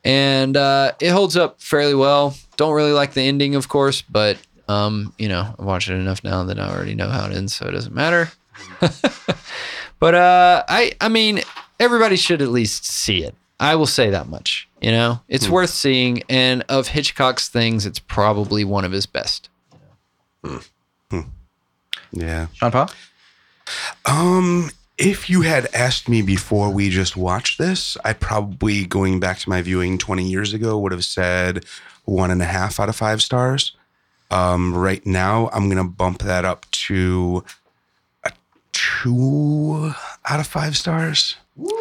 and uh, it holds up fairly well don't really like the ending of course but um you know i've watched it enough now that i already know how it ends so it doesn't matter but uh i i mean everybody should at least see it. I will say that much. You know, it's worth seeing. And of Hitchcock's things, it's probably one of his best. Yeah. Sean Paul? Um, if you had asked me before we just watched this, I probably, going back to my viewing 20 years ago, would have said one and a half out of five stars. Um, right now, I'm going to bump that up to a two out of five stars.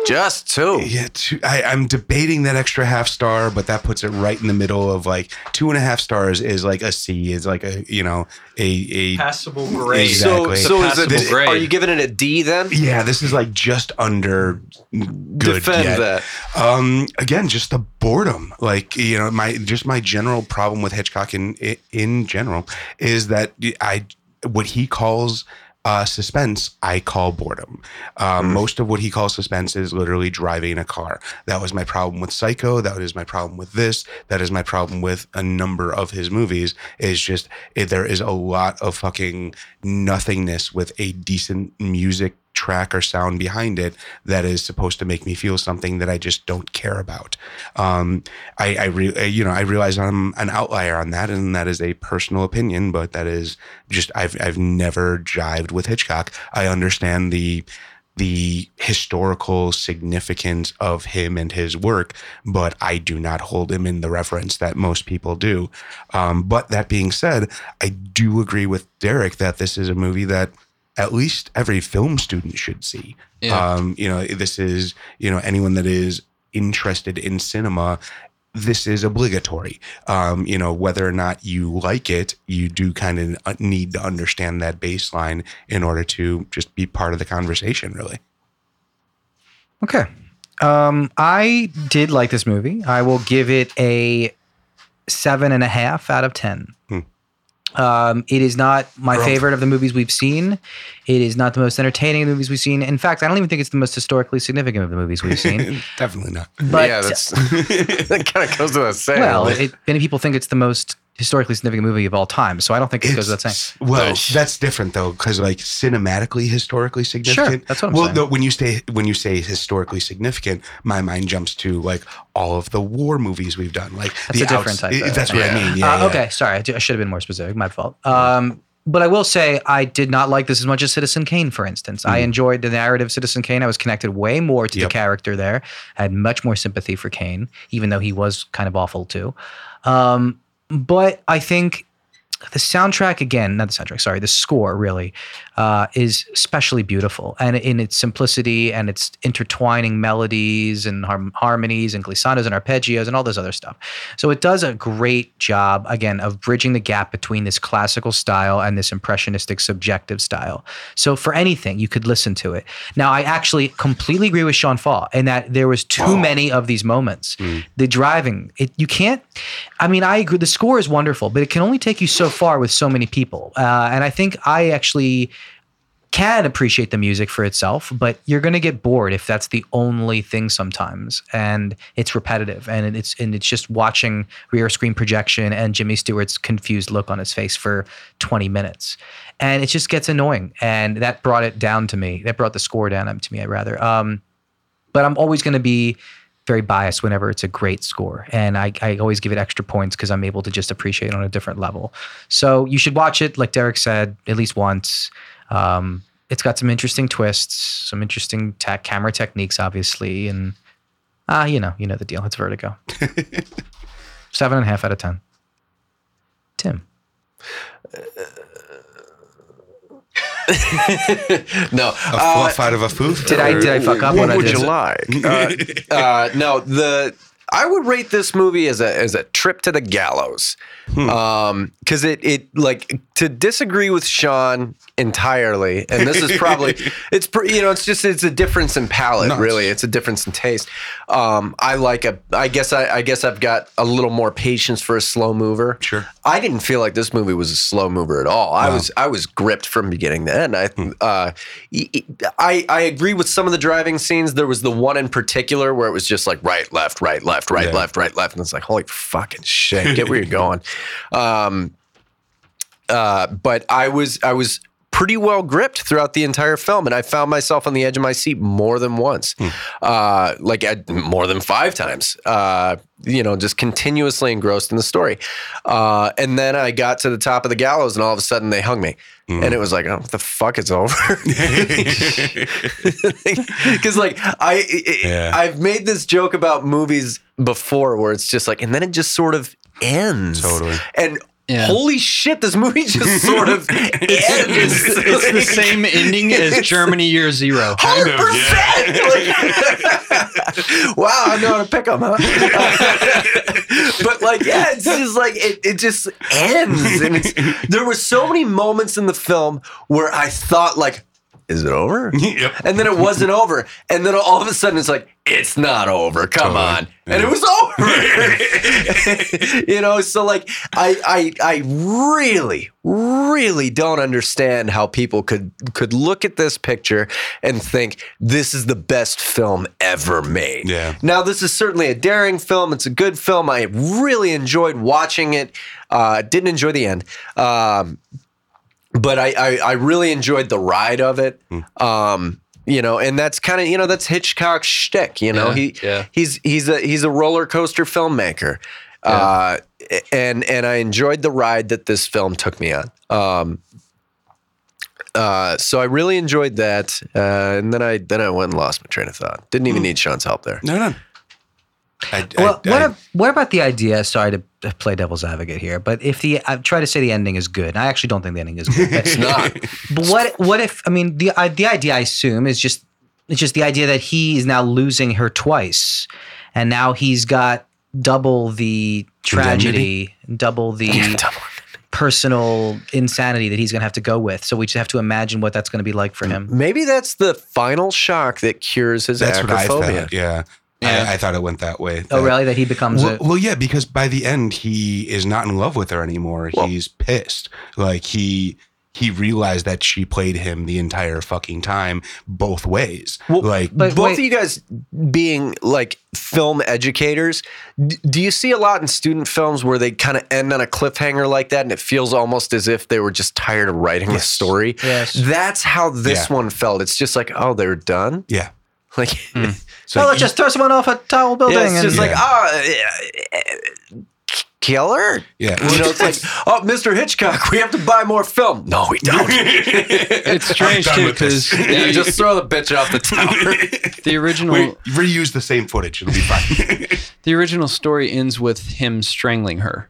Just two. Yeah, two, I, I'm debating that extra half star, but that puts it right in the middle of like two and a half stars is like a C, is like a, you know, a, a Passable grade. Exactly. So, so is it, Passable grade. are you giving it a D then? yeah, this is like just under good. Defend yet. that. um again just the boredom like you know my just my general problem with hitchcock in in general is that i what he calls Uh, suspense, I call boredom. Uh, Hmm. Most of what he calls suspense is literally driving a car. That was my problem with Psycho. That is my problem with this. That is my problem with a number of his movies. Is just it, there is a lot of fucking nothingness with a decent music track or sound behind it that is supposed to make me feel something that I just don't care about. Um, I, I, re- I, you know, I realize I'm an outlier on that, and that is a personal opinion, but that is just I've I've never jived with Hitchcock. I understand the the historical significance of him and his work, but I do not hold him in the reference that most people do. Um, but that being said, I do agree with Derek that this is a movie that at least every film student should see. Yeah. Um, you know, this is, you know, anyone that is interested in cinema, this is obligatory. Um, you know, whether or not you like it, you do kind of uh, need to understand that baseline in order to just be part of the conversation, really. Okay. Um, I did like this movie. I will give it a seven and a half out of ten. Hmm. Um, it is not my Grump. favorite of the movies we've seen. It is not the most entertaining of the movies we've seen. In fact, I don't even think it's the most historically significant of the movies we've seen. Definitely not. But uh, yeah, that's that kind of goes without saying. well, Like, it, many people think it's the most historically significant movie of all time. So I don't think it goes without saying. It's- Well, that's different though, because like cinematically, historically significant. that's what I'm well, saying. though, when you say when you say historically significant, my mind jumps to like all of the war movies we've done. Like That's the eh, a different type of- That's what I mean. Yeah, uh, yeah. Okay, sorry, I, d- I should have been more specific. My fault. Um, but I will say I did not like this as much as Citizen Kane, for instance. I enjoyed the narrative of Citizen Kane. I was connected way more to Mm. Yep. the character there. I had much more sympathy for Kane, even though he was kind of awful too. Um, but I think the soundtrack again, not the soundtrack, sorry, the score really uh, is especially beautiful, and in its simplicity and its intertwining melodies and harm- harmonies and glissandos and arpeggios and all this other stuff. So it does a great job again of bridging the gap between this classical style and this impressionistic subjective style. So for anything, you could listen to it. Now I actually completely agree with Sean Fall in that there was too many of these moments. The driving, it you can't. I mean, I agree. The score is wonderful, but it can only take you so far with so many people. Uh, and I think I actually can appreciate the music for itself, but you're going to get bored if that's the only thing sometimes, and it's repetitive, and it's and it's just watching rear screen projection and Jimmy Stewart's confused look on his face for 20 minutes, and it just gets annoying, and that brought it down to me. That brought the score down to me, I rather. Um, but I'm always going to be very biased whenever it's a great score. And I, I always give it extra points because I'm able to just appreciate it on a different level. So you should watch it, like Derek said, at least once. Um, it's got some interesting twists, some interesting tech, camera techniques, obviously. And, ah, you know, you know the deal. It's Vertigo. Seven and a half out of 10. Tim. no, A fluff out of a foof. Uh, did I- did I fuck up what when I would did you it? like? Uh, uh, no, the I would rate this movie as a as a trip to the gallows, um, because it it like to disagree with Sean entirely, and this is probably it's pr- you know it's just it's a difference in palate, Nice. really. It's a difference in taste. Um, I like a I guess I, I guess I've got a little more patience for a slow mover. Sure. I didn't feel like this movie was a slow mover at all. I was I was gripped from beginning to end. I Hmm. uh, e- e- I I agree with some of the driving scenes. There was the one in particular where it was just like right, left, right, left, right, Yeah. left, right, left, and it's like holy fucking shit, get where you're going. Um, uh, but I was I was pretty well gripped throughout the entire film, and I found myself on the edge of my seat more than once, Hmm. uh, like I, more than five times. Uh, you know, just continuously engrossed in the story. Uh, and then I got to the top of the gallows, and all of a sudden they hung me, Hmm. and it was like, oh, what the fuck, it's over. Because like I, I Yeah. I've made this joke about movies before, where it's just like, and then it just sort of ends. Totally. And Yeah. holy shit, this movie just sort of ends. It's, it's the same ending as Germany Year Zero. Hundred percent. Wow, I know how to pick them, huh? but like, yeah, it's just like it, it just ends, and it's there were so many moments in the film where I thought like. is it over? yep. And then it wasn't over. And then all of a sudden it's like, it's not over. Come Totally. on. And it was over. you know, so like I I I really, really don't understand how people could could look at this picture and think this is the best film ever made. Yeah. Now, this is certainly a daring film. It's a good film. I really enjoyed watching it. Uh, didn't enjoy the end. Um, but I, I, I really enjoyed the ride of it. Hmm. Um, you know, and that's kind of you know that's Hitchcock's shtick. You know, Yeah, he yeah. he's he's a he's a roller coaster filmmaker, uh, and and I enjoyed the ride that this film took me on. Um, uh, so I really enjoyed that, uh, and then I then I went and lost my train of thought. Didn't Hmm. even need Sean's help there. No, no. I, I- Well, I- what, ab- what about the idea? Sorry to play devil's advocate here, but if the I try to say the ending is good, and I actually don't think the ending is good. But, Not but what what if I mean the I- the idea I assume is just it's just the idea that he is now losing her twice, and now he's got double the tragedy, double the personal insanity that he's going to have to go with. So we just have to imagine what that's going to be like for him. maybe that's the final shock that cures his that's what I acrophobia. thought. Yeah. Yeah. I, I thought it went that way. Oh, That- really? That he becomes Well, a well, yeah, because by the end he is not in love with her anymore. He's pissed. Like he he realized that she played him the entire fucking time, both ways. like but both wait- of you guys being like film educators d- do you see a lot in student films where they kind of end on a cliffhanger like that and it feels almost as if they were just tired of writing the Yes. story Yes. that's how this Yeah. one felt it's just like oh they're done yeah. like So oh, you- let's just throw someone off a tall building. yeah, it's and- just like Hmm. eh, Yeah. oh killer yeah. you know it's like oh mr hitchcock we have to buy more film no we don't It's strange done too with this. because yeah, just throw the bitch off the tower the original We reuse the same footage. It'll be fine. the original story ends with him strangling her.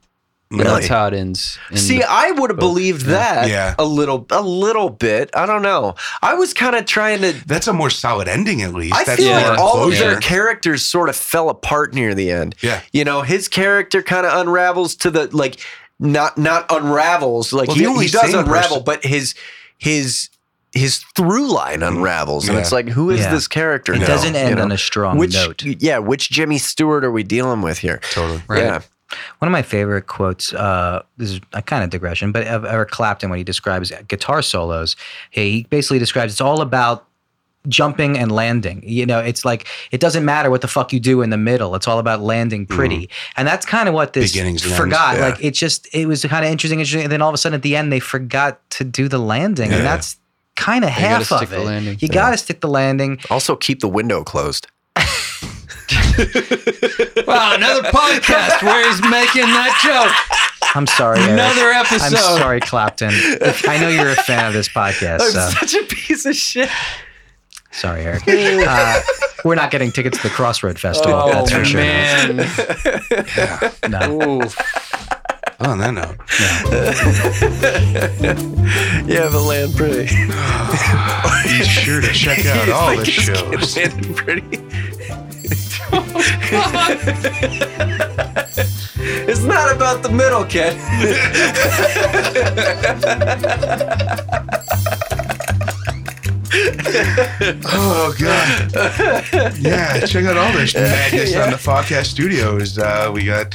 Really? That's how it ends. in See, the- I would oh, have believed that Yeah. a little, a little bit. I don't know. I was kind of trying to. That's a more solid ending, at least. I That's feel more like all of their closure. characters sort of fell apart near the end. Yeah. You know, his character kind of unravels to the like, not not unravels like Well, he, the only he does sane unravel, person- but his his his through line unravels, and Mm-hmm. Yeah. it's like, who is Yeah. this character? it now? doesn't You end know? on a strong which note. yeah, which Jimmy Stewart are we dealing with here? Totally. Right. Yeah, One of my favorite quotes, uh, this is a kind of digression, but of Eric Clapton when he describes guitar solos, he basically describes it's all about jumping and landing. You know, it's like it doesn't matter what the fuck you do in the middle. It's all about landing pretty, and that's kind of what this Mm-hmm. Beginnings and ends, forgot. yeah. Like it just it was kind of interesting, interesting, and then all of a sudden at the end they forgot to do the landing, Yeah. and that's kind of gotta half stick of the it. landing. You got to stick the landing. also keep the window closed. wow, another podcast where he's making that joke. I'm sorry, Eric. Another I'm episode. sorry, Clapton. I know you're a fan of this podcast. I'm so. such a piece of shit. Sorry, Eric. Uh, we're not getting tickets to the Crossroad Festival. Oh that's for sure. man. No. Ooh. Oh, on that note. Yeah, but land pretty. Be sure to check out It's all like the this kid shows. landed pretty. it's not about the middle, kid. Oh god. yeah, check out all this madness on the podcast studios. Uh, we got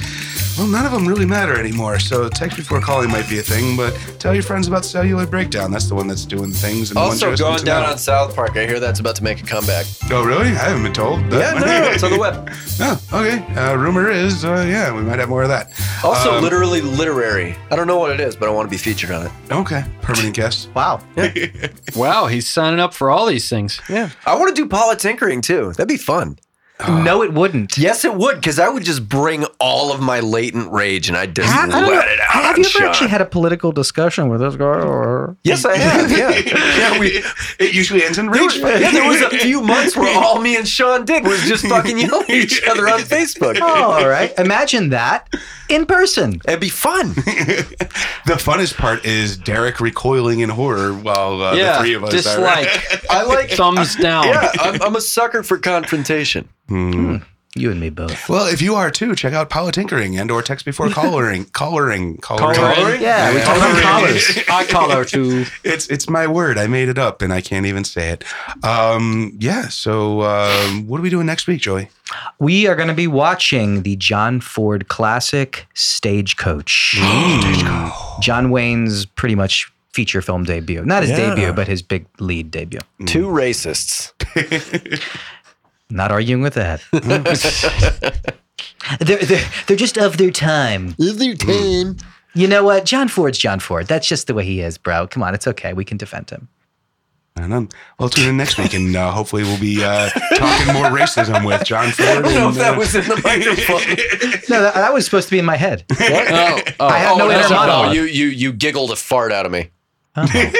well, none of them really matter anymore. So text before calling might be a thing, but tell your friends about Cellular Breakdown. That's the one that's doing things. And the one Also, shows going into down now. on South Park, I hear that's about to make a comeback. Oh, really? I haven't been told. Yeah, that. no, no, it's on the web. oh, okay. Uh, rumor is, uh, yeah, we might have more of that. Also, Um, literally literary. I don't know what it is, but I want to be featured on it. Okay, permanent guest. Wow. Wow, he's signing up for all these things. Yeah. I want to do politinkering too. That'd be fun. No, it wouldn't. Yes, it would, because I would just bring all of my latent rage and I'd just I- I don't know. let it out. Have you ever Sean. actually had a political discussion with this guy? Or Yes, I have. Yeah. yeah, we. It usually ends in There rage. was, yeah, there was a few months where all me and Sean did was just fucking yell at each other on Facebook. Oh, all right. Imagine that in person. It'd be fun. the funnest part is Derek recoiling in horror while uh, yeah, the three of us dislike. are. I like. Thumbs down. Yeah, I'm, I'm a sucker for confrontation. Hmm. You and me both. Well, if you are too, check out Politinkering and or Text Before Collaring. Collaring. Collaring. Collaring? Yeah, we talk about collars. I collar too. It's it's my word. I made it up and I can't even say it. Um, yeah. So um, what are we doing next week, Joey? We are going to be watching the John Ford classic Stagecoach. John Wayne's pretty much feature film debut. Not his Yeah. debut, but his big lead debut. Two racists. Not arguing with that. they're, they're, they're just of their time. You know what? John Ford's John Ford. That's just the way he is, bro. Come on, it's okay. We can defend him. And um, well, tune in next week, and uh, hopefully we'll be uh, talking more racism with John Ford. uh, I know if that was in the microphone. No, that, that was supposed to be in my head. Oh, oh, I had no that's- inner monologue. you, you, you giggled a fart out of me.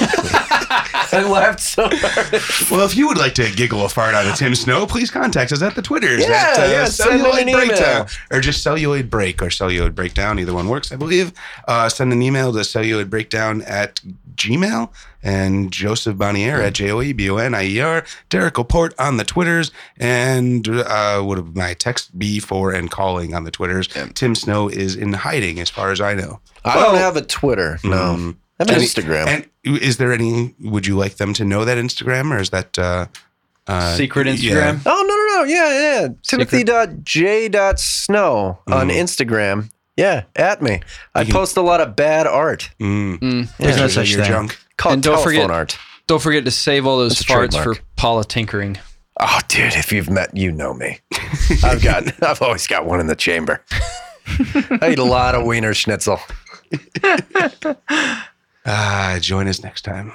I laughed so hard. well, if you would like to giggle a fart out of Tim Snow, please contact us at the Twitters Yeah, at uh, yeah, send him an Celluloid email. Breakdown, or just Celluloid Break or Celluloid Breakdown. Either one works, I believe. Uh, send an email to Celluloid Breakdown at Gmail and Joseph Bonnier at J O E B O N I E R, Derek Laporte on the Twitters, and uh, what would my text be for and calling on the Twitters? Tim Snow is in hiding, as far as I know. I don't have a Twitter. No. Mm. I have an And- Instagram. And is there any? Would you like them to know that Instagram, or is that uh, uh, Mm. Secret Instagram. Oh no no no yeah yeah Timothy dot J dot Snow on Mhm. Instagram yeah at me I You can- post a lot of bad art Yeah. Mm. Mm. There's no Pictures of such your thing. junk. called And don't telephone forget- art Don't forget to save all those That's a farts trademark. for Paula tinkering. oh dude if you've met you know me I've got I've always got one in the chamber I eat a lot of wiener schnitzel Ah, join us next time.